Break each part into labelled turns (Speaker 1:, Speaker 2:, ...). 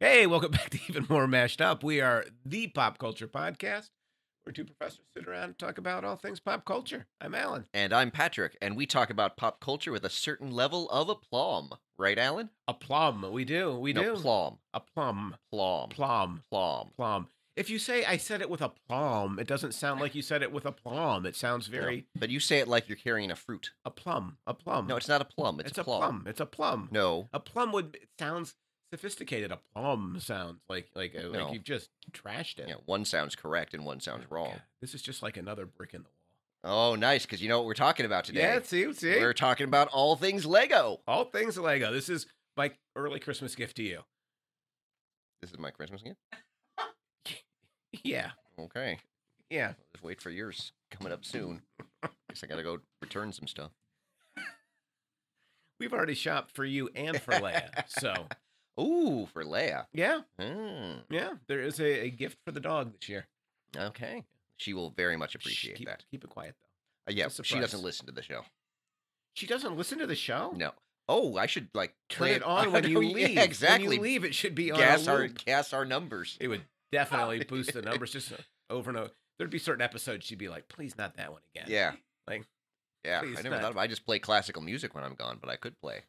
Speaker 1: Hey, welcome back to Even More Mashed Up. We are the pop culture podcast where two professors sit around and talk about all things pop culture. I'm Alan.
Speaker 2: And I'm Patrick, and we talk about pop culture with a certain level of aplomb. Right, Alan?
Speaker 1: A plum. We do. We
Speaker 2: no,
Speaker 1: do.
Speaker 2: plom.
Speaker 1: A plum.
Speaker 2: Plom.
Speaker 1: Plum.
Speaker 2: Plom.
Speaker 1: Plum. If you say I said it with a plum, it doesn't sound like you said it with a plum. It sounds very
Speaker 2: No, But you say it like you're carrying a fruit.
Speaker 1: a plum. A plum.
Speaker 2: No, it's not a plum. It's,
Speaker 1: It's a plum. It's a plum.
Speaker 2: No.
Speaker 1: A plum would it sounds sophisticated. A plum sounds like like uh
Speaker 2: No.
Speaker 1: like you've just trashed it.
Speaker 2: Yeah, one sounds correct and one sounds wrong.
Speaker 1: God, This is just like another brick in the wall.
Speaker 2: Oh, nice, because you know what we're talking about today.
Speaker 1: Yeah, see, see.
Speaker 2: We're talking about all things Lego.
Speaker 1: All things Lego. This is my early Christmas gift to you.
Speaker 2: This is my Christmas gift.
Speaker 1: Yeah.
Speaker 2: Okay.
Speaker 1: Yeah.
Speaker 2: I'll just wait for yours coming up soon. Guess I gotta go return some stuff.
Speaker 1: We've already shopped for you and for Leia. So,
Speaker 2: Ooh, for Leia.
Speaker 1: yeah.
Speaker 2: Hmm.
Speaker 1: Yeah. There is a, a gift for the dog this year.
Speaker 2: Okay. She will very much
Speaker 1: Shh,
Speaker 2: appreciate
Speaker 1: keep,
Speaker 2: that.
Speaker 1: Keep it quiet, though.
Speaker 2: Uh, yeah,
Speaker 1: a
Speaker 2: she doesn't
Speaker 1: surprise.
Speaker 2: listen to the show.
Speaker 1: She doesn't listen to the show?
Speaker 2: No. Oh, I should like
Speaker 1: Turn
Speaker 2: play
Speaker 1: it on when
Speaker 2: I
Speaker 1: you
Speaker 2: know, yeah,
Speaker 1: leave.
Speaker 2: exactly.
Speaker 1: When you leave, it should be on
Speaker 2: Gas
Speaker 1: a
Speaker 2: our
Speaker 1: loop.
Speaker 2: gas our numbers.
Speaker 1: It would definitely boost the numbers just over and over. There'd be certain episodes she'd be like, please not that one again.
Speaker 2: Yeah.
Speaker 1: Like,
Speaker 2: yeah,
Speaker 1: please
Speaker 2: I never
Speaker 1: not.
Speaker 2: thought of. it. I just play classical music when I'm gone, but I could play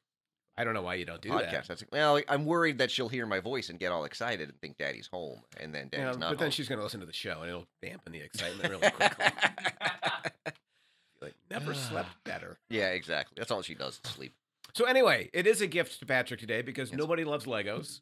Speaker 1: I don't know why you don't do
Speaker 2: podcast.
Speaker 1: that.
Speaker 2: That's well, I'm worried that she'll hear my voice and get all excited and think Daddy's home, and then
Speaker 1: You know,
Speaker 2: Daddy's
Speaker 1: but
Speaker 2: not.
Speaker 1: then
Speaker 2: home.
Speaker 1: she's going to listen to the show and it'll dampen the excitement really quickly. like, never slept better.
Speaker 2: yeah, exactly. That's all she does is sleep.
Speaker 1: So anyway, it is a gift to Patrick today because
Speaker 2: Yes.
Speaker 1: nobody loves Legos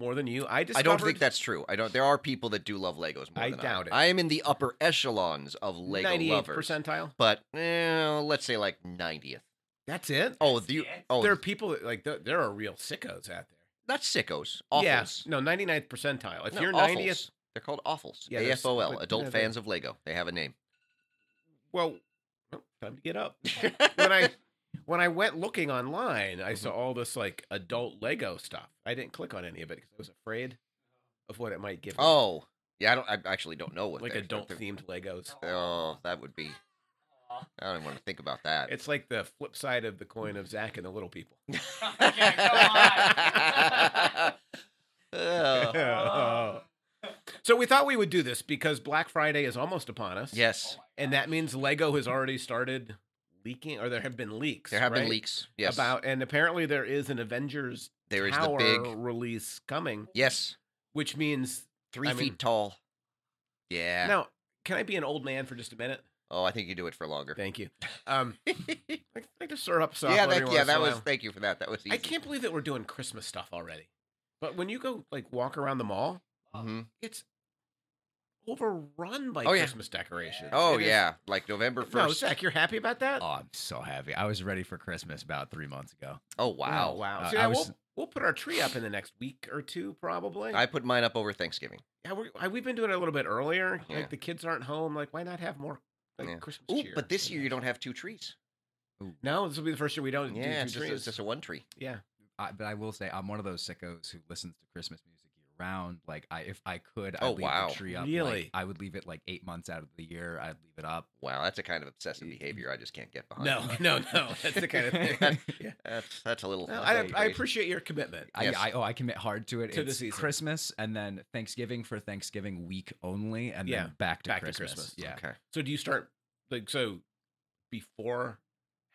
Speaker 1: more than you. I
Speaker 2: I
Speaker 1: discovered
Speaker 2: don't think that's true. I don't. There are people that do love Legos more
Speaker 1: I
Speaker 2: than
Speaker 1: doubt it.
Speaker 2: I. I am in the upper echelons of Lego
Speaker 1: 98th
Speaker 2: lovers,
Speaker 1: percentile.
Speaker 2: but eh, let's say like ninetieth.
Speaker 1: That's it.
Speaker 2: Oh, the oh,
Speaker 1: there are people that, like th- there are real sickos out there.
Speaker 2: that's sickos. Awfuls.
Speaker 1: Yeah, no, 99th percentile. If
Speaker 2: No,
Speaker 1: you're
Speaker 2: awfuls.
Speaker 1: 90th,
Speaker 2: They're called awfuls.
Speaker 1: Yeah, there's-
Speaker 2: AFOL,
Speaker 1: but,
Speaker 2: adult
Speaker 1: yeah, they-
Speaker 2: fans of Lego. They have a name.
Speaker 1: well, well, time to get up. when I when I went looking online,
Speaker 2: Mm-hmm.
Speaker 1: I saw all this like adult Lego stuff. I didn't click on any of it because I was afraid of what it might give. me.
Speaker 2: oh, yeah, I don't. I actually don't know what
Speaker 1: like
Speaker 2: they're-
Speaker 1: adult
Speaker 2: they're-
Speaker 1: themed Legos.
Speaker 2: Oh, that would be. I don't want to think about that.
Speaker 1: It's like the flip side of the coin of Zach and the Little People.
Speaker 2: Ugh.
Speaker 1: Oh. so we thought we would do this because Black Friday is almost upon us.
Speaker 2: yes,
Speaker 1: And that means Lego has already started leaking, or there have been leaks.
Speaker 2: there have
Speaker 1: right?
Speaker 2: been leaks. Yes,
Speaker 1: About, and apparently there is an Avengers
Speaker 2: there is the
Speaker 1: Tower
Speaker 2: big.
Speaker 1: release coming,
Speaker 2: Yes,
Speaker 1: which means.
Speaker 2: three
Speaker 1: I
Speaker 2: feet
Speaker 1: mean-
Speaker 2: tall. Yeah.
Speaker 1: Now, can I be an old man for just a minute?
Speaker 2: Oh, I think you do it for longer.
Speaker 1: Thank you. Um,
Speaker 2: yeah,
Speaker 1: I, I just sort up soft. every
Speaker 2: that, yeah,
Speaker 1: once in
Speaker 2: that
Speaker 1: a
Speaker 2: was.
Speaker 1: while.
Speaker 2: Thank you for that. That was easy.
Speaker 1: I can't believe that we're doing Christmas stuff already. But when you go like walk around the mall,
Speaker 2: Mhm.
Speaker 1: it's overrun by
Speaker 2: Oh, yeah.
Speaker 1: Christmas decorations.
Speaker 2: Oh
Speaker 1: It is-
Speaker 2: yeah, like November
Speaker 1: No,
Speaker 2: first.
Speaker 1: Zach, you're happy about that?
Speaker 3: Oh, I'm so happy. I was ready for Christmas about three months ago.
Speaker 2: oh
Speaker 1: wow.
Speaker 2: wow.
Speaker 1: wow.
Speaker 3: Uh,
Speaker 1: See,
Speaker 3: I
Speaker 1: now
Speaker 3: was-
Speaker 1: we'll, we'll put our tree up in the next week or two, probably.
Speaker 2: I put mine up over Thanksgiving.
Speaker 1: yeah, we're, I- we've been doing it a little bit earlier.
Speaker 2: Yeah.
Speaker 1: Like the kids aren't home. Like, why not have more like,
Speaker 2: Yeah.
Speaker 1: Christmas
Speaker 2: Ooh,
Speaker 1: cheer?
Speaker 2: but this
Speaker 1: in
Speaker 2: year
Speaker 1: there?
Speaker 2: you don't have two trees.
Speaker 1: No, this will be the first year we don't
Speaker 2: Yeah,
Speaker 1: do
Speaker 2: it's
Speaker 1: two
Speaker 2: just,
Speaker 1: trees.
Speaker 2: it's just a one tree.
Speaker 1: yeah.
Speaker 3: I, but I will say, I'm one of those sickos who listens to Christmas music year round. Like, I if I could, I'd
Speaker 2: Oh,
Speaker 3: leave
Speaker 2: wow.
Speaker 3: the tree up. like,
Speaker 1: Really?
Speaker 3: I would leave it like eight months out of the year. I'd leave it up.
Speaker 2: Wow, that's a kind of obsessive
Speaker 3: Y-
Speaker 2: behavior I just can't get behind.
Speaker 1: No, no, no. That's the kind of thing. Yeah.
Speaker 2: that's that's a little.
Speaker 1: No, I,
Speaker 2: that's
Speaker 1: I
Speaker 2: crazy.
Speaker 1: appreciate your commitment.
Speaker 3: I,
Speaker 2: Yes.
Speaker 3: I oh I commit hard to it.
Speaker 1: To the
Speaker 3: it's
Speaker 1: season.
Speaker 3: Christmas and then Thanksgiving for Thanksgiving week only, and
Speaker 1: Yeah,
Speaker 3: then back to
Speaker 1: back to
Speaker 3: Christmas.
Speaker 1: Christmas.
Speaker 3: Yeah,
Speaker 2: Okay.
Speaker 1: So do you start like so before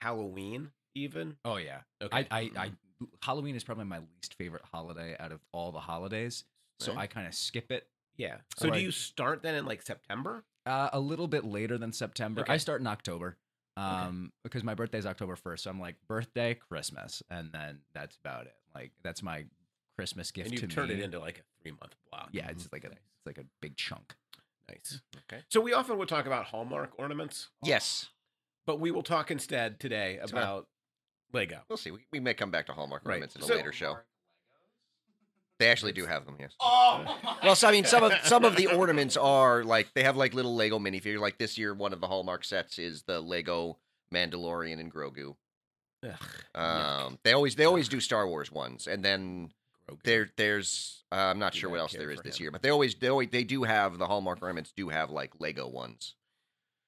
Speaker 1: Halloween even?
Speaker 3: oh yeah.
Speaker 1: Okay.
Speaker 3: I, I I
Speaker 1: Mm-hmm.
Speaker 3: Halloween is probably my least favorite holiday out of all the holidays, so
Speaker 2: Right.
Speaker 3: I kind of skip it
Speaker 1: yeah. So do
Speaker 3: like-
Speaker 1: you start then in like September?
Speaker 3: Uh, a little bit later than September. I
Speaker 1: Okay.
Speaker 3: start in October um, because my birthday's October 1st. So I'm like, birthday, Christmas. And then that's about it. Like, that's my Christmas gift
Speaker 1: and you
Speaker 3: to
Speaker 1: turn
Speaker 3: me.
Speaker 1: it Mm-hmm. into like a three month block.
Speaker 3: Yeah, it's like, a, it's like a big chunk.
Speaker 1: nice.
Speaker 2: Okay.
Speaker 1: Mm-hmm. So we often will talk about Hallmark ornaments,
Speaker 2: Yes,
Speaker 1: but we will talk instead today
Speaker 2: Sure.
Speaker 1: about Lego.
Speaker 2: we'll see. We, we may come back to Hallmark
Speaker 1: Right.
Speaker 2: ornaments in a
Speaker 1: So-
Speaker 2: later show. They actually do have them. Yes.
Speaker 4: Oh my
Speaker 2: Well, so I mean, some of some of the ornaments are like they have like little Lego minifigures. Like this year, one of the Hallmark sets is the Lego Mandalorian and Grogu.
Speaker 1: Ugh,
Speaker 2: Um, they always they always do Star Wars ones, and then
Speaker 1: Grogu.
Speaker 2: there there's uh, I'm not
Speaker 1: Do
Speaker 2: sure
Speaker 1: not
Speaker 2: what else
Speaker 1: care
Speaker 2: there is
Speaker 1: for
Speaker 2: this
Speaker 1: him.
Speaker 2: year, but they always they always they do have the Hallmark ornaments do have like Lego ones.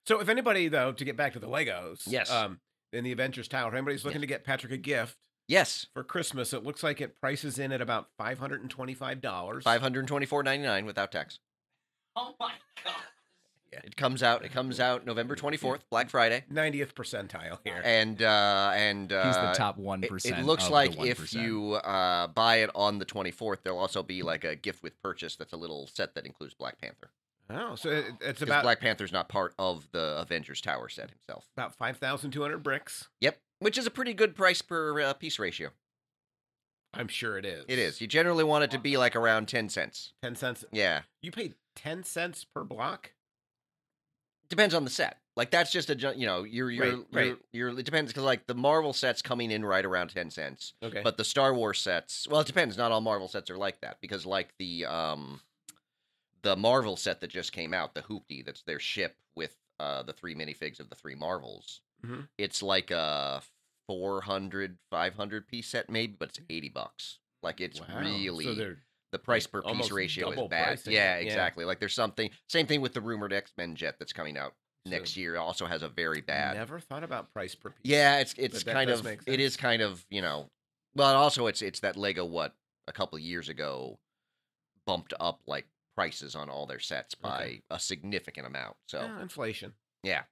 Speaker 1: So if anybody though, to get back to the Legos,
Speaker 2: Yes.
Speaker 1: um, in the Avengers Tower, if anybody's looking to get Patrick a gift,
Speaker 2: Yes,
Speaker 1: for Christmas. It looks like it prices in at about five hundred and twenty-five dollars.
Speaker 2: five hundred twenty-four ninety-nine without tax.
Speaker 3: Oh my god.
Speaker 2: It comes out. It comes out November twenty-fourth, Black Friday,
Speaker 1: Ninetieth percentile here.
Speaker 2: and uh, and uh,
Speaker 3: He's the top one
Speaker 2: it-
Speaker 3: percent.
Speaker 2: It looks like if you uh, buy it on the 24th, there'll also be like a gift with purchase that's a little set that includes Black Panther.
Speaker 1: Oh, so it, it's
Speaker 2: Because
Speaker 1: about
Speaker 2: Black Panther's not part of the Avengers Tower set himself.
Speaker 1: about five thousand two hundred bricks.
Speaker 2: Yep. Which is a pretty good price per uh, piece ratio.
Speaker 1: I'm sure it is.
Speaker 2: It is. You generally want it to be like around 10 cents.
Speaker 1: ten cents.
Speaker 2: Yeah.
Speaker 1: You pay ten cents per block.
Speaker 2: Depends on the set. Like that's just a gen- you know you're you're
Speaker 1: Right, right.
Speaker 2: you're, you're it depends because like the Marvel sets coming in right around ten cents.
Speaker 1: Okay,
Speaker 2: But the Star Wars sets, well, it depends. Not all Marvel sets are like that because, like the um, the Marvel set that just came out, the Hoopty, that's their ship with uh the three minifigs of the three Marvels.
Speaker 1: Mhm.
Speaker 2: It's like a 400, 500 piece set maybe, but it's eighty bucks. Like it's
Speaker 1: Wow.
Speaker 2: really
Speaker 1: So they're
Speaker 2: the price per piece
Speaker 1: almost
Speaker 2: ratio is
Speaker 1: double
Speaker 2: bad.
Speaker 1: pricing
Speaker 2: Yeah,
Speaker 1: it, yeah.
Speaker 2: exactly. Like there's something. Same thing with the rumored X Men jet that's coming out next
Speaker 1: so
Speaker 2: year. Also has a very bad
Speaker 1: Never thought about price per piece.
Speaker 2: yeah, it's it's
Speaker 1: that
Speaker 2: kind
Speaker 1: does
Speaker 2: of
Speaker 1: make
Speaker 2: it is
Speaker 1: sense.
Speaker 2: kind of you know, but also it's it's that Lego what a couple of years ago bumped up like prices on all their sets by
Speaker 1: Okay.
Speaker 2: a significant amount. So
Speaker 1: Ah, inflation.
Speaker 2: Yeah.
Speaker 1: Thanks,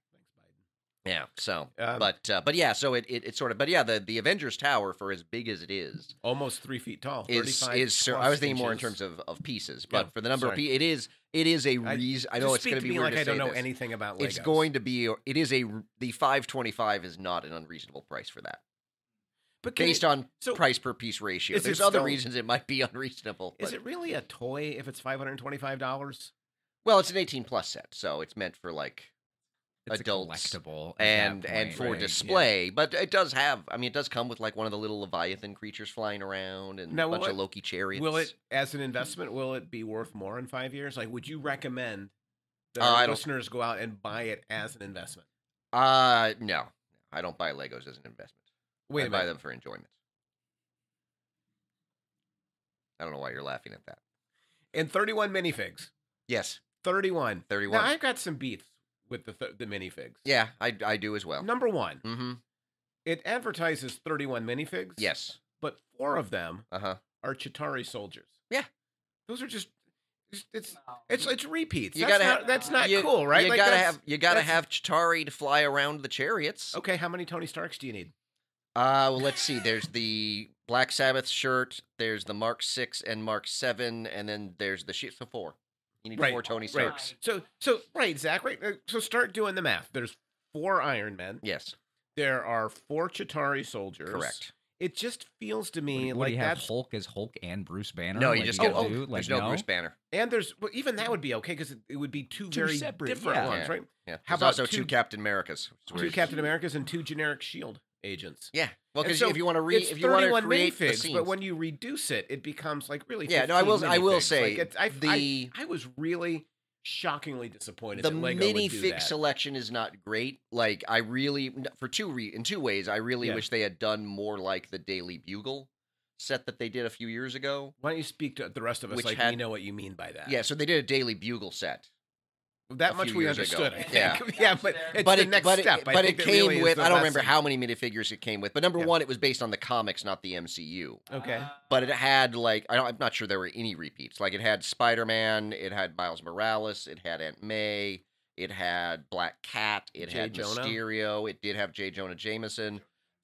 Speaker 2: yeah, so
Speaker 1: Biden. Um,
Speaker 2: but uh, but yeah, so it, it it sort of but yeah, the the Avengers Tower for as big as it is
Speaker 1: almost three feet tall.
Speaker 2: is
Speaker 1: 35
Speaker 2: is so, I
Speaker 1: plus
Speaker 2: was thinking more in
Speaker 1: inches.
Speaker 2: terms of of pieces, but
Speaker 1: Yeah,
Speaker 2: for the number of
Speaker 1: sorry.
Speaker 2: pieces, it is it is a
Speaker 1: I-
Speaker 2: reason. I
Speaker 1: Just
Speaker 2: know it's
Speaker 1: speak
Speaker 2: going
Speaker 1: to
Speaker 2: be
Speaker 1: me like
Speaker 2: weird to
Speaker 1: I don't
Speaker 2: say
Speaker 1: know
Speaker 2: this.
Speaker 1: anything about Legos.
Speaker 2: It's going to be it is a the five twenty five is not an unreasonable price for that
Speaker 1: but can
Speaker 2: based
Speaker 1: it-
Speaker 2: on
Speaker 1: so
Speaker 2: price per piece ratio.
Speaker 1: is it
Speaker 2: There's other
Speaker 1: still-
Speaker 2: reasons it might be unreasonable.
Speaker 1: Is
Speaker 2: but-
Speaker 1: it really a toy if it's five hundred twenty-five dollars?
Speaker 2: well, it's an 18 plus set, so it's meant for like
Speaker 3: it's
Speaker 2: adults
Speaker 3: a collectible at that
Speaker 2: and and
Speaker 3: point,
Speaker 2: for
Speaker 3: right? Yeah.
Speaker 2: display. But it does have. I mean, it does come with like one of the little leviathan creatures flying around and
Speaker 1: Now,
Speaker 2: a
Speaker 1: will
Speaker 2: bunch of
Speaker 1: it-
Speaker 2: Loki chariots.
Speaker 1: Will it, as an investment, will it be worth more in five years? Like, would you recommend that
Speaker 2: Uh, I
Speaker 1: our
Speaker 2: don't-
Speaker 1: listeners go out and buy it as an investment?
Speaker 2: Uh no, I don't buy Legos as an investment.
Speaker 1: Wait
Speaker 2: I
Speaker 1: a
Speaker 2: buy
Speaker 1: minute.
Speaker 2: them for enjoyment. I don't know why you're laughing at that.
Speaker 1: And thirty-one minifigs.
Speaker 2: Yes,
Speaker 1: Thirty-one.
Speaker 2: 31.
Speaker 1: Now I've got some beefs with the th- the minifigs.
Speaker 2: yeah, I I do as well.
Speaker 1: Number one,
Speaker 2: Mm-hmm.
Speaker 1: it advertises thirty-one minifigs.
Speaker 2: Yes.
Speaker 1: But four of them
Speaker 2: Uh huh.
Speaker 1: are Chitari soldiers.
Speaker 2: Yeah.
Speaker 1: Those are just it's it's it's, it's repeats.
Speaker 2: You
Speaker 1: that's
Speaker 2: gotta
Speaker 1: not,
Speaker 2: have-
Speaker 1: that's not
Speaker 2: you-
Speaker 1: cool, right?
Speaker 2: You
Speaker 1: Like,
Speaker 2: gotta
Speaker 1: that's-
Speaker 2: have you gotta
Speaker 1: that's- Oh.
Speaker 2: have Chitari to fly around the chariots.
Speaker 1: Okay, how many Tony Starks do you need?
Speaker 2: Uh, well, let's see. There's the Black Sabbath shirt. There's the Mark Six and Mark Seven, and then there's the shit. So four. You need
Speaker 1: Right,
Speaker 2: four Tony
Speaker 1: right.
Speaker 2: Starks.
Speaker 1: So so right, Zach, right? uh, So start doing the math. There's four Iron Men.
Speaker 2: Yes,
Speaker 1: There are four Chitari soldiers.
Speaker 2: correct.
Speaker 1: It just feels to
Speaker 3: What do
Speaker 1: me
Speaker 3: you- what do
Speaker 1: like
Speaker 3: you have
Speaker 1: that's
Speaker 3: Hulk as Hulk and Bruce Banner?
Speaker 2: No, you
Speaker 3: Like,
Speaker 2: just
Speaker 1: you
Speaker 2: get.
Speaker 1: gotta
Speaker 2: Oh,
Speaker 3: do-
Speaker 2: there's
Speaker 3: like,
Speaker 2: no, Bruce Banner.
Speaker 1: and there's well, even that would be okay because it, it would be two,
Speaker 3: Two
Speaker 1: very
Speaker 3: separate,
Speaker 1: different
Speaker 3: yeah.
Speaker 1: ones,
Speaker 2: Yeah.
Speaker 1: right?
Speaker 2: Yeah.
Speaker 1: How
Speaker 2: There's
Speaker 1: about
Speaker 2: also
Speaker 1: two-
Speaker 2: two Captain Americas? which
Speaker 1: Two
Speaker 2: is-
Speaker 1: Captain Americas and two generic Shield E agents.
Speaker 2: Yeah. Well,
Speaker 1: And
Speaker 2: because
Speaker 1: so
Speaker 2: if you want to re,
Speaker 1: it's
Speaker 2: if you want to
Speaker 1: thirty-one
Speaker 2: create the
Speaker 1: minifigs, but
Speaker 2: scenes-
Speaker 1: when you reduce it, it becomes like really.
Speaker 2: yeah, no, I
Speaker 1: 15
Speaker 2: will. I will
Speaker 1: minifigs.
Speaker 2: say
Speaker 1: like it's, I,
Speaker 2: the.
Speaker 1: I, I was really shockingly disappointed.
Speaker 2: the
Speaker 1: that Lego would do
Speaker 2: minifig
Speaker 1: that.
Speaker 2: selection is not great. Like I really n- for two re- in two ways. I really
Speaker 1: Yeah.
Speaker 2: wish they had done more like the Daily Bugle set that they did a few years ago.
Speaker 1: Why don't you speak to the rest of us
Speaker 2: Which
Speaker 1: like we
Speaker 2: had-
Speaker 1: know what you mean by that?
Speaker 2: Yeah, so they did a Daily Bugle set.
Speaker 1: that
Speaker 2: a
Speaker 1: much
Speaker 2: few
Speaker 1: we
Speaker 2: years ago.
Speaker 1: understood. I
Speaker 2: Yeah.
Speaker 1: think. yeah, but it's
Speaker 2: but
Speaker 1: the
Speaker 2: it,
Speaker 1: next
Speaker 2: but
Speaker 1: step.
Speaker 2: It,
Speaker 1: I
Speaker 2: but
Speaker 1: think
Speaker 2: it
Speaker 1: that
Speaker 2: came
Speaker 1: really is
Speaker 2: with
Speaker 1: the
Speaker 2: I don't
Speaker 1: lesson.
Speaker 2: remember how many minifigures it came with, but number
Speaker 1: Yeah.
Speaker 2: one, it was based on the comics, not the MCU.
Speaker 1: Okay.
Speaker 2: But it had like I don't, I'm not sure there were any repeats. Like it had Spider Man, it had Miles Morales, it had Aunt May, it had Black Cat, it
Speaker 1: J.
Speaker 2: had
Speaker 1: Jonah?
Speaker 2: Mysterio, it did have J Jonah Jameson.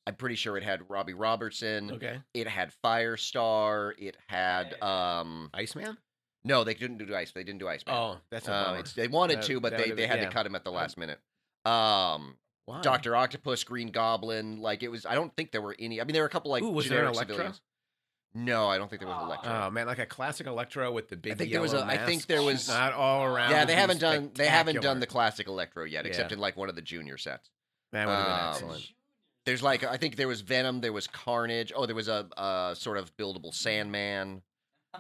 Speaker 2: I'm pretty sure it had Robbie Robertson.
Speaker 1: Okay.
Speaker 2: It had Firestar. It had um
Speaker 1: Iceman.
Speaker 2: no, they didn't do ice. They didn't do Iceman.
Speaker 1: Oh, that's a
Speaker 2: Uh,
Speaker 1: bummer.
Speaker 2: it's- they wanted
Speaker 1: That-
Speaker 2: to, but
Speaker 1: that
Speaker 2: they,
Speaker 1: would've
Speaker 2: they
Speaker 1: been-
Speaker 2: had
Speaker 1: yeah.
Speaker 2: to cut him at the last minute. Um,
Speaker 1: Why?
Speaker 2: Doctor Octopus, Green Goblin, like it was. I don't think there were any. I mean, there were a couple like
Speaker 1: Ooh, was there an
Speaker 2: generic
Speaker 1: Elektra?
Speaker 2: civilians. No, I don't think there was an
Speaker 4: Aw.
Speaker 2: Electra.
Speaker 1: Oh man, like a classic Electro with the big.
Speaker 2: think there was
Speaker 1: yellow
Speaker 2: a- I
Speaker 1: mask.
Speaker 2: think there
Speaker 1: She's
Speaker 2: was-
Speaker 1: not all around.
Speaker 2: yeah,
Speaker 1: would
Speaker 2: they
Speaker 1: be
Speaker 2: haven't done they haven't done the
Speaker 1: spectacular.
Speaker 2: classic Electro yet, except
Speaker 1: Yeah.
Speaker 2: in like one of the junior sets.
Speaker 1: That would have been
Speaker 2: um,
Speaker 1: excellent.
Speaker 2: There's like I think there was Venom, there was Carnage. Oh, there was a, a sort of buildable Sandman,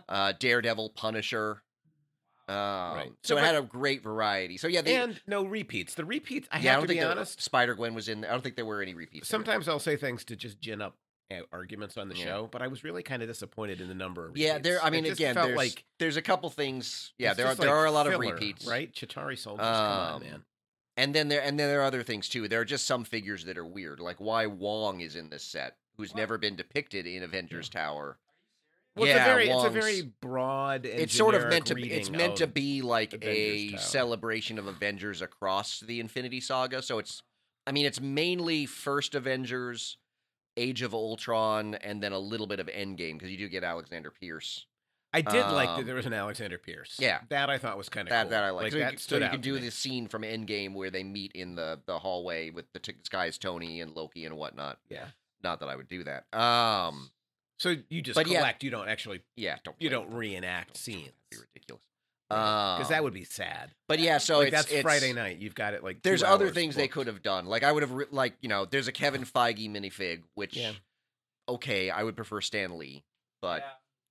Speaker 2: uh, Daredevil, Punisher. Um, So
Speaker 1: So,
Speaker 2: it had a great variety. So yeah, they,
Speaker 1: And no repeats. The repeats. I
Speaker 2: yeah, I
Speaker 1: have
Speaker 2: don't
Speaker 1: to be
Speaker 2: think
Speaker 1: honest.
Speaker 2: Spider Gwen was in. there. I don't think there were any repeats. in there.
Speaker 1: Sometimes I'll say things to just gin up uh, arguments on the
Speaker 2: Yeah.
Speaker 1: show, but I was really kind of disappointed in the number. of
Speaker 2: Yeah, there.
Speaker 1: repeats.
Speaker 2: I
Speaker 1: It
Speaker 2: mean,
Speaker 1: just
Speaker 2: again,
Speaker 1: felt
Speaker 2: there's
Speaker 1: like
Speaker 2: there's a couple things. Yeah,
Speaker 1: it's
Speaker 2: there are
Speaker 1: just
Speaker 2: there
Speaker 1: like
Speaker 2: are a lot
Speaker 1: filler,
Speaker 2: of repeats,
Speaker 1: right? Chitari soldiers, come on,
Speaker 2: Um,
Speaker 1: man.
Speaker 2: And then there and then there are other things too. There are just some figures that are weird, like why Wong is in this set. who's never been depicted in Avengers Tower.
Speaker 1: Well,
Speaker 2: yeah,
Speaker 1: it's a very it's a
Speaker 2: Wong's-
Speaker 1: very broad. And
Speaker 2: it's sort of
Speaker 1: generic
Speaker 2: meant to be, it's
Speaker 1: reading
Speaker 2: meant to
Speaker 1: of-
Speaker 2: be like
Speaker 1: Avengers
Speaker 2: a
Speaker 1: Tower.
Speaker 2: celebration of Avengers across the Infinity Saga. So it's I mean it's mainly first Avengers, Age of Ultron, and then a little bit of Endgame because you do get Alexander Pierce.
Speaker 1: I did like
Speaker 2: um,
Speaker 1: that there was an Alexander Pierce.
Speaker 2: yeah.
Speaker 1: that I thought was kind of
Speaker 2: That
Speaker 1: cool.
Speaker 2: that I like. so you,
Speaker 1: that
Speaker 2: c- so
Speaker 1: stood
Speaker 2: you
Speaker 1: out
Speaker 2: can
Speaker 1: to
Speaker 2: do
Speaker 1: me.
Speaker 2: the scene from Endgame where they meet in the the hallway with the t- guys Tony and Loki and whatnot.
Speaker 1: Yeah.
Speaker 2: Not that I would do that. Um.
Speaker 1: So you just
Speaker 2: But yeah.
Speaker 1: collect. You don't actually.
Speaker 2: Yeah. Don't.
Speaker 1: You
Speaker 2: play
Speaker 1: don't
Speaker 2: with it.
Speaker 1: reenact
Speaker 2: Don't do that.
Speaker 1: scenes
Speaker 2: That'd be ridiculous.
Speaker 1: because that
Speaker 2: Um,
Speaker 1: would be sad.
Speaker 2: But yeah. So
Speaker 1: like
Speaker 2: it's,
Speaker 1: that's
Speaker 2: it's-
Speaker 1: Friday night. You've got it like.
Speaker 2: There's
Speaker 1: two
Speaker 2: other
Speaker 1: hours
Speaker 2: things they
Speaker 1: booked.
Speaker 2: could have done. Like I would have re- like you know. There's a Kevin Feige minifig, which
Speaker 1: Yeah.
Speaker 2: okay, I would prefer Stan Lee, but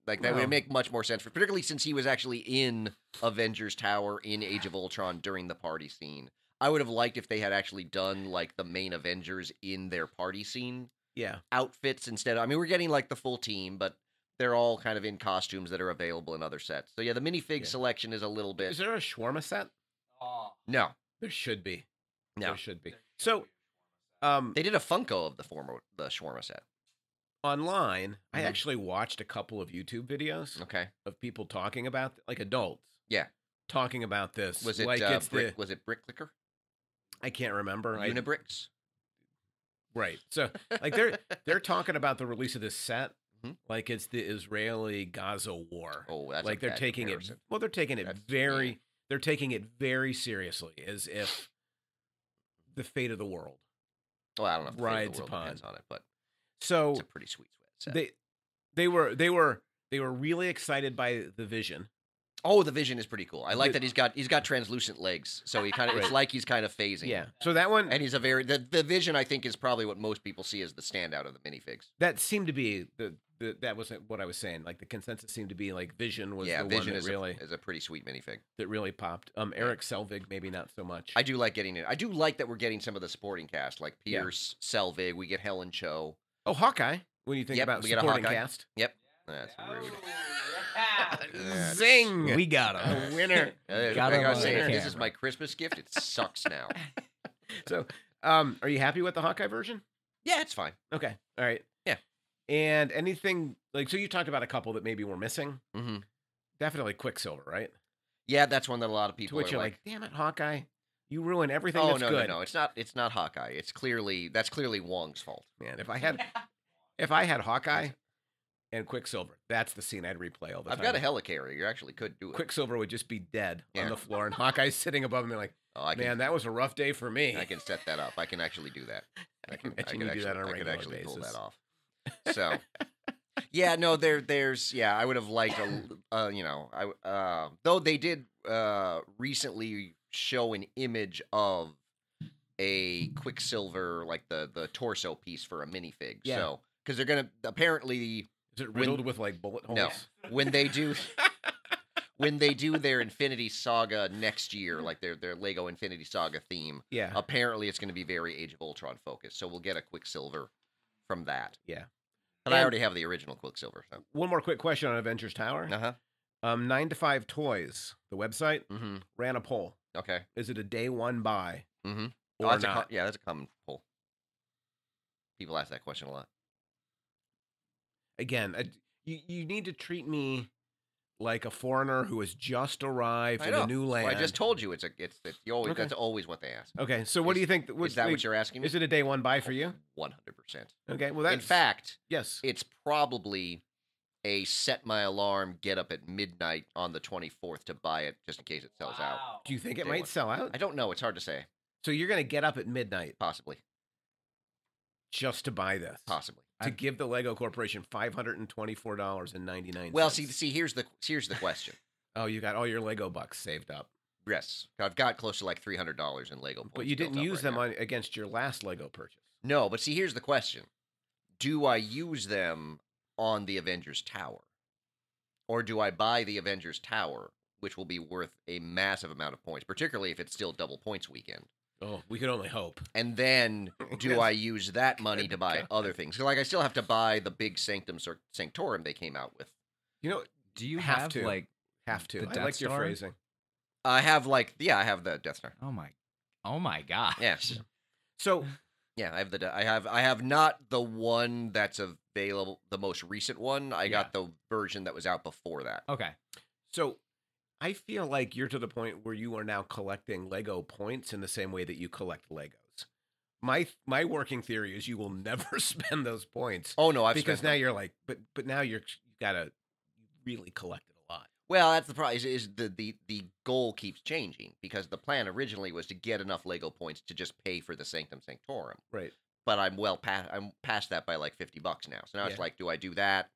Speaker 2: like that
Speaker 1: Well-
Speaker 2: would make much more sense for particularly since he was actually in Avengers Tower in Age of Ultron during the party scene. I would have liked if they had actually done like the main Avengers in their party scene
Speaker 1: Yeah.
Speaker 2: outfits instead. I mean, we're getting like the full team, but they're all kind of in costumes that are available in other sets. So yeah, the minifig
Speaker 1: Yeah.
Speaker 2: selection is a little bit
Speaker 1: Is there a shawarma set? Oh,
Speaker 2: no.
Speaker 1: There should be.
Speaker 2: No.
Speaker 1: There should be. So, um,
Speaker 2: They did a Funko of the former the shawarma set.
Speaker 1: online, I
Speaker 2: Mhm.
Speaker 1: actually watched a couple of YouTube videos
Speaker 2: Okay,
Speaker 1: of people talking about, like adults.
Speaker 2: Uh-huh. Yeah.
Speaker 1: Talking about this.
Speaker 2: was it
Speaker 1: like
Speaker 2: uh,
Speaker 1: it's
Speaker 2: brick?
Speaker 1: the,
Speaker 2: Was it brick liquor?
Speaker 1: I can't remember. I-
Speaker 2: Unibricks?
Speaker 1: right. So, like they're they're talking about the release of this set,
Speaker 2: Mhm.
Speaker 1: like it's the Israeli Gaza war.
Speaker 2: oh, that's a
Speaker 1: like they're
Speaker 2: bad
Speaker 1: taking
Speaker 2: comparison.
Speaker 1: it. Well, they're taking it
Speaker 2: That's- yeah.
Speaker 1: very. They're taking it very seriously, as if the fate of the world.
Speaker 2: Well, I don't know. If the fate of the
Speaker 1: rides
Speaker 2: world
Speaker 1: upon.
Speaker 2: depends on it, but
Speaker 1: So
Speaker 2: it's a pretty sweet set.
Speaker 1: they they were they were they were really excited by the vision
Speaker 2: oh, the vision is pretty cool. I like
Speaker 1: The-
Speaker 2: that he's got he's got translucent legs, so he kind of it's
Speaker 1: Right.
Speaker 2: like he's kind of phasing.
Speaker 1: so that one
Speaker 2: and he's a very the, the vision. I think is probably what most people see as the standout of the minifigs.
Speaker 1: that seemed to be the, the that was what i was saying like the consensus seemed to be like vision was
Speaker 2: yeah,
Speaker 1: the
Speaker 2: vision
Speaker 1: one
Speaker 2: is
Speaker 1: that really
Speaker 2: a, is a pretty sweet minifig.
Speaker 1: that really popped um eric selvig maybe not so much
Speaker 2: I do like getting it. I do like that we're getting some of the supporting cast, like
Speaker 1: Yeah.
Speaker 2: Pierce, Selvig. We get Helen Cho.
Speaker 1: oh hawkeye when you think
Speaker 2: Yep,
Speaker 1: about
Speaker 2: we get a
Speaker 1: supporting
Speaker 2: Hawkeye.
Speaker 1: cast
Speaker 2: That's rude. Yeah.
Speaker 1: zing
Speaker 3: We got
Speaker 1: a
Speaker 3: him.
Speaker 1: winner
Speaker 2: Uh,
Speaker 3: Gotta
Speaker 2: I gotta
Speaker 3: love
Speaker 2: say,
Speaker 1: the
Speaker 2: if this is
Speaker 3: camera.
Speaker 2: my Christmas gift. It sucks now.
Speaker 1: so um are you happy with the hawkeye version
Speaker 2: yeah, it's fine.
Speaker 1: okay all right
Speaker 2: Yeah.
Speaker 1: and anything like so you talked about a couple that maybe were missing
Speaker 2: hmm
Speaker 1: definitely quicksilver right
Speaker 2: Yeah, that's one that a lot of
Speaker 1: to
Speaker 2: people
Speaker 1: which
Speaker 2: are
Speaker 1: you're like,
Speaker 2: like.
Speaker 1: damn it hawkeye you ruin everything
Speaker 2: oh
Speaker 1: that's
Speaker 2: no,
Speaker 1: good
Speaker 2: no, no! It's not. It's not Hawkeye. It's clearly that's clearly Wong's fault.
Speaker 1: man if i had if i had hawkeye and quicksilver that's the scene i'd replay all the
Speaker 2: I've
Speaker 1: time
Speaker 2: got a helicarrier. You actually could do it.
Speaker 1: quicksilver would just be dead
Speaker 2: Yeah.
Speaker 1: on the floor and hawkeye's sitting above him and like
Speaker 2: Oh, I can.
Speaker 1: man that was a rough day for me
Speaker 2: I can set that up. I can actually do that. I can. I
Speaker 1: imagine
Speaker 2: can
Speaker 1: you
Speaker 2: actually.
Speaker 1: do that on a
Speaker 2: I can
Speaker 1: regular
Speaker 2: actually pull that
Speaker 1: basis.
Speaker 2: off. So. Yeah, no, there, there's, yeah, I would have liked a, l- uh, you know, I, w- uh, though they did uh recently show an image of a Quicksilver, like the the torso piece for a minifig.
Speaker 1: Yeah.
Speaker 2: So, because they're gonna apparently
Speaker 1: is it
Speaker 2: when-
Speaker 1: riddled with like bullet holes
Speaker 2: No. when they do when they do their Infinity Saga next year, like their their Lego Infinity Saga theme,
Speaker 1: yeah
Speaker 2: apparently it's going to be very Age of Ultron focused. So we'll get a Quicksilver from that.
Speaker 1: Yeah.
Speaker 2: but I
Speaker 1: And-
Speaker 2: already have the original Quicksilver. So.
Speaker 1: one more quick question on avengers tower
Speaker 2: Uh huh.
Speaker 1: um nine to five toys the website
Speaker 2: Mm-hmm.
Speaker 1: ran a poll
Speaker 2: Okay.
Speaker 1: is it a day one buy
Speaker 2: Mm-hmm.
Speaker 1: or
Speaker 2: that's A,
Speaker 1: not
Speaker 2: co- yeah, that's a common poll. People ask that question a lot.
Speaker 1: again I, you, you need to treat me like a foreigner who has just arrived
Speaker 2: I
Speaker 1: in a
Speaker 2: know.
Speaker 1: new
Speaker 2: Well,
Speaker 1: land
Speaker 2: I just told you it's a it's, it's you always
Speaker 1: Okay.
Speaker 2: that's always what they ask.
Speaker 1: Okay, so what do
Speaker 2: Is-
Speaker 1: you think?
Speaker 2: Is that what you're asking me?
Speaker 1: Is it a day one buy for you?
Speaker 2: One hundred percent.
Speaker 1: Okay, well that's
Speaker 2: In fact,
Speaker 1: yes.
Speaker 2: it's probably a set my alarm, get up at midnight on the 24th to buy it just in case it sells out.
Speaker 1: Do you think it
Speaker 2: day
Speaker 1: might
Speaker 2: one.
Speaker 1: sell out?
Speaker 2: I don't know. It's hard to say.
Speaker 1: So you're gonna get up at midnight
Speaker 2: Possibly.
Speaker 1: just to buy this,
Speaker 2: Possibly.
Speaker 1: to give the Lego Corporation five hundred and twenty-four dollars and ninety-nine.
Speaker 2: Well, see, see, here's the here's the question.
Speaker 1: oh, you got all your Lego bucks saved up,
Speaker 2: yes, I've got close to like three hundred dollars in Lego.
Speaker 1: but
Speaker 2: points
Speaker 1: you
Speaker 2: built
Speaker 1: didn't
Speaker 2: up
Speaker 1: use
Speaker 2: right
Speaker 1: them
Speaker 2: now.
Speaker 1: on against your last Lego purchase.
Speaker 2: No, but see, here's the question: Do I use them on the Avengers Tower, or do I buy the Avengers Tower, which will be worth a massive amount of points, particularly if it's still double points weekend?
Speaker 1: Oh, we could only hope.
Speaker 2: And then do
Speaker 1: Yes.
Speaker 2: I use that money
Speaker 1: Good
Speaker 2: to buy
Speaker 1: God.
Speaker 2: other things? 'Cause, Like I still have to buy the big Sanctum Cir- Sanctorum they came out with.
Speaker 1: You know,
Speaker 3: Do you
Speaker 1: Have
Speaker 3: have,
Speaker 1: to.
Speaker 3: like?
Speaker 1: have to.
Speaker 3: The
Speaker 1: I
Speaker 3: Death
Speaker 1: like your
Speaker 3: Star?
Speaker 1: phrasing.
Speaker 2: I have like yeah, I have the Death Star.
Speaker 3: Oh my! Oh my gosh!
Speaker 2: Yeah.
Speaker 1: So
Speaker 2: Yeah, I have the I have I have not the one that's available the most recent one. I got the version that was out before that.
Speaker 3: Okay.
Speaker 1: So I feel like you're to the point where you are now collecting Lego points in the same way that you collect Legos. My my working theory is you will never spend those points
Speaker 2: Oh no, I've
Speaker 1: because
Speaker 2: spent
Speaker 1: now
Speaker 2: them.
Speaker 1: you're like, but but now you're you gotta really collect it a lot.
Speaker 2: Well, that's the problem. Is, is the, the the goal keeps changing because the plan originally was to get enough Lego points to just pay for the Sanctum Sanctorum.
Speaker 1: Right.
Speaker 2: But I'm well past I'm past that by like fifty bucks now. So now
Speaker 1: Yeah.
Speaker 2: it's like, do I do that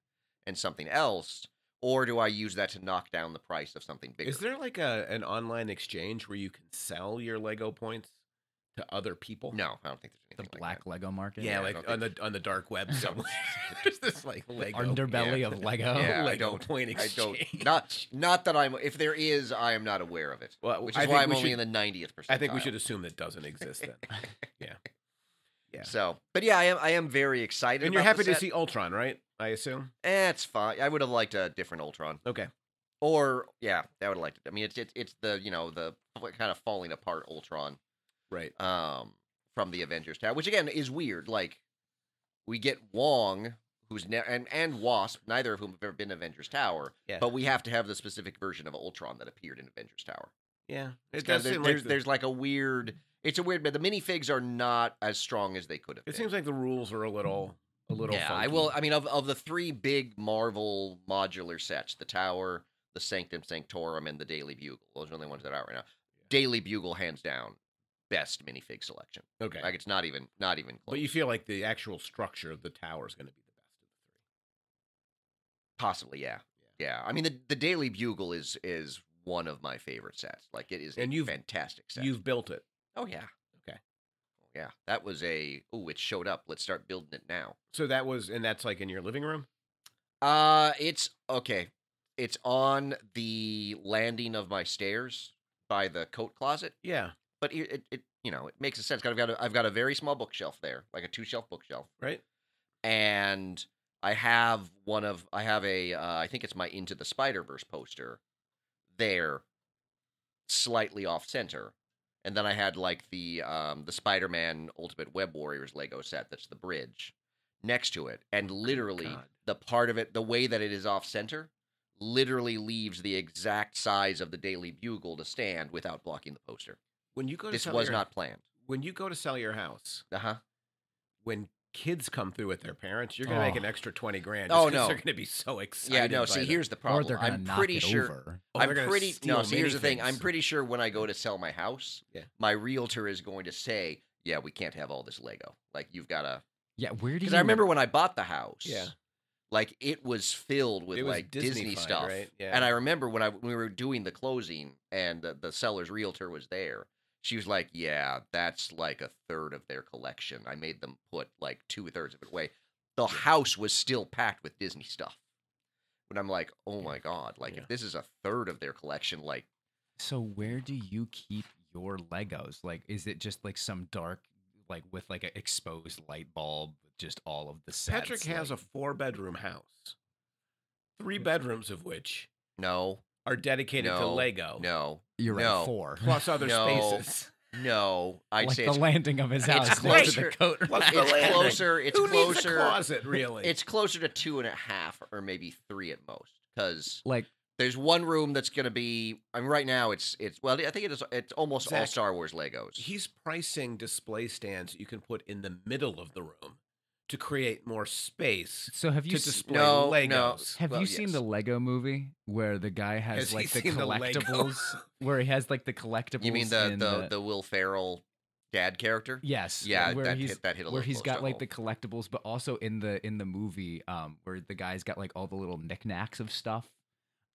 Speaker 2: and something else, or do I use that to knock down the price of something bigger?
Speaker 1: Is there like a an online exchange where you can sell your Lego points to other people?
Speaker 2: No, I don't think there's
Speaker 3: The
Speaker 2: anything
Speaker 3: black Lego market.
Speaker 1: Yeah,
Speaker 2: I
Speaker 1: like
Speaker 2: don't
Speaker 1: on the on the dark web somewhere. There's this like
Speaker 3: The
Speaker 1: Lego
Speaker 3: underbelly of Lego.
Speaker 2: Yeah, I
Speaker 1: Lego
Speaker 2: don't-
Speaker 1: point
Speaker 2: Like that.
Speaker 1: exchange.
Speaker 2: I don't. Not not that I'm. If there is, I am not aware of it.
Speaker 1: well,
Speaker 2: Which
Speaker 1: Oh, I
Speaker 2: is
Speaker 1: think
Speaker 2: why I'm
Speaker 1: we
Speaker 2: only
Speaker 1: should-
Speaker 2: in the ninetieth percentile.
Speaker 1: I think we should assume that doesn't exist then. yeah.
Speaker 2: So, but yeah, I am. I am very excited.
Speaker 1: and you're
Speaker 2: about the
Speaker 1: happy to
Speaker 2: set.
Speaker 1: see Ultron, right? I assume.
Speaker 2: Eh, it's fine. I would have liked a different Ultron.
Speaker 1: Okay.
Speaker 2: Or yeah, I would have liked it. I mean, it's it's it's the you know the kind of falling apart Ultron
Speaker 1: Right.
Speaker 2: um from the Avengers Tower, which again is weird. Like we get Wong, who's ne- and and Wasp, neither of whom have ever been in Avengers Tower,
Speaker 1: Yeah.
Speaker 2: but we have to have the specific version of Ultron that appeared in Avengers Tower.
Speaker 1: Yeah.
Speaker 2: It's
Speaker 1: It
Speaker 2: kinda-
Speaker 1: does
Speaker 2: there-
Speaker 1: seem
Speaker 2: there's
Speaker 1: like the-
Speaker 2: there's like a weird. It's a weird, but the minifigs are not as strong as they could have.
Speaker 1: It
Speaker 2: been.
Speaker 1: seems like the rules are a little a little.
Speaker 2: Yeah, I
Speaker 1: funky.
Speaker 2: will. I mean, of, of the three big Marvel modular sets, the Tower, the Sanctum Sanctorum, and the Daily Bugle. Those are the only ones that are out right now. Daily Bugle, hands down, best minifig selection.
Speaker 1: Okay.
Speaker 2: Like it's not even, not even close.
Speaker 1: but you feel like the actual structure of the tower is going to be the best of the three.
Speaker 2: possibly, yeah, yeah. I mean, the, the Daily Bugle is is one of my favorite sets. Like it is
Speaker 1: And
Speaker 2: a
Speaker 1: you've-
Speaker 2: fantastic set.
Speaker 1: You've built it.
Speaker 2: oh yeah,
Speaker 1: Okay.
Speaker 2: Oh, yeah. That was a oh, it showed up. Let's start building it now.
Speaker 1: So that was, and that's like in your living room.
Speaker 2: Uh, it's okay. It's on the landing of my stairs by the coat closet,
Speaker 1: Yeah.
Speaker 2: but it, it, it you know, it makes a sense. 'cause I've got a, I've got a very small bookshelf there, like a two shelf bookshelf,
Speaker 1: Right.
Speaker 2: and I have one of I have a uh, I think it's my Into the Spider Verse poster there, slightly off center, and then I had like the um the Spider Man Ultimate Web Warriors Lego set that's the bridge next to it,
Speaker 3: Oh,
Speaker 2: and literally
Speaker 1: God.
Speaker 2: the part of it the way that it is off center literally leaves the exact size of the Daily Bugle to stand without blocking the poster.
Speaker 1: When you go to
Speaker 2: This
Speaker 1: sell
Speaker 2: was
Speaker 1: your-
Speaker 2: not planned.
Speaker 1: when you go to sell your house.
Speaker 2: Uh huh.
Speaker 1: When kids come through with their parents, you're going to make
Speaker 3: Oh.
Speaker 1: an extra twenty grand.
Speaker 2: Oh,
Speaker 1: just 'cause
Speaker 2: no.
Speaker 1: They're going to be so excited.
Speaker 2: Yeah, no.
Speaker 1: by
Speaker 2: See,
Speaker 1: the-
Speaker 2: here's the
Speaker 3: Or
Speaker 2: problem.
Speaker 3: they're gonna
Speaker 2: I'm
Speaker 3: knock
Speaker 2: pretty
Speaker 3: it
Speaker 2: sure.
Speaker 3: over.
Speaker 1: Oh,
Speaker 2: I'm
Speaker 1: they're gonna
Speaker 2: pretty
Speaker 1: steal
Speaker 2: no. See, here's the thing. I'm
Speaker 1: minifigs.
Speaker 2: pretty sure when I go to sell my house,
Speaker 1: Yeah.
Speaker 2: my realtor is going to say, "Yeah, we can't have all this Lego. Like you've got to."
Speaker 3: Yeah, where do you?
Speaker 2: Because I remember when I bought the house.
Speaker 1: Yeah.
Speaker 2: Like it was filled with
Speaker 1: It was
Speaker 2: like Disney,
Speaker 1: Disney-fied,
Speaker 2: stuff,
Speaker 1: right?
Speaker 2: and
Speaker 1: Yeah.
Speaker 2: I remember when I when we were doing the closing and the, the seller's realtor was there. She was like, "Yeah, that's like a third of their collection. I made them put like two thirds of it away." The house was still packed with Disney stuff, and I'm like, "Oh my god! Like
Speaker 1: Yeah.
Speaker 2: if this is a third of their collection, like."
Speaker 3: So where do you keep your Legos? Like, is it just like some dark, like with like an exposed light bulb, with just all of the sets?
Speaker 1: Patrick has a four bedroom house, three bedrooms of which
Speaker 2: No,
Speaker 1: are dedicated to
Speaker 2: No,
Speaker 1: Lego,
Speaker 2: no,
Speaker 3: a. You're
Speaker 2: no.
Speaker 3: right, four.
Speaker 1: plus other
Speaker 2: No.
Speaker 1: spaces.
Speaker 2: no. I'd
Speaker 3: like
Speaker 2: say
Speaker 3: the
Speaker 2: it's,
Speaker 3: landing of his
Speaker 2: it's
Speaker 3: house next to the
Speaker 2: closer-
Speaker 3: coat.
Speaker 1: Plus the
Speaker 2: it's
Speaker 1: landing.
Speaker 2: closer. It's
Speaker 1: Who needs a
Speaker 2: closer.
Speaker 1: closet, really?
Speaker 2: It's closer to two and a half or maybe three at most. Because
Speaker 3: Like,
Speaker 2: there's one room that's going to be. I mean, right now it's it's. Well, I think it is. It's almost all
Speaker 1: Zach,
Speaker 2: Star Wars Legos.
Speaker 1: He's pricing display stands you can put in the middle of the room to create more space
Speaker 3: so have
Speaker 1: to
Speaker 3: you s-
Speaker 1: display
Speaker 2: no, no.
Speaker 1: Legos.
Speaker 3: have
Speaker 2: well,
Speaker 3: you seen
Speaker 2: yes.
Speaker 3: the Lego Movie where the guy has,
Speaker 1: Has he
Speaker 3: like the
Speaker 1: seen the Lego?
Speaker 3: collectibles? where he has like the collectibles.
Speaker 2: You mean the
Speaker 3: in
Speaker 2: the, the Will Ferrell dad character?
Speaker 3: Yes.
Speaker 2: Yeah,
Speaker 3: where
Speaker 2: that
Speaker 3: he's
Speaker 2: hit that hit a little.
Speaker 3: where he's
Speaker 2: close
Speaker 3: got
Speaker 2: to
Speaker 3: like
Speaker 2: home.
Speaker 3: the collectibles, but also in the in the movie, um, where the guy's got like all the little knickknacks of stuff.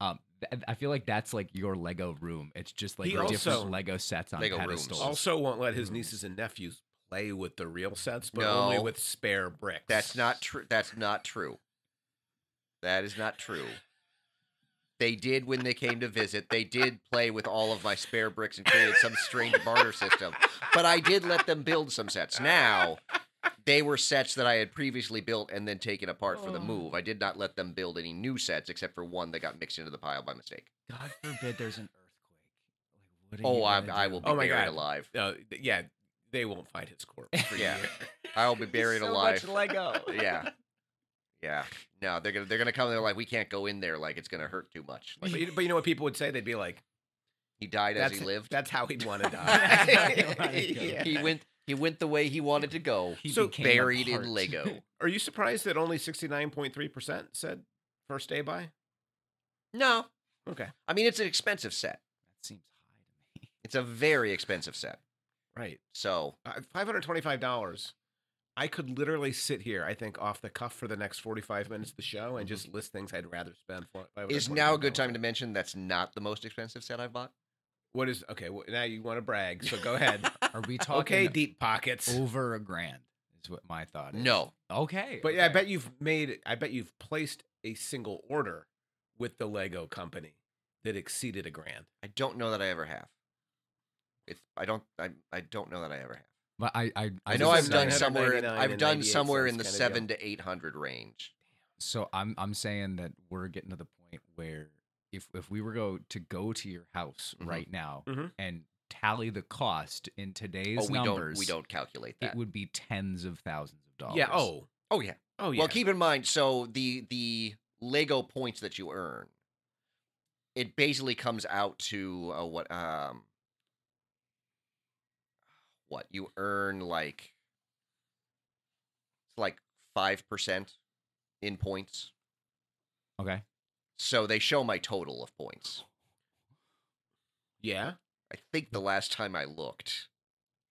Speaker 3: Um, th- I feel like that's like your Lego room. It's just like
Speaker 1: He also-
Speaker 3: different Lego sets on
Speaker 2: Lego rooms.
Speaker 3: pedestals.
Speaker 1: Also, won't let his nieces and nephews play with the real sets, but only
Speaker 2: Mm. No.
Speaker 1: with spare bricks.
Speaker 2: That's not true. That's not true. That is not true. They did when they came to visit. They did play with all of my spare bricks and created some strange barter system. But I did let them build some sets. Now, they were sets that I had previously built and then taken apart for the
Speaker 3: Oh.
Speaker 2: move. I did not let them build any new sets except for one that got mixed into the pile by mistake.
Speaker 3: God forbid there's an earthquake. Like, what are
Speaker 2: Oh,
Speaker 3: you
Speaker 2: I,
Speaker 3: gonna
Speaker 2: I
Speaker 3: do?
Speaker 2: will be
Speaker 1: Oh my
Speaker 2: buried
Speaker 1: God.
Speaker 2: alive.
Speaker 1: Uh, th- yeah, they won't find his corpse for
Speaker 2: Yeah.
Speaker 1: years.
Speaker 2: I'll be buried alive.
Speaker 3: Lego.
Speaker 2: yeah. Yeah. No, they're gonna they're gonna come. They're like, we can't go in there. Like it's gonna hurt too much.
Speaker 1: But
Speaker 2: Like
Speaker 1: you, but you know what people would say? They'd be like,
Speaker 2: he died as
Speaker 1: that's,
Speaker 2: he lived. Uh,
Speaker 1: that's how he'd want to
Speaker 3: How
Speaker 1: die.
Speaker 3: he'd go.
Speaker 1: Yeah.
Speaker 2: He went he went the way he wanted to go.
Speaker 3: He
Speaker 1: So
Speaker 3: became a
Speaker 2: Buried
Speaker 3: part.
Speaker 2: in Lego.
Speaker 1: Are you surprised that only 69.3% said first day by?
Speaker 2: No,
Speaker 1: Okay.
Speaker 2: I mean it's an expensive set.
Speaker 3: That seems high to me.
Speaker 2: It's a very expensive set.
Speaker 1: Right.
Speaker 2: So
Speaker 1: Uh, $525. I could literally sit here, I think, off the cuff for the next 45 minutes of the show and just list things I'd rather spend. For,
Speaker 2: is now a good time to mention that's not the most expensive set I've bought.
Speaker 1: What is, okay, well, now you want to brag, so go ahead.
Speaker 3: Are we talking
Speaker 1: okay, deep pockets.
Speaker 3: over a grand? Is what my thought is.
Speaker 2: No,
Speaker 3: Okay.
Speaker 1: But yeah, I
Speaker 3: okay.
Speaker 1: bet you've made, I bet you've placed a single order with the Lego company that exceeded a grand.
Speaker 2: I don't know that I ever have. It's I don't I, I don't know that I ever have.
Speaker 3: But I I,
Speaker 2: I
Speaker 1: It's
Speaker 2: know
Speaker 1: just
Speaker 2: I've done
Speaker 1: $999
Speaker 2: somewhere in-
Speaker 1: and
Speaker 2: I've done
Speaker 1: 98
Speaker 2: somewhere in the
Speaker 1: cents kinda
Speaker 2: seven to eight hundred range.
Speaker 3: So I'm I'm saying that we're getting to the point where if if we were go to go to your house
Speaker 2: Mhm.
Speaker 3: right now
Speaker 1: Mhm.
Speaker 3: and tally the cost in today's
Speaker 2: Oh, we
Speaker 3: numbers,
Speaker 2: don't we don't calculate that.
Speaker 3: it would be tens of thousands of dollars.
Speaker 1: Yeah. Oh,
Speaker 2: oh yeah.
Speaker 1: oh, yeah.
Speaker 2: Well, keep in mind, so the the Lego points that you earn, it basically comes out to uh, what um what you earn like it's like five percent in points. oh.
Speaker 3: Okay.
Speaker 2: So they show my total of points.
Speaker 1: yeah.
Speaker 2: I think the last time I looked,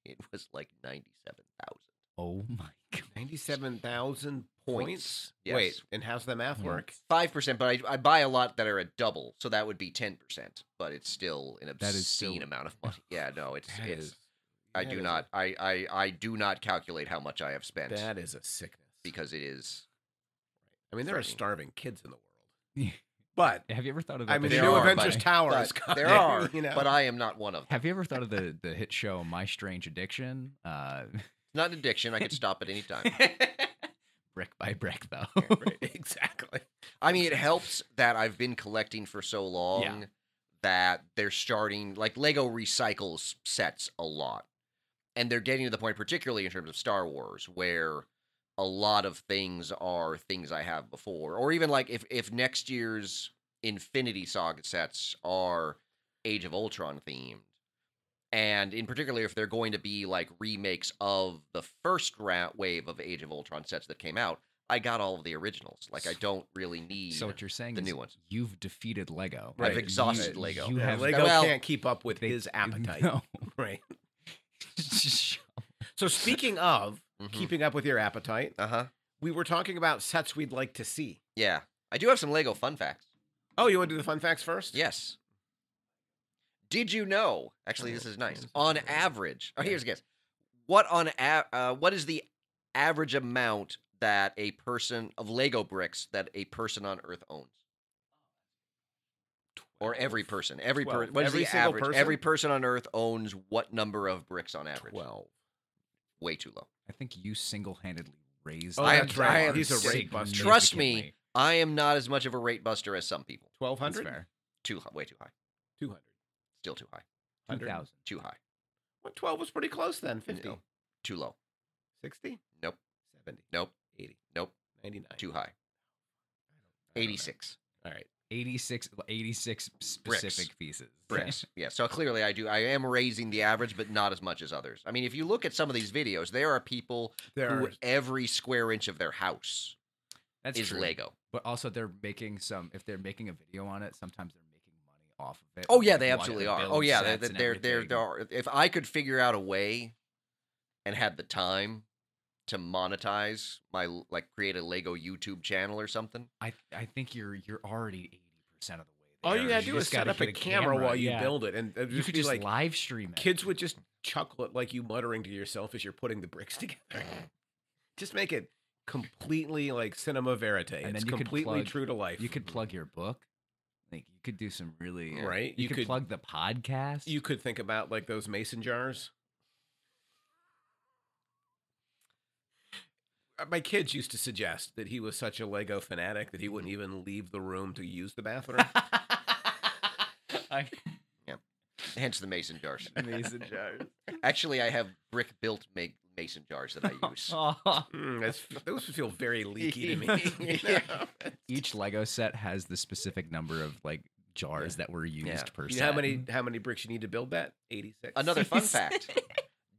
Speaker 2: it was like ninety seven thousand.
Speaker 3: Oh my god.
Speaker 1: Ninety-seven thousand
Speaker 2: Points,
Speaker 1: points.
Speaker 2: yes.
Speaker 1: Wait, and how's the math
Speaker 3: Mhm.
Speaker 1: work?
Speaker 2: Five percent, but I, I buy a lot that are at double, so that would be ten percent. But it's still an obscene
Speaker 3: That is still-
Speaker 2: amount of money. Yeah, no, it's
Speaker 1: That
Speaker 2: it's.
Speaker 1: is-
Speaker 2: I
Speaker 1: that
Speaker 2: do
Speaker 1: is
Speaker 2: not. I, I I do not calculate how much I have
Speaker 1: A,
Speaker 2: spent
Speaker 1: that is a sickness.
Speaker 2: because it is.
Speaker 1: I mean, there are
Speaker 2: frightening.
Speaker 1: starving kids in the world. But
Speaker 3: Have you ever thought of that?
Speaker 1: I mean,
Speaker 2: there
Speaker 1: New
Speaker 2: are,
Speaker 1: Adventures
Speaker 3: by-
Speaker 1: Tower
Speaker 2: But
Speaker 1: is coming.
Speaker 2: there are,
Speaker 1: you know.
Speaker 2: but I am not one of them.
Speaker 3: Have you ever thought of the the hit show My Strange Addiction? Uh
Speaker 2: Not an addiction. I can stop at any time.
Speaker 3: brick by brick though.
Speaker 1: Right, exactly.
Speaker 2: I mean, it helps that I've been collecting for so long that they're starting like Lego recycles sets a lot. And they're getting to the point, particularly in terms of Star Wars, where a lot of things are things I have before. Or even like if if next year's Infinity Saga sets are Age of Ultron themed. And in particular, if they're going to be like remakes of the first ra- wave of Age of Ultron sets that came out, I got all of the originals. Like I don't really need.
Speaker 3: So what you're saying
Speaker 2: The
Speaker 3: is
Speaker 2: new ones.
Speaker 3: you've defeated Lego.
Speaker 1: I've
Speaker 3: You-
Speaker 2: exhausted Lego.
Speaker 3: You
Speaker 1: Yeah,
Speaker 3: have
Speaker 1: Lego
Speaker 2: well,
Speaker 1: can't keep up with
Speaker 3: they-
Speaker 1: his appetite.
Speaker 3: No.
Speaker 1: Right. So speaking of
Speaker 2: Hmm. Mm-hmm.
Speaker 1: keeping up with your appetite,
Speaker 2: Uh huh.
Speaker 1: we were talking about sets we'd like to see.
Speaker 2: Yeah, I do have some Lego fun facts.
Speaker 1: Oh, you want to do the fun facts first?
Speaker 2: Yes. Did you know? Actually, this is nice. On average, oh, here's a guess. What on a, uh, what is the average amount that a person of Lego bricks that a person on Earth owns, or every person? Every
Speaker 1: Twelve.
Speaker 2: person. What is
Speaker 1: Every
Speaker 2: the
Speaker 1: single
Speaker 2: average?
Speaker 1: person?
Speaker 2: Every person on Earth owns what number of bricks on average?
Speaker 1: Twelve.
Speaker 2: Way too low.
Speaker 3: I think you single-handedally raised.
Speaker 1: Oh,
Speaker 3: that
Speaker 2: that's right.
Speaker 3: bar
Speaker 2: He's a
Speaker 1: rate buster.
Speaker 2: Trust me,
Speaker 3: significantly.
Speaker 2: I am not as much of a rate buster as some people.
Speaker 1: Twelve
Speaker 3: That's
Speaker 1: hundred.
Speaker 3: fair.
Speaker 2: Too hi- way too high.
Speaker 1: Two hundred.
Speaker 2: Still too high.
Speaker 1: Hundred.
Speaker 3: 2,000.
Speaker 2: Too high.
Speaker 1: Well, Twelve was pretty close then. 50,
Speaker 2: No. Too low.
Speaker 1: 60,
Speaker 2: Nope.
Speaker 1: 70,
Speaker 2: Nope.
Speaker 1: 80,
Speaker 2: Nope.
Speaker 1: 99.
Speaker 2: Too high.
Speaker 1: I don't know.
Speaker 2: 86
Speaker 1: All right.
Speaker 3: 86, 86 specific pieces.
Speaker 2: bricks. yeah. So clearly, I do. I am raising the average, but not as much as others. I mean, if you look at some of these videos, there are people
Speaker 1: There
Speaker 2: who
Speaker 1: are
Speaker 2: every square inch of their house
Speaker 3: That's
Speaker 2: is
Speaker 3: true.
Speaker 2: Lego.
Speaker 3: But also, they're making some. If they're making a video on it, sometimes they're making money off of it.
Speaker 2: Oh
Speaker 3: like
Speaker 2: yeah,
Speaker 3: you
Speaker 2: they
Speaker 3: watch
Speaker 2: absolutely
Speaker 3: the
Speaker 2: are.
Speaker 3: build
Speaker 2: Oh yeah, they're,
Speaker 3: sets and
Speaker 2: they're, they're,
Speaker 3: everything.
Speaker 2: there are. If I could figure out a way, and had the time to monetize my l- like create a Lego YouTube channel or something.
Speaker 3: I I think you're you're already eighty percent of the way.
Speaker 1: All you
Speaker 3: there.
Speaker 1: gotta do is
Speaker 3: just gotta
Speaker 1: set up a
Speaker 3: get
Speaker 1: camera, while you
Speaker 3: yeah.
Speaker 1: build it, and it'd
Speaker 3: You
Speaker 1: just
Speaker 3: could
Speaker 1: be
Speaker 3: just
Speaker 1: like
Speaker 3: live stream it.
Speaker 1: kids would just chuckle at like you muttering to yourself as you're putting the bricks together. just make it completely like cinema verite.
Speaker 3: And
Speaker 1: it's
Speaker 3: then you could
Speaker 1: completely
Speaker 3: plug-
Speaker 1: true to life.
Speaker 3: You could plug your book. Like you could do some really uh,
Speaker 1: Mm, right.
Speaker 3: You, could, plug the podcast.
Speaker 1: you could think about like those mason jars. Uh, My kids used to suggest that he was such a Lego fanatic that he wouldn't
Speaker 3: Mm-hmm.
Speaker 1: even leave the room to use the bathroom.
Speaker 3: I-
Speaker 2: Yeah. hence the mason jars.
Speaker 3: Mason jars.
Speaker 2: Actually, I have brick built ma- mason jars that I use.
Speaker 1: Mm, that's, those feel very leaky to me. you
Speaker 2: Yeah.
Speaker 1: know?
Speaker 3: Each Lego set has the specific number of like jars that were used
Speaker 2: Yeah.
Speaker 3: per
Speaker 1: You
Speaker 3: set.
Speaker 1: know how many how many bricks you need to build that? Eighty six.
Speaker 2: Another fun fact.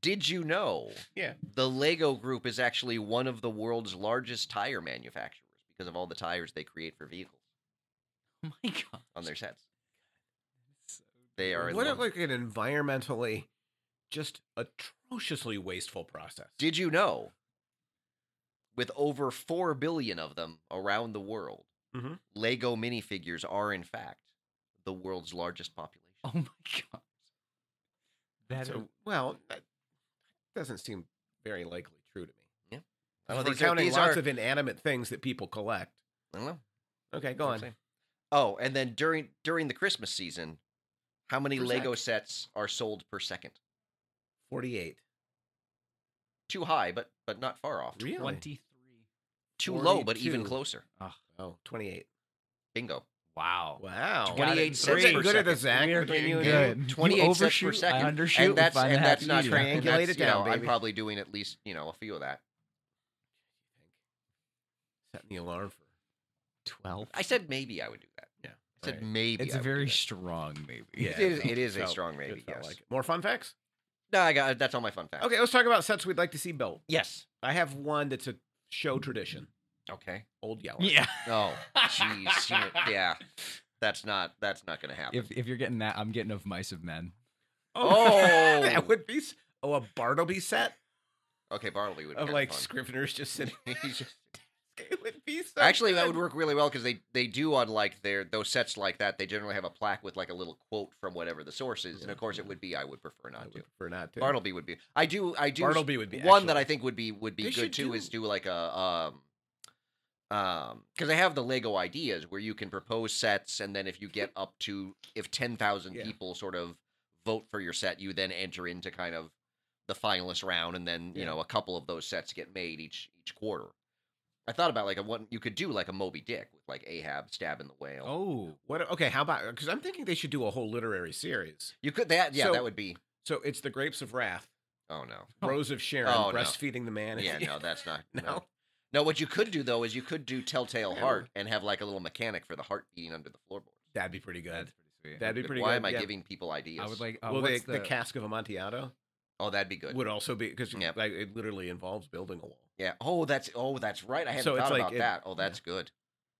Speaker 2: Did you know?
Speaker 1: Yeah.
Speaker 2: The Lego Group is actually one of the world's largest tire manufacturers because of all the tires they create for vehicles
Speaker 3: Oh my god.
Speaker 2: on their sets. They are.
Speaker 1: What
Speaker 2: lo-
Speaker 1: a, like an environmentally just atrociously wasteful process.
Speaker 2: Did you know? With over 4 billion of them around the world,
Speaker 1: Mhm.
Speaker 2: Lego minifigures are, in fact, the world's largest population.
Speaker 3: Oh my god. That
Speaker 1: so, well, that doesn't seem very likely true to me.
Speaker 2: Yeah.
Speaker 1: Well,
Speaker 2: Well,
Speaker 1: they're
Speaker 2: these are-
Speaker 1: counting
Speaker 2: these
Speaker 1: lots
Speaker 2: are-
Speaker 1: of inanimate things that people collect.
Speaker 2: I don't know.
Speaker 1: Okay, go
Speaker 2: I'm
Speaker 1: on.
Speaker 2: saying. Oh, and then during during the Christmas season, how many
Speaker 1: Per
Speaker 2: Lego sets are sold per second?
Speaker 1: Forty eight.
Speaker 2: Too high, but but not far off.
Speaker 1: Really?
Speaker 3: twenty-three.
Speaker 2: Too low, but even
Speaker 1: 42.
Speaker 2: closer.
Speaker 1: Oh, 28.
Speaker 2: Bingo.
Speaker 3: Wow.
Speaker 1: Oh, Wow.
Speaker 3: Got
Speaker 2: 28
Speaker 3: it.
Speaker 2: cents
Speaker 3: Great.
Speaker 2: per
Speaker 1: Good at the
Speaker 2: second.
Speaker 1: Zach.
Speaker 3: We are
Speaker 1: between you and
Speaker 3: getting
Speaker 1: me.
Speaker 3: good. You
Speaker 2: 28 sets per
Speaker 3: overshoot, I
Speaker 2: second.
Speaker 3: undershoot
Speaker 2: and
Speaker 3: if
Speaker 2: that's
Speaker 3: I'm
Speaker 2: and that's
Speaker 3: happy
Speaker 2: not
Speaker 3: eating.
Speaker 2: and
Speaker 1: Triangulate
Speaker 2: that's,
Speaker 1: it
Speaker 2: you know,
Speaker 1: down,
Speaker 2: I'm
Speaker 1: baby.
Speaker 2: probably doing at least you know a few of that.
Speaker 1: Setting the alarm for
Speaker 3: Twelve.
Speaker 2: I said maybe I would do that.
Speaker 1: Yeah,
Speaker 2: I said
Speaker 1: right.
Speaker 2: maybe.
Speaker 3: It's
Speaker 2: I
Speaker 3: a
Speaker 2: would do
Speaker 3: very
Speaker 2: that.
Speaker 3: strong maybe.
Speaker 1: Yeah.
Speaker 2: It is,
Speaker 1: it
Speaker 2: it is a
Speaker 1: felt-
Speaker 2: strong
Speaker 1: it
Speaker 2: maybe.
Speaker 1: felt
Speaker 2: Yes.
Speaker 1: like it. More fun facts?
Speaker 2: No, I got that's all my fun facts.
Speaker 1: Okay, let's talk about sets we'd like to see built.
Speaker 2: Yes.
Speaker 1: I have one that's a show tradition.
Speaker 2: Okay.
Speaker 1: Old Yeller.
Speaker 3: Yeah.
Speaker 2: Oh, jeez. you know, yeah. That's not that's not gonna happen.
Speaker 3: If if you're getting that, I'm getting of mice of men.
Speaker 1: Oh, that
Speaker 2: Oh.
Speaker 1: would be s- oh a Bartleby set
Speaker 2: okay, Bartleby would.
Speaker 1: of
Speaker 2: Of
Speaker 1: like
Speaker 2: fun.
Speaker 1: Scriveners just sitting.
Speaker 2: He's just-
Speaker 1: It would be so.
Speaker 2: Actually, that
Speaker 1: good.
Speaker 2: would work really well because they they do on like their those sets like that. They generally have a plaque with like a little quote from whatever the source is, and of course it would be. I would prefer
Speaker 1: I
Speaker 2: not
Speaker 1: would
Speaker 2: to.
Speaker 1: prefer not to.
Speaker 2: Bartleby would be. I do. I do.
Speaker 1: Bartleby would be
Speaker 2: one that I
Speaker 1: excellent.
Speaker 2: think would be would be
Speaker 1: They
Speaker 2: good
Speaker 1: should
Speaker 2: too is
Speaker 1: do-
Speaker 2: do like a um um because they have the Lego ideas where you can propose sets, and then if you get up to if ten thousand
Speaker 1: Yeah.
Speaker 2: people sort of vote for your set, you then enter into kind of the finalist round, and then you
Speaker 1: Yeah.
Speaker 2: know a couple of those sets get made each each quarter. I thought about like a one you could do like a Moby Dick with like Ahab stabbing the whale.
Speaker 3: Oh.
Speaker 1: What? Okay, how about? Because I'm thinking they should do a whole literary series.
Speaker 2: You could that yeah
Speaker 1: So-
Speaker 2: that would be
Speaker 1: So it's the Grapes of Wrath,
Speaker 2: oh no
Speaker 3: Oh.
Speaker 1: Rose of Sharon,
Speaker 2: Oh, no.
Speaker 1: breastfeeding the man.
Speaker 2: yeah no that's not no
Speaker 1: no.
Speaker 2: No, what you could do though is you could do Telltale
Speaker 1: Yeah.
Speaker 2: Heart and have like a little mechanic for the heart beating under the floorboards.
Speaker 1: That'd be pretty good.
Speaker 3: That's pretty sweet.
Speaker 1: That'd be pretty
Speaker 2: Why
Speaker 1: good.
Speaker 2: am I
Speaker 1: yeah.
Speaker 2: giving people ideas?
Speaker 3: I would like uh,
Speaker 1: well, the,
Speaker 3: what's
Speaker 1: the cask of Amontillado
Speaker 2: Oh, that'd be good.
Speaker 1: would also be because
Speaker 2: Yep.
Speaker 1: like, it literally involves building a wall.
Speaker 2: Yeah. Oh, that's oh, that's right. I hadn't
Speaker 1: So it's
Speaker 2: thought
Speaker 1: like
Speaker 2: about
Speaker 1: it-
Speaker 2: that. Oh, that's good.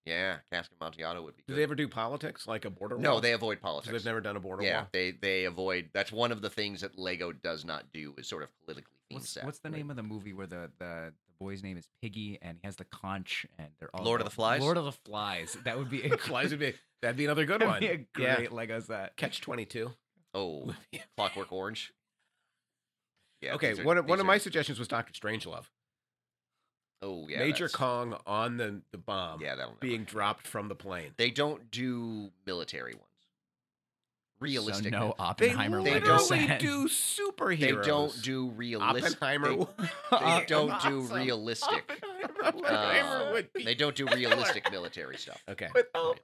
Speaker 2: Yeah, Cask of Montiato would be
Speaker 1: Do
Speaker 2: good.
Speaker 1: they ever do politics like a border wall?
Speaker 2: no, they avoid
Speaker 1: 'Cause
Speaker 2: politics.
Speaker 1: They've never done a border
Speaker 2: yeah,
Speaker 1: wall.
Speaker 2: they they avoid. That's one of the things that Lego does not do is sort of politically themed
Speaker 3: what's,
Speaker 2: set.
Speaker 3: what's the
Speaker 2: Right.
Speaker 3: name of the movie where the, the the boy's name is Piggy and he has the conch and they're all
Speaker 2: Lord of the
Speaker 3: going,
Speaker 2: Flies?
Speaker 3: Lord of the Flies. That would be a
Speaker 1: Flies would be that'd be another good
Speaker 3: that'd
Speaker 1: one.
Speaker 3: be a
Speaker 1: Yeah.
Speaker 3: great Lego set.
Speaker 1: Catch twenty two.
Speaker 2: Oh, Clockwork Orange. Yeah.
Speaker 1: okay,
Speaker 2: these are-
Speaker 1: one of, one
Speaker 2: these
Speaker 1: of
Speaker 2: are-
Speaker 1: my suggestions was Doctor Strangelove,
Speaker 2: oh yeah
Speaker 1: Major
Speaker 2: that's-
Speaker 1: Kong on the the bomb
Speaker 2: Yeah, that'll never
Speaker 1: being dropped from the plane.
Speaker 2: They don't do military ones. Realistic.
Speaker 3: So no
Speaker 1: They
Speaker 3: Oppenheimer
Speaker 1: literally
Speaker 3: Lego
Speaker 2: don't
Speaker 3: set.
Speaker 1: do
Speaker 2: They
Speaker 1: superheroes.
Speaker 2: don't do realistic.
Speaker 1: Oppenheimer.
Speaker 2: They,
Speaker 1: would-
Speaker 2: they
Speaker 1: Awesome.
Speaker 2: don't do realistic. uh,
Speaker 1: Oppenheimer would be. Oh,
Speaker 2: They don't do realistic military stuff.
Speaker 1: okay.
Speaker 2: Right. Oh.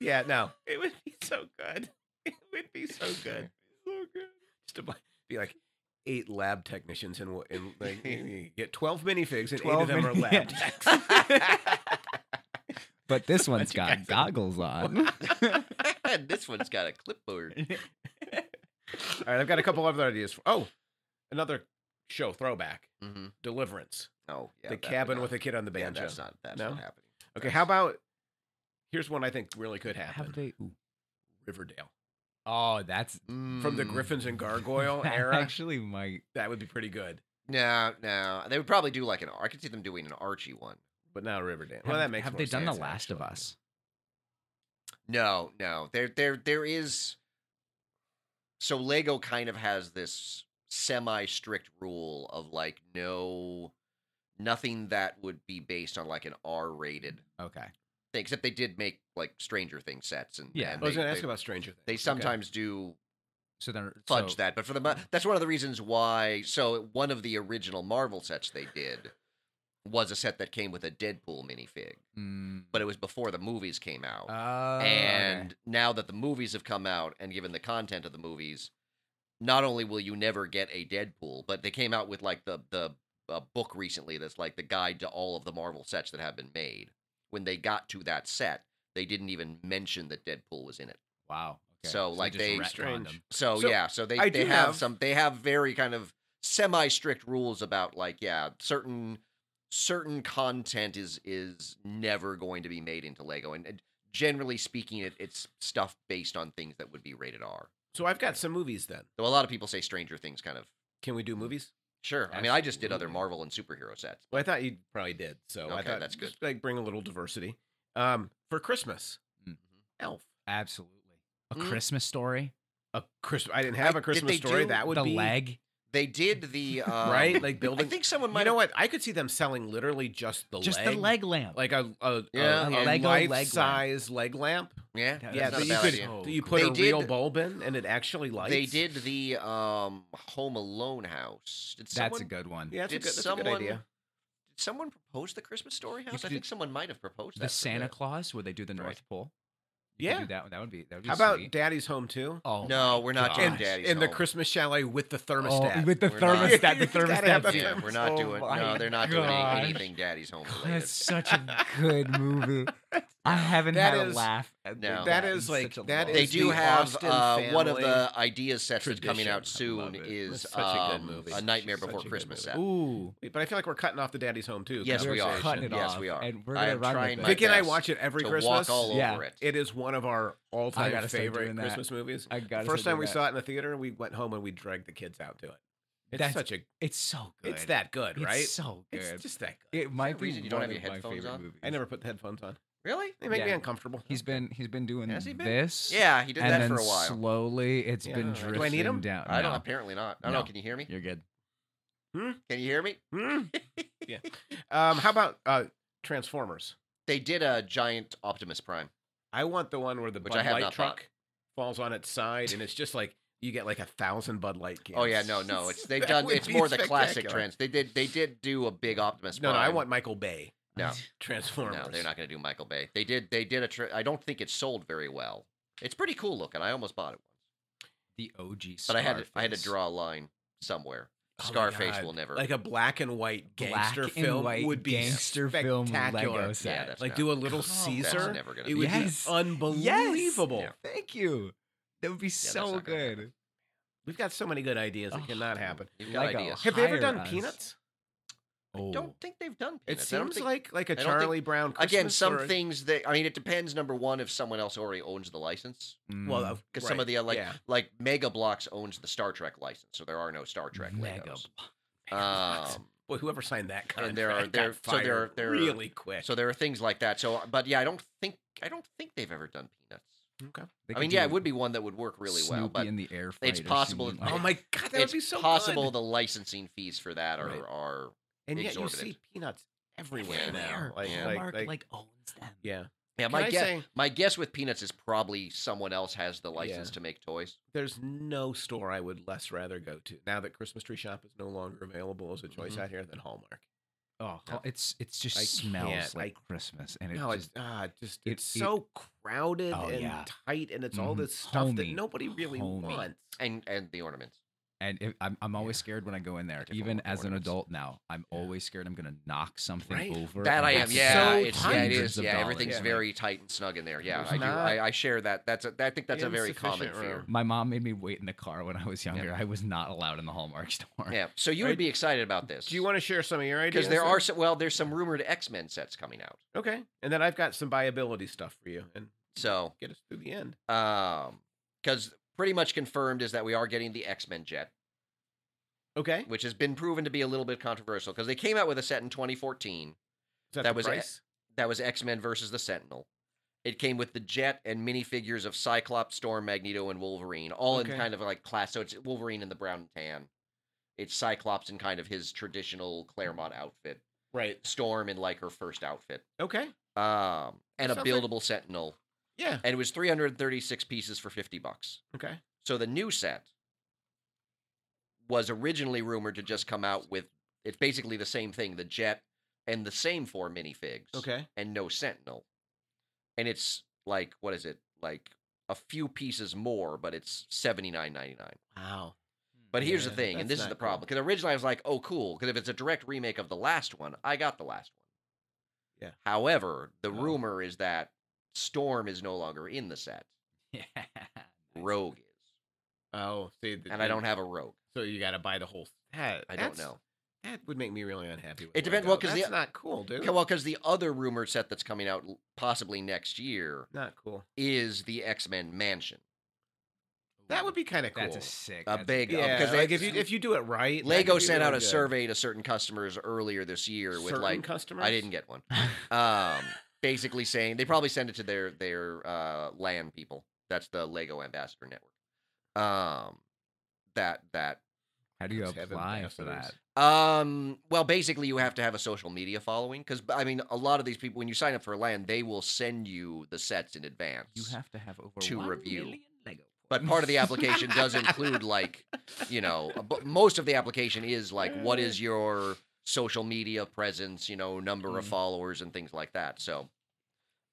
Speaker 1: Yeah, no. It would be so good. It would be so good. so good. Just to bu- be like eight lab technicians and, wha- and like, you get 12 minifigs and eight of
Speaker 3: 12
Speaker 1: them are
Speaker 3: mini-
Speaker 1: lab
Speaker 3: yeah.
Speaker 1: techs.
Speaker 3: But this one's
Speaker 1: you
Speaker 3: got
Speaker 1: guys-
Speaker 3: goggles on.
Speaker 2: and this one's got a clipboard.
Speaker 1: All right, I've got a couple other ideas. For, oh, another show throwback
Speaker 2: Mm-hmm.
Speaker 1: Deliverance.
Speaker 2: Oh,
Speaker 1: the
Speaker 2: yeah, that would
Speaker 1: cabin
Speaker 2: not-
Speaker 1: with a kid on the
Speaker 2: yeah,
Speaker 1: banjo.
Speaker 2: that's not. That's
Speaker 1: No?
Speaker 2: not happening.
Speaker 1: okay, how about here's one I think really could happen
Speaker 3: Have they? ooh.
Speaker 1: Riverdale.
Speaker 3: Oh, that's
Speaker 1: From the
Speaker 2: Mm,
Speaker 1: Griffins and Gargoyle
Speaker 3: that
Speaker 1: era,
Speaker 3: Actually, might.
Speaker 1: that would be pretty good.
Speaker 2: No, no. They would probably do like an. I could see them doing an Archie one.
Speaker 1: But now Riverdale.
Speaker 3: have,
Speaker 1: well, that makes
Speaker 3: Have
Speaker 1: more
Speaker 3: they done
Speaker 1: sense,
Speaker 3: the Last of
Speaker 1: actually.
Speaker 3: Us?
Speaker 2: No, no. There there there is so Lego kind of has this semi strict rule of like no nothing that would be based on like an R rated
Speaker 3: Okay.
Speaker 2: thing. Except they did make like Stranger Things sets and
Speaker 3: Yeah.
Speaker 2: and
Speaker 1: I was
Speaker 2: they-
Speaker 1: going to ask
Speaker 2: they-
Speaker 1: about Stranger Things.
Speaker 2: they
Speaker 1: Okay.
Speaker 2: sometimes do
Speaker 3: So then
Speaker 2: fudge
Speaker 3: so,
Speaker 2: that. But for the mo-
Speaker 1: Mm.
Speaker 2: that's one of the reasons why. So one of the original Marvel sets they did was a set that came with a Deadpool minifig,
Speaker 3: Mm,
Speaker 2: but it was before the movies came out
Speaker 3: oh, okay.
Speaker 2: and now that the movies have come out and given the content of the movies not only will you never get a Deadpool, but they came out with like the the a book recently that's like the guide to all of the Marvel sets that have been made. When they got to that set, they didn't even mention that Deadpool was in it.
Speaker 3: Wow.
Speaker 2: So, like,
Speaker 3: just
Speaker 2: they-
Speaker 3: retconned
Speaker 1: Strange.
Speaker 3: them.
Speaker 2: So,
Speaker 1: So,
Speaker 2: yeah, so they
Speaker 1: I
Speaker 2: they
Speaker 1: do
Speaker 2: have,
Speaker 1: have-
Speaker 2: some they have very kind of semi strict rules about like yeah certain certain content is is never going to be made into Lego and, and generally speaking it, it's stuff based on things that would be rated R.
Speaker 1: So I've got some movies then.
Speaker 2: Though a lot of people say Stranger Things kind of
Speaker 1: Can we do movies?
Speaker 2: sure. I mean I just did other
Speaker 3: Absolutely.
Speaker 2: Marvel and superhero sets.
Speaker 1: Well, I thought you probably did. So I
Speaker 2: Okay,
Speaker 1: thought
Speaker 2: that's
Speaker 1: just, like bring a little diversity. Um, for Christmas,
Speaker 2: Mm-hmm.
Speaker 3: Mhm.
Speaker 1: Elf.
Speaker 3: Absolutely. A
Speaker 1: Hmm?
Speaker 2: Mm.
Speaker 3: Christmas story.
Speaker 1: A Christmas. I didn't have
Speaker 2: I-
Speaker 1: a
Speaker 2: did
Speaker 1: Christmas
Speaker 2: they
Speaker 1: story.
Speaker 2: do
Speaker 1: That would
Speaker 3: the
Speaker 1: be
Speaker 3: leg.
Speaker 2: They did the um,
Speaker 1: right. Like
Speaker 2: I
Speaker 1: building.
Speaker 2: think someone might
Speaker 1: you know what? I could see them selling literally just the
Speaker 3: Just
Speaker 1: leg,
Speaker 3: the leg lamp.
Speaker 1: like a a,
Speaker 2: Yeah,
Speaker 1: a,
Speaker 2: yeah.
Speaker 1: a
Speaker 3: Lego leg lamp.
Speaker 1: life-size leg lamp.
Speaker 2: Yeah,
Speaker 3: That-
Speaker 1: yeah, that
Speaker 2: that's not a
Speaker 1: you
Speaker 2: bad
Speaker 1: could-
Speaker 2: idea.
Speaker 3: so
Speaker 1: Do you
Speaker 3: Oh, cool.
Speaker 1: put
Speaker 2: They
Speaker 1: a
Speaker 2: did-
Speaker 1: real bulb in and it actually lights?
Speaker 2: They did the um Home Alone house. Did someone,
Speaker 3: That's a good one.
Speaker 1: Yeah, that's, a
Speaker 2: Did
Speaker 1: good, that's a
Speaker 2: someone
Speaker 1: good idea.
Speaker 2: Did someone propose the Christmas Story house? I
Speaker 3: could-
Speaker 2: think someone might have proposed
Speaker 3: The
Speaker 2: that uh, for
Speaker 3: Santa
Speaker 2: the-
Speaker 3: Claus, where they do the North
Speaker 2: Right.
Speaker 3: Pole. You could
Speaker 1: Yeah.
Speaker 3: do that. one. That would be. That would be
Speaker 1: How about
Speaker 3: sweet.
Speaker 1: Daddy's Home too?
Speaker 3: oh
Speaker 2: no,
Speaker 3: my
Speaker 2: we're not doing
Speaker 1: And,
Speaker 3: gosh.
Speaker 2: Daddy's
Speaker 1: and the
Speaker 2: Home.
Speaker 1: Christmas chalet with the
Speaker 3: Oh,
Speaker 1: thermostat.
Speaker 3: with the
Speaker 2: We're not-
Speaker 3: thermostat, the
Speaker 1: You gotta have
Speaker 3: thermostat.
Speaker 1: the
Speaker 2: Yeah,
Speaker 1: thermostat.
Speaker 2: we're not
Speaker 1: Oh
Speaker 2: doing.
Speaker 1: my
Speaker 2: no, they're not doing
Speaker 3: gosh.
Speaker 2: any- anything Daddy's Home related.
Speaker 3: That's such a good movie. I haven't
Speaker 1: That
Speaker 3: had
Speaker 1: is-
Speaker 3: a laugh. At
Speaker 2: No.
Speaker 1: that
Speaker 3: in
Speaker 1: is
Speaker 3: such
Speaker 1: like-
Speaker 3: a
Speaker 1: that
Speaker 3: long
Speaker 2: They
Speaker 1: is
Speaker 3: time.
Speaker 2: do
Speaker 1: the
Speaker 2: have
Speaker 1: Austin
Speaker 2: uh, one of the
Speaker 1: family
Speaker 2: idea sets that's coming out
Speaker 1: tradition. I love
Speaker 2: soon
Speaker 1: it.
Speaker 2: is
Speaker 1: That's such a good
Speaker 2: um,
Speaker 1: movie.
Speaker 2: a Nightmare
Speaker 1: Such
Speaker 2: Before
Speaker 1: a good
Speaker 2: Christmas
Speaker 1: movie.
Speaker 2: set.
Speaker 3: Ooh.
Speaker 1: But I feel like we're cutting off the Daddy's Home too.
Speaker 2: Yes,
Speaker 3: we're
Speaker 2: we are.
Speaker 3: Cutting it
Speaker 2: Yes,
Speaker 3: off,
Speaker 2: we are.
Speaker 3: And we're
Speaker 2: I
Speaker 3: gonna
Speaker 2: am
Speaker 3: run
Speaker 2: trying
Speaker 3: back.
Speaker 2: my
Speaker 1: Vicky and I
Speaker 2: best
Speaker 1: watch it every
Speaker 2: to
Speaker 1: Christmas.
Speaker 2: walk all
Speaker 3: Yeah.
Speaker 2: over it.
Speaker 1: It is one of our
Speaker 3: I
Speaker 1: all-time
Speaker 3: gotta start
Speaker 1: favorite
Speaker 3: doing that.
Speaker 1: Christmas movies.
Speaker 3: I got
Speaker 1: First time we saw it in the theater, we went home and we dragged the kids out to it. It's
Speaker 3: That's
Speaker 1: such a.
Speaker 3: It's so good.
Speaker 1: It's that good,
Speaker 3: It's
Speaker 1: right?
Speaker 3: so good.
Speaker 1: It's just that good.
Speaker 3: it might be
Speaker 2: reason you don't
Speaker 3: one
Speaker 2: have your
Speaker 3: of my
Speaker 2: headphones
Speaker 3: favorite
Speaker 2: on?
Speaker 3: movies.
Speaker 1: I never put the headphones on.
Speaker 2: Really?
Speaker 1: They make me
Speaker 3: Yeah.
Speaker 1: uncomfortable.
Speaker 3: He's been he's been doing
Speaker 2: Has he been?
Speaker 3: this.
Speaker 2: Yeah, he did
Speaker 3: and
Speaker 2: that
Speaker 3: then
Speaker 2: for a while.
Speaker 3: Slowly, it's
Speaker 1: Yeah.
Speaker 3: been
Speaker 1: Do I
Speaker 3: drifting
Speaker 1: need 'em?
Speaker 3: down.
Speaker 2: I don't.
Speaker 3: No,
Speaker 2: Apparently not. I don't know.
Speaker 3: No.
Speaker 2: Can you hear me?
Speaker 3: You're good.
Speaker 2: Can you hear me?
Speaker 1: Hmm? yeah. Um, how about uh, Transformers?
Speaker 2: They did a giant Optimus Prime.
Speaker 1: I want the one where the
Speaker 2: Which I
Speaker 1: Bud
Speaker 2: have
Speaker 1: Light
Speaker 2: not bought.
Speaker 1: truck falls on its side, and it's just like you get like a thousand Bud Light cans.
Speaker 2: Oh yeah, no, no. It's they've
Speaker 1: That
Speaker 2: done.
Speaker 1: would
Speaker 2: It's
Speaker 1: be
Speaker 2: more the classic
Speaker 1: spectacular.
Speaker 2: trans. They did. They did do a big Optimus.
Speaker 1: No, no, I
Speaker 2: Prime.
Speaker 1: want Michael Bay
Speaker 2: No,
Speaker 1: Transformers.
Speaker 2: no, they're not going to do Michael Bay. They did. They did a. Tra- I don't think it sold very well. It's pretty cool looking. I almost bought it,
Speaker 3: The OG.
Speaker 2: but I had to, I had to
Speaker 3: Scarface.
Speaker 2: draw a line somewhere.
Speaker 1: Oh my
Speaker 2: Scarface
Speaker 1: God.
Speaker 2: will never.
Speaker 1: Like a black and white
Speaker 3: Black
Speaker 1: gangster
Speaker 3: and
Speaker 1: film
Speaker 3: white
Speaker 1: would be
Speaker 3: gangster film
Speaker 1: spectacular.
Speaker 3: Lego
Speaker 2: yeah,
Speaker 3: set.
Speaker 2: that's
Speaker 1: like
Speaker 2: not-
Speaker 1: do a little
Speaker 3: Come on.
Speaker 2: that's
Speaker 1: Caesar.
Speaker 2: never going
Speaker 1: It
Speaker 2: to.
Speaker 1: would
Speaker 3: Yes.
Speaker 1: be unbelievable.
Speaker 2: Yeah.
Speaker 3: Thank you. That would be
Speaker 2: that's
Speaker 3: so
Speaker 2: not gonna happen.
Speaker 3: good.
Speaker 1: We've got so many good ideas that
Speaker 3: Oh.
Speaker 1: cannot happen.
Speaker 2: You've got
Speaker 3: Lego.
Speaker 2: ideas.
Speaker 1: Have they ever
Speaker 3: Hire
Speaker 1: done
Speaker 3: us.
Speaker 1: Peanuts?
Speaker 3: Oh,
Speaker 2: Don't think they've done.
Speaker 1: It
Speaker 2: Peanuts. I don't
Speaker 1: seems
Speaker 2: think-
Speaker 1: like like a
Speaker 2: don't think-
Speaker 1: Charlie Brown Christmas
Speaker 2: again some
Speaker 1: or a-
Speaker 2: things that I mean. It depends. Number one, if someone else already owns the license.
Speaker 1: Well,
Speaker 3: mm,
Speaker 2: Because some of the uh, like
Speaker 1: yeah.
Speaker 2: like Mega Bloks owns the Star Trek license, so there are no Star Trek
Speaker 3: mega
Speaker 2: Legos.
Speaker 3: block.
Speaker 1: Megabloks.
Speaker 2: Um,
Speaker 1: boy, whoever signed that contract
Speaker 2: and there are- there-
Speaker 1: got
Speaker 2: so there are-
Speaker 1: fired
Speaker 2: there are-
Speaker 1: really
Speaker 3: Eh.
Speaker 1: quick.
Speaker 2: so there are things like that. So, uh, but yeah, I don't think I don't think they've ever done Peanuts.
Speaker 1: okay.
Speaker 3: They
Speaker 2: I mean,
Speaker 3: could
Speaker 2: yeah,
Speaker 3: do
Speaker 2: it would be one that would work really well,
Speaker 3: Snoopy
Speaker 2: but
Speaker 3: in the air fighter
Speaker 2: possible
Speaker 3: scene,
Speaker 2: that-
Speaker 3: like-
Speaker 1: Oh my god, that
Speaker 2: it's
Speaker 1: would be so
Speaker 2: possible
Speaker 1: good.
Speaker 2: the licensing fees for that are
Speaker 1: Right.
Speaker 2: are
Speaker 1: and yet you
Speaker 2: exorbitant.
Speaker 1: see Peanuts everywhere
Speaker 2: Yeah.
Speaker 1: now. Like,
Speaker 2: Oh Yeah.
Speaker 1: like, like,
Speaker 3: owns them.
Speaker 1: yeah.
Speaker 2: yeah.
Speaker 1: Can
Speaker 2: My
Speaker 1: I
Speaker 2: guess
Speaker 1: say
Speaker 2: my guess with Peanuts is probably someone else has the license
Speaker 1: Yeah.
Speaker 2: to make toys.
Speaker 1: there's no store I would less rather go to now that Christmas Tree Shop is no longer available as a choice
Speaker 2: Mhm.
Speaker 1: out here than Hallmark.
Speaker 3: Oh,
Speaker 2: No.
Speaker 3: it's it's just
Speaker 1: I
Speaker 3: smells
Speaker 1: can't,
Speaker 3: like
Speaker 1: I-
Speaker 3: Christmas, and it
Speaker 1: no,
Speaker 3: just
Speaker 1: it's ah, just
Speaker 3: it-
Speaker 1: it's
Speaker 3: it-
Speaker 1: so crowded
Speaker 3: Oh,
Speaker 1: and
Speaker 3: yeah.
Speaker 1: tight, and it's all
Speaker 3: Mhm.
Speaker 1: this stuff
Speaker 3: Homey.
Speaker 1: that nobody really
Speaker 3: Homey.
Speaker 1: wants.
Speaker 2: And and the ornaments.
Speaker 3: and it, I'm I'm always
Speaker 1: Yeah.
Speaker 3: scared when I go in there,
Speaker 2: Different
Speaker 3: even
Speaker 2: order
Speaker 3: as an
Speaker 2: orders.
Speaker 3: adult now. I'm
Speaker 1: Yeah.
Speaker 3: always scared I'm gonna knock something
Speaker 1: Right.
Speaker 3: over.
Speaker 2: That
Speaker 3: and
Speaker 2: I am,
Speaker 3: it's
Speaker 2: yeah.
Speaker 1: so
Speaker 2: it's yeah, it
Speaker 3: hundreds
Speaker 2: is.
Speaker 3: of
Speaker 2: Yeah,
Speaker 3: dollars.
Speaker 2: everything's
Speaker 1: Yeah.
Speaker 2: very tight and snug in there. Yeah,
Speaker 1: There's
Speaker 2: I do.
Speaker 1: not-
Speaker 2: I, I share that. That's a, I think that's a very common
Speaker 1: Insufficient
Speaker 2: fear.
Speaker 1: room.
Speaker 3: My mom made me wait in the car when I was younger. I was not allowed in the Hallmark store.
Speaker 2: Yeah. So you
Speaker 1: Right.
Speaker 2: would be excited about this.
Speaker 1: Do you want to share some of your ideas?
Speaker 2: Because there are
Speaker 1: then?
Speaker 2: some, well, there's some rumored X Men sets coming out.
Speaker 1: okay, and then I've got some viability stuff for you, and
Speaker 2: So,
Speaker 1: get us through the end.
Speaker 2: um, because pretty much confirmed is that we are getting the X Men jet,
Speaker 1: Okay,
Speaker 2: which has been proven to be a little bit controversial because they came out with a set in 2014
Speaker 1: Is that,
Speaker 2: That
Speaker 1: the
Speaker 2: was it.
Speaker 1: price?
Speaker 2: that was X Men versus the Sentinel. It came with the jet and minifigures of Cyclops, Storm, Magneto, and Wolverine, all in
Speaker 1: Okay.
Speaker 2: kind of like class. So it's Wolverine in the brown and tan. It's Cyclops in kind of his traditional Claremont outfit.
Speaker 1: right.
Speaker 2: Storm in like her first outfit.
Speaker 1: Okay,
Speaker 2: Um, and a
Speaker 1: Sounds like-
Speaker 2: buildable Sentinel.
Speaker 1: yeah.
Speaker 2: and it was 336 pieces for 50 bucks.
Speaker 1: Okay,
Speaker 2: So the new set was originally rumored to just come out with it's basically the same thing, the jet and the same four minifigs
Speaker 1: okay.
Speaker 2: and no sentinel. And it's like what is it? Like a few pieces more, but it's 79.99.
Speaker 1: Wow.
Speaker 2: But here's the
Speaker 1: Yeah,
Speaker 2: thing,
Speaker 1: that's
Speaker 2: and this is
Speaker 1: not
Speaker 2: the
Speaker 1: cool.
Speaker 2: problem. Because originally I was like, oh, cool. Because if it's a direct remake of the last one, I got the last one.
Speaker 1: Yeah.
Speaker 2: However, the
Speaker 3: Oh.
Speaker 2: rumor is that Storm is no longer in the set.
Speaker 3: Yeah.
Speaker 2: Rogue is.
Speaker 1: Oh, see, th-
Speaker 2: And I
Speaker 1: you-
Speaker 2: don't have a Rogue.
Speaker 1: So you got to buy the whole set.
Speaker 2: I don't
Speaker 1: That's-
Speaker 2: know.
Speaker 1: That would make me really unhappy. With
Speaker 2: It depends- well, 'cause the-
Speaker 1: it's not cool, dude.
Speaker 2: Yeah, well, because the other rumor set that's coming out l- possibly next year
Speaker 1: not cool.
Speaker 2: is the X Men Mansion.
Speaker 1: That would be kind of cool.
Speaker 3: That's a sick.
Speaker 2: A
Speaker 3: that's
Speaker 2: big-
Speaker 1: yeah, because
Speaker 2: because they-
Speaker 1: like if you if you do it right, that
Speaker 2: Lego
Speaker 1: could be
Speaker 2: sent out
Speaker 1: really
Speaker 2: a
Speaker 1: good.
Speaker 2: survey to certain customers earlier this year with
Speaker 1: Certain
Speaker 2: like
Speaker 1: customers.
Speaker 2: I didn't get one. Um, basically saying they probably send it to their their uh, LAN people. That's the Lego Ambassador Network. Um, that that
Speaker 3: How do you
Speaker 1: Those heaven
Speaker 3: apply for that?
Speaker 1: bastards.
Speaker 2: um well basically you have to have a social media following because I mean a lot of these people when you sign up for LAN they will send you the sets in advance.
Speaker 3: You have to have over
Speaker 2: To
Speaker 3: 1
Speaker 2: review.
Speaker 3: million Lego.
Speaker 2: but part of the application does include like you know a- but most of the application is like what is your social media presence you know number of
Speaker 1: Mhm.
Speaker 2: followers and things like that so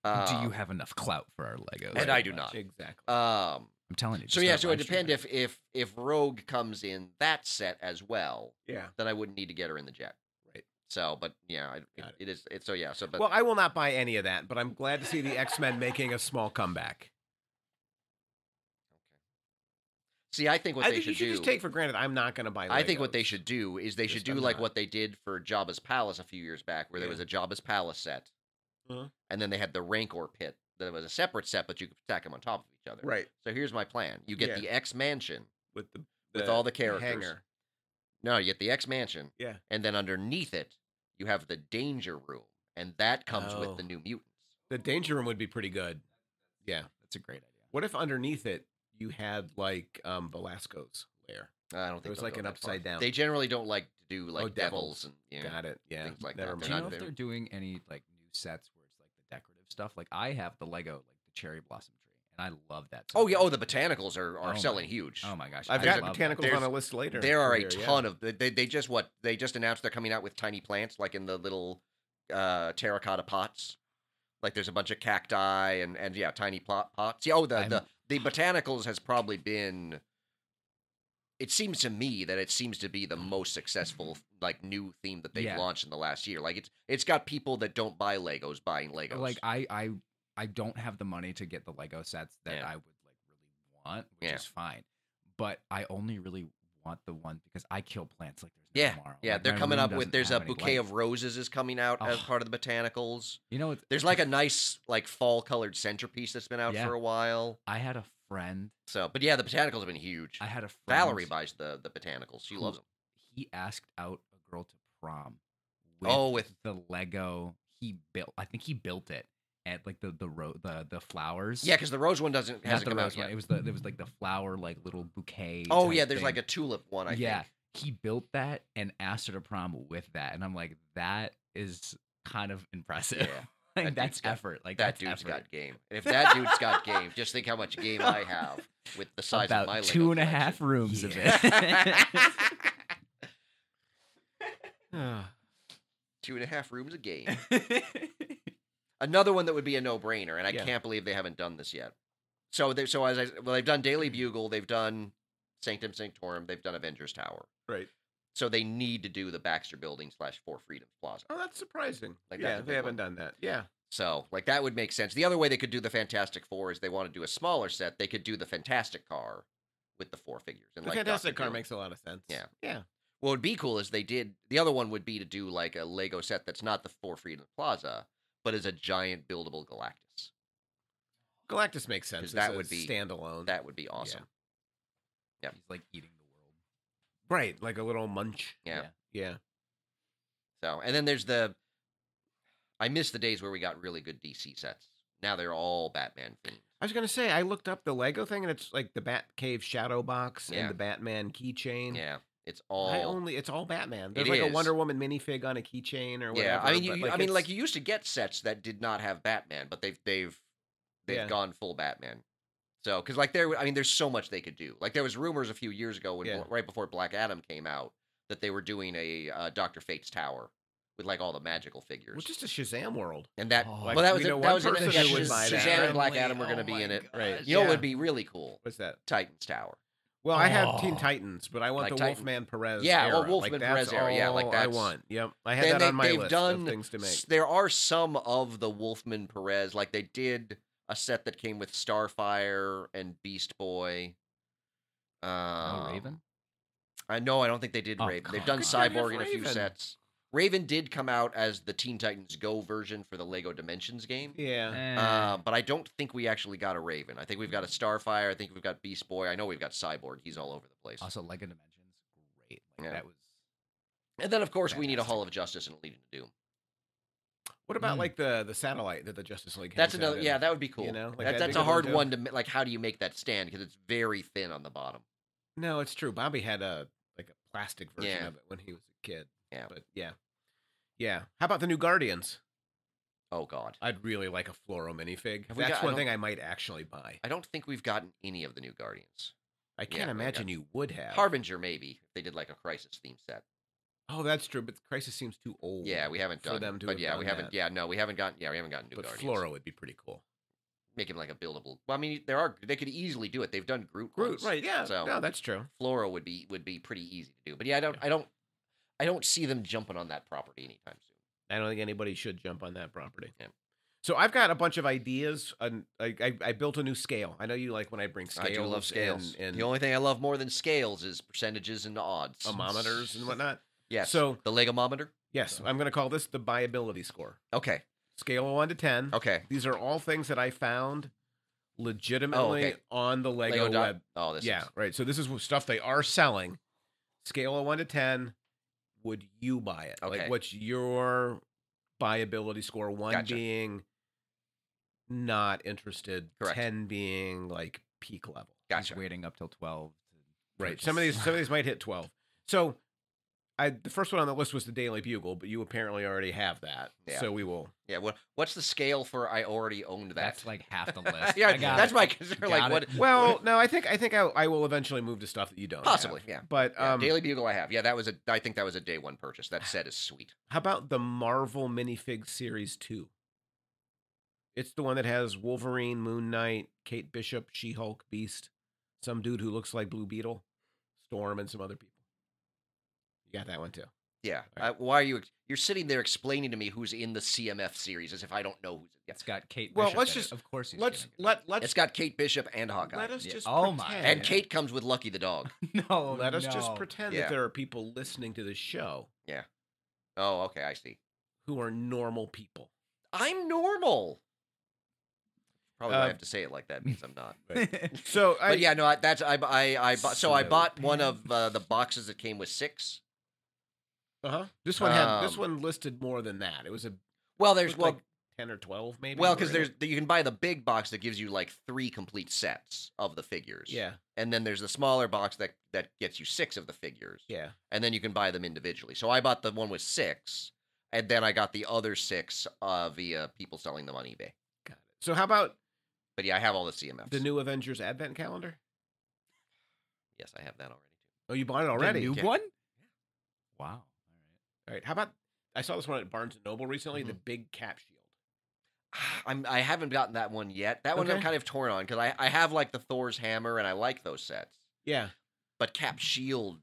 Speaker 3: do you
Speaker 2: um,
Speaker 3: have enough clout for our Legos?
Speaker 2: and I do not.
Speaker 1: exactly.
Speaker 2: um
Speaker 3: I'm telling you.
Speaker 2: so
Speaker 3: just
Speaker 2: yeah
Speaker 3: start
Speaker 2: so it
Speaker 3: live
Speaker 2: depend
Speaker 3: streaming.
Speaker 2: if if if rogue comes in that set as well
Speaker 1: yeah.
Speaker 2: then i wouldn't need to get her in the jet
Speaker 1: Right.
Speaker 2: so but yeah I, it,
Speaker 1: Got
Speaker 2: it is it's so yeah so but
Speaker 1: well, I will not buy any of that, but I'm glad to see the X Men making a small comeback.
Speaker 2: see i think what
Speaker 1: I
Speaker 2: they
Speaker 1: think
Speaker 2: should
Speaker 1: you should
Speaker 2: do
Speaker 1: just take for granted. I'm not going to buy. Legos.
Speaker 2: I think what they should do is they should
Speaker 1: Just
Speaker 2: do
Speaker 1: I'm
Speaker 2: like
Speaker 1: not.
Speaker 2: what they did for Jabba's Palace a few years back, where there
Speaker 1: Yeah.
Speaker 2: was a Jabba's Palace set,
Speaker 1: Uh-huh.
Speaker 2: and then they had the Rancor pit that was a separate set, but you could stack them on top of each other.
Speaker 1: right
Speaker 2: So here's my plan: you get
Speaker 1: Yeah.
Speaker 2: the X Mansion.
Speaker 1: with the,
Speaker 2: With all the characters.
Speaker 1: hangar.
Speaker 2: No, you get the X Mansion.
Speaker 1: Yeah.
Speaker 2: And then underneath it, you have the Danger Room, and that comes
Speaker 1: Oh.
Speaker 2: with the New Mutants.
Speaker 1: The Danger Room would be pretty good. Yeah.
Speaker 3: That's a great idea.
Speaker 1: What if underneath it you had like um Velasco's lair?
Speaker 2: I don't think
Speaker 1: It was
Speaker 2: they'll
Speaker 1: like
Speaker 2: go
Speaker 1: an
Speaker 2: that far.
Speaker 1: upside down. Oh,
Speaker 2: They generally don't like to do like devils
Speaker 1: devils.
Speaker 2: and you know,
Speaker 1: Got it. Yeah.
Speaker 2: things like
Speaker 1: Never
Speaker 2: that.
Speaker 3: Do
Speaker 2: They're not
Speaker 3: you know
Speaker 2: very-
Speaker 3: if they're doing any like new sets where it's like the decorative stuff? Like I have the Lego, like the cherry blossom tree, and I love that.
Speaker 2: Oh yeah. Oh,
Speaker 3: set.
Speaker 2: the botanicals are
Speaker 3: Oh
Speaker 2: are
Speaker 3: my-
Speaker 2: selling huge.
Speaker 3: oh my gosh,
Speaker 1: I've
Speaker 3: I
Speaker 1: got
Speaker 3: love that.
Speaker 1: botanicals
Speaker 2: There's-
Speaker 1: on a list later.
Speaker 2: There are a
Speaker 1: here, yeah.
Speaker 2: ton of they- they. They just what they just announced they're coming out with tiny plants, like in the little uh, terracotta pots. Like there's a bunch of cacti and and yeah, tiny pot pots. Yeah, oh the
Speaker 3: I'm-
Speaker 2: the the botanicals has probably been. It seems to me that it seems to be the most successful like new theme that they've
Speaker 3: Yeah.
Speaker 2: launched in the last year. Like it's it's got people that don't buy Legos buying Legos.
Speaker 3: Like I, I, I don't have the money to get the Lego sets that
Speaker 2: Yeah.
Speaker 3: I would like really want, which
Speaker 2: Yeah.
Speaker 3: is fine. But I only really want the one because I kill plants like there's no
Speaker 2: yeah,
Speaker 3: tomorrow.
Speaker 2: yeah,
Speaker 3: Like,
Speaker 2: they're
Speaker 3: my
Speaker 2: coming
Speaker 3: room
Speaker 2: up with
Speaker 3: doesn't
Speaker 2: there's a
Speaker 3: have any
Speaker 2: bouquet
Speaker 3: lights.
Speaker 2: of roses is coming out as
Speaker 3: Oh.
Speaker 2: part of the botanicals.
Speaker 3: You know, it's,
Speaker 2: There's like a nice like fall colored centerpiece that's been out
Speaker 3: Yeah.
Speaker 2: for a while.
Speaker 3: I had a friend.
Speaker 2: So, but yeah, the botanicals have been huge.
Speaker 3: I had a friend.
Speaker 2: Valerie buys the the botanicals. She loves them.
Speaker 3: He asked out a girl to prom.
Speaker 2: Oh, with-
Speaker 3: the Lego he built. I think he built it at like the the ro- the the flowers.
Speaker 2: Yeah, because the rose one doesn't
Speaker 3: not
Speaker 2: hasn't
Speaker 3: the
Speaker 2: come
Speaker 3: rose
Speaker 2: out
Speaker 3: one.
Speaker 2: yet.
Speaker 3: It was the it was like the flower like little bouquet.
Speaker 2: Oh
Speaker 3: type
Speaker 2: yeah, there's
Speaker 3: thing.
Speaker 2: like a tulip one. I
Speaker 3: yeah,
Speaker 2: think.
Speaker 3: he built that and asked her to prom with that, and I'm like, that is kind of impressive.
Speaker 2: Yeah,
Speaker 3: like,
Speaker 2: that
Speaker 3: that's
Speaker 2: dude's got-
Speaker 3: effort. Like
Speaker 2: That
Speaker 3: that's
Speaker 2: dude's
Speaker 3: effort.
Speaker 2: got game. And if that dude's got game, just think how much game I have with the size
Speaker 3: about
Speaker 2: of my Lego
Speaker 3: two and a half
Speaker 2: collection.
Speaker 3: rooms of it.
Speaker 2: Yeah. two and a half rooms of game. Another one that would be a no-brainer, and I
Speaker 1: Yeah.
Speaker 2: can't believe they haven't done this yet. So, they, so as I well, they've done
Speaker 3: Hmm.
Speaker 2: Daily Bugle, they've done Sanctum Sanctorum, they've done Avengers Tower.
Speaker 1: right.
Speaker 2: So they need to do the Baxter Building slash Four Freedoms Plaza.
Speaker 1: Oh, that's surprising.
Speaker 2: Like, that's
Speaker 1: yeah,
Speaker 2: a
Speaker 1: they
Speaker 2: big
Speaker 1: haven't done
Speaker 2: one.
Speaker 1: that. Yeah.
Speaker 2: So, like that would make sense. The other way they could do the Fantastic Four is they want to do a smaller set. They could do the Fantastic Car with the four figures. And
Speaker 1: The
Speaker 2: like
Speaker 1: Fantastic
Speaker 2: Dr.
Speaker 1: Car
Speaker 2: Doom.
Speaker 1: makes a lot of sense.
Speaker 2: Yeah.
Speaker 1: Yeah.
Speaker 2: What would be cool is they did. The other one would be to do like a Lego set that's not the Four Freedoms Plaza, but is a giant buildable Galactus.
Speaker 1: Galactus makes sense.
Speaker 2: that
Speaker 1: as a
Speaker 2: would be-
Speaker 1: standalone.
Speaker 2: That would be awesome. Yep.
Speaker 3: He's like eating the world.
Speaker 1: right, like a little munch.
Speaker 2: Yeah.
Speaker 3: Yeah.
Speaker 1: Yeah.
Speaker 2: So, and then there's the. I miss the days where we got really good DC sets. Now they're all Batman themed.
Speaker 1: I was gonna say I looked up the Lego thing and it's like the Batcave shadow box
Speaker 2: Yeah.
Speaker 1: and the Batman keychain.
Speaker 2: Yeah, it's all.
Speaker 1: I only it's all Batman. There's
Speaker 2: It
Speaker 1: like
Speaker 2: is.
Speaker 1: a Wonder Woman minifig on a keychain or whatever.
Speaker 2: Yeah, I mean, you,
Speaker 1: but,
Speaker 2: you- I mean, like
Speaker 1: it's-
Speaker 2: you used to get sets that did not have Batman, but they've they've they've
Speaker 1: Yeah.
Speaker 2: gone full Batman. So, because like there, I mean, there's so much they could do. Like there was rumors a few years ago when
Speaker 1: Yeah.
Speaker 2: right before Black Adam came out that they were doing a uh, Doctor Fate's tower with like all the magical figures,
Speaker 1: well, just a Shazam world.
Speaker 2: and that
Speaker 3: Oh,
Speaker 1: Like,
Speaker 2: Uh, well, that
Speaker 1: we
Speaker 2: was it-
Speaker 1: know
Speaker 2: that
Speaker 1: one
Speaker 2: was it-
Speaker 1: person
Speaker 2: yeah,
Speaker 1: who would
Speaker 2: Shaz-
Speaker 1: buy that,
Speaker 2: Shazam and
Speaker 1: right?
Speaker 2: Black Adam were
Speaker 3: Oh
Speaker 2: going to be
Speaker 3: my
Speaker 2: in it.
Speaker 3: Right.
Speaker 2: You know what
Speaker 1: Yeah.
Speaker 2: would be really cool
Speaker 1: What's that?
Speaker 2: Titans Tower.
Speaker 1: Well, I have Teen
Speaker 3: Oh.
Speaker 1: Titans, but I want
Speaker 2: Like
Speaker 1: the
Speaker 2: Titan-
Speaker 1: Wolfman Perez.
Speaker 2: Yeah,
Speaker 1: era.
Speaker 2: well,
Speaker 1: like,
Speaker 2: Wolfman
Speaker 1: that's
Speaker 2: Perez era, yeah, like
Speaker 1: all
Speaker 2: that's-
Speaker 1: I want. Yep, I had
Speaker 2: Then
Speaker 1: that
Speaker 2: they-
Speaker 1: on my
Speaker 2: they've
Speaker 1: list
Speaker 2: done
Speaker 1: of things to make.
Speaker 2: S- There are some of the Wolfman Perez, like they did a set that came with Starfire and Beast Boy. Um,
Speaker 3: Oh, Raven.
Speaker 2: I know. I don't think they did
Speaker 3: Oh,
Speaker 2: Raven. They've
Speaker 3: God.
Speaker 2: done
Speaker 1: Good God, you have
Speaker 2: Cyborg in a few
Speaker 1: Raven.
Speaker 2: sets. Raven did come out as the Teen Titans Go version for the Lego Dimensions game.
Speaker 1: Yeah,
Speaker 3: Eh.
Speaker 2: Uh, but I don't think we actually got a Raven. I think we've got a Starfire. I think we've got Beast Boy. I know we've got Cyborg. He's all over the place.
Speaker 3: Also, Lego Dimensions, great. Like,
Speaker 2: Yeah.
Speaker 3: That was
Speaker 2: And then, of course, we need a
Speaker 3: Fantastic.
Speaker 2: Hall of Justice and a Legion of Doom.
Speaker 1: what about
Speaker 3: Mm.
Speaker 1: like the the satellite that the Justice League?
Speaker 2: That's
Speaker 1: hangs out
Speaker 2: another.
Speaker 1: in?
Speaker 2: Yeah, that would be cool.
Speaker 1: know, like,
Speaker 2: That-
Speaker 1: that'd be
Speaker 2: that's
Speaker 1: a
Speaker 2: a
Speaker 1: good one
Speaker 2: hard
Speaker 1: too.
Speaker 2: one to ma- like. How do you make that stand? Because it's very thin on the bottom.
Speaker 1: No, it's true. Bobby had a like a plastic version
Speaker 2: Yeah.
Speaker 1: of it when he was a kid.
Speaker 2: Yeah.
Speaker 1: but yeah, yeah. How about the new Guardians?
Speaker 2: Oh God,
Speaker 1: I'd really like a Floro minifig.
Speaker 2: Have we
Speaker 1: That's
Speaker 2: got- I
Speaker 1: one
Speaker 2: don't-
Speaker 1: thing I might actually buy.
Speaker 2: I don't think we've gotten any of the new Guardians.
Speaker 1: I
Speaker 2: Yeah,
Speaker 1: can't
Speaker 2: we got-
Speaker 1: imagine you would have.
Speaker 2: Harbinger, maybe if they did like a Crisis theme set.
Speaker 1: Oh, that's true. But Crisis seems too old.
Speaker 2: Yeah, we haven't
Speaker 1: for
Speaker 2: done.
Speaker 1: them to
Speaker 2: but
Speaker 1: have
Speaker 2: yeah, we
Speaker 1: done
Speaker 2: haven't.
Speaker 1: that.
Speaker 2: Yeah, no, we haven't gotten. Yeah, we haven't gotten new
Speaker 1: But
Speaker 2: Guardians.
Speaker 1: Floro would be pretty cool.
Speaker 2: Make him like a buildable. Well, I mean, there are. They could easily do it. They've done Groot.
Speaker 1: Groot,
Speaker 2: once.
Speaker 1: right? Yeah.
Speaker 2: So-
Speaker 1: No, that's true.
Speaker 2: Flora would be would be pretty easy to do. But yeah, I don't
Speaker 1: Yeah.
Speaker 2: I don't I don't see them jumping on that property anytime soon.
Speaker 1: I don't think anybody should jump on that property.
Speaker 2: Yeah.
Speaker 1: So I've got a bunch of ideas. And I, I, I built a new scale. I know you like when I bring scales.
Speaker 2: I do love scales.
Speaker 1: and, and
Speaker 2: the only thing I love more than scales is percentages and odds.
Speaker 1: amometers and whatnot.
Speaker 2: Yes.
Speaker 1: So
Speaker 2: the legomometer?
Speaker 1: yes, I'm going to call this the buyability score.
Speaker 2: Okay.
Speaker 1: Scale of one to ten.
Speaker 2: Okay. Oh,
Speaker 1: These are all things that I found legitimately on the Lego,
Speaker 2: dot-
Speaker 1: web.
Speaker 2: Oh, this
Speaker 1: yeah,
Speaker 2: is
Speaker 1: right. So this is w- stuff they are selling. Scale of one to ten. Would you buy it?
Speaker 2: Okay.
Speaker 1: Like, what's your buyability score? One
Speaker 2: Gotcha.
Speaker 1: being not interested.
Speaker 2: Correct.
Speaker 1: Ten being like peak level.
Speaker 2: gotcha.
Speaker 3: He's waiting up till twelve. To
Speaker 1: Right. Some of
Speaker 3: purchase.
Speaker 1: these, some of these might hit twelve. So, I the first one on the list was the Daily Bugle, but you apparently already have that.
Speaker 2: Yeah.
Speaker 1: So we will.
Speaker 2: Yeah, what what's the scale for I already owned that?
Speaker 3: That's like half the list.
Speaker 2: yeah,
Speaker 3: I got
Speaker 2: that's
Speaker 3: it.
Speaker 2: my concern. Like
Speaker 3: Got
Speaker 2: what
Speaker 3: it.
Speaker 1: Well, oh, no, I think I think I, I will eventually move to stuff that you don't have.
Speaker 2: possibly, yeah.
Speaker 1: But
Speaker 2: Yeah,
Speaker 1: um,
Speaker 2: Daily Bugle I have. Yeah, that was a I think that was a day one purchase. That set is sweet.
Speaker 1: How about the Marvel minifig series two? It's the one that has Wolverine, Moon Knight, Kate Bishop, She Hulk, Beast, some dude who looks like Blue Beetle, Storm, and some other people. You got that one too.
Speaker 2: Yeah.
Speaker 1: Right.
Speaker 2: Uh, why are you you're sitting there explaining to me who's in the CMF series as if I don't know who's in yeah.
Speaker 3: It's got Kate.
Speaker 1: Well,
Speaker 3: Bishop
Speaker 1: let's
Speaker 3: in it.
Speaker 1: just-
Speaker 3: Of course. he's
Speaker 1: Let's
Speaker 3: gonna get
Speaker 1: let let's
Speaker 2: It's got Kate Bishop and Hawkeye.
Speaker 1: let us
Speaker 3: Yeah.
Speaker 1: just
Speaker 3: Oh my-
Speaker 1: pretend-
Speaker 2: and
Speaker 3: Yeah.
Speaker 2: Kate comes with Lucky the dog.
Speaker 3: it. No.
Speaker 1: let us just
Speaker 3: no.
Speaker 1: pretend
Speaker 2: Yeah.
Speaker 1: that there are people listening to this show
Speaker 2: Oh, okay, I see.
Speaker 1: who are normal people.
Speaker 2: I'm normal. Probably why I
Speaker 1: Uh,
Speaker 2: have to say it like that means I'm not.
Speaker 1: So I
Speaker 2: but yeah, no, I, that's I, I, I bought, so I
Speaker 3: So
Speaker 2: bought one
Speaker 3: bad.
Speaker 2: of uh, the boxes that came with six.
Speaker 1: uh-huh. this one had this
Speaker 2: Um,
Speaker 1: one listed more than that. It was a
Speaker 2: Well, there's
Speaker 1: looked
Speaker 2: well,
Speaker 1: like ten or twelve maybe.
Speaker 2: well,
Speaker 1: were
Speaker 2: because
Speaker 1: in it.
Speaker 2: there's you can buy the big box that gives you like three complete sets of the figures.
Speaker 1: yeah
Speaker 2: and then there's the smaller box that that gets you six of the figures.
Speaker 1: yeah
Speaker 2: and then you can buy them individually. So I bought the one with six, and then I got the other six uh, via people selling them on eBay.
Speaker 1: got it. So how about
Speaker 2: But yeah, I have all the CMFs.
Speaker 1: the new Avengers Advent Calendar?
Speaker 2: yes, I have that already.
Speaker 1: Oh, you bought it
Speaker 3: The
Speaker 1: already.
Speaker 3: new
Speaker 2: Yeah.
Speaker 3: one. Wow.
Speaker 1: All right. How about I saw this one at Barnes and Noble recently,
Speaker 2: Mm-hmm.
Speaker 1: the big cap shield.
Speaker 2: I'm I haven't gotten that one yet. That one I'm
Speaker 1: Okay.
Speaker 2: kind of torn on because I, I have like the Thor's hammer and I like those sets.
Speaker 1: Yeah.
Speaker 2: But Cap Shield,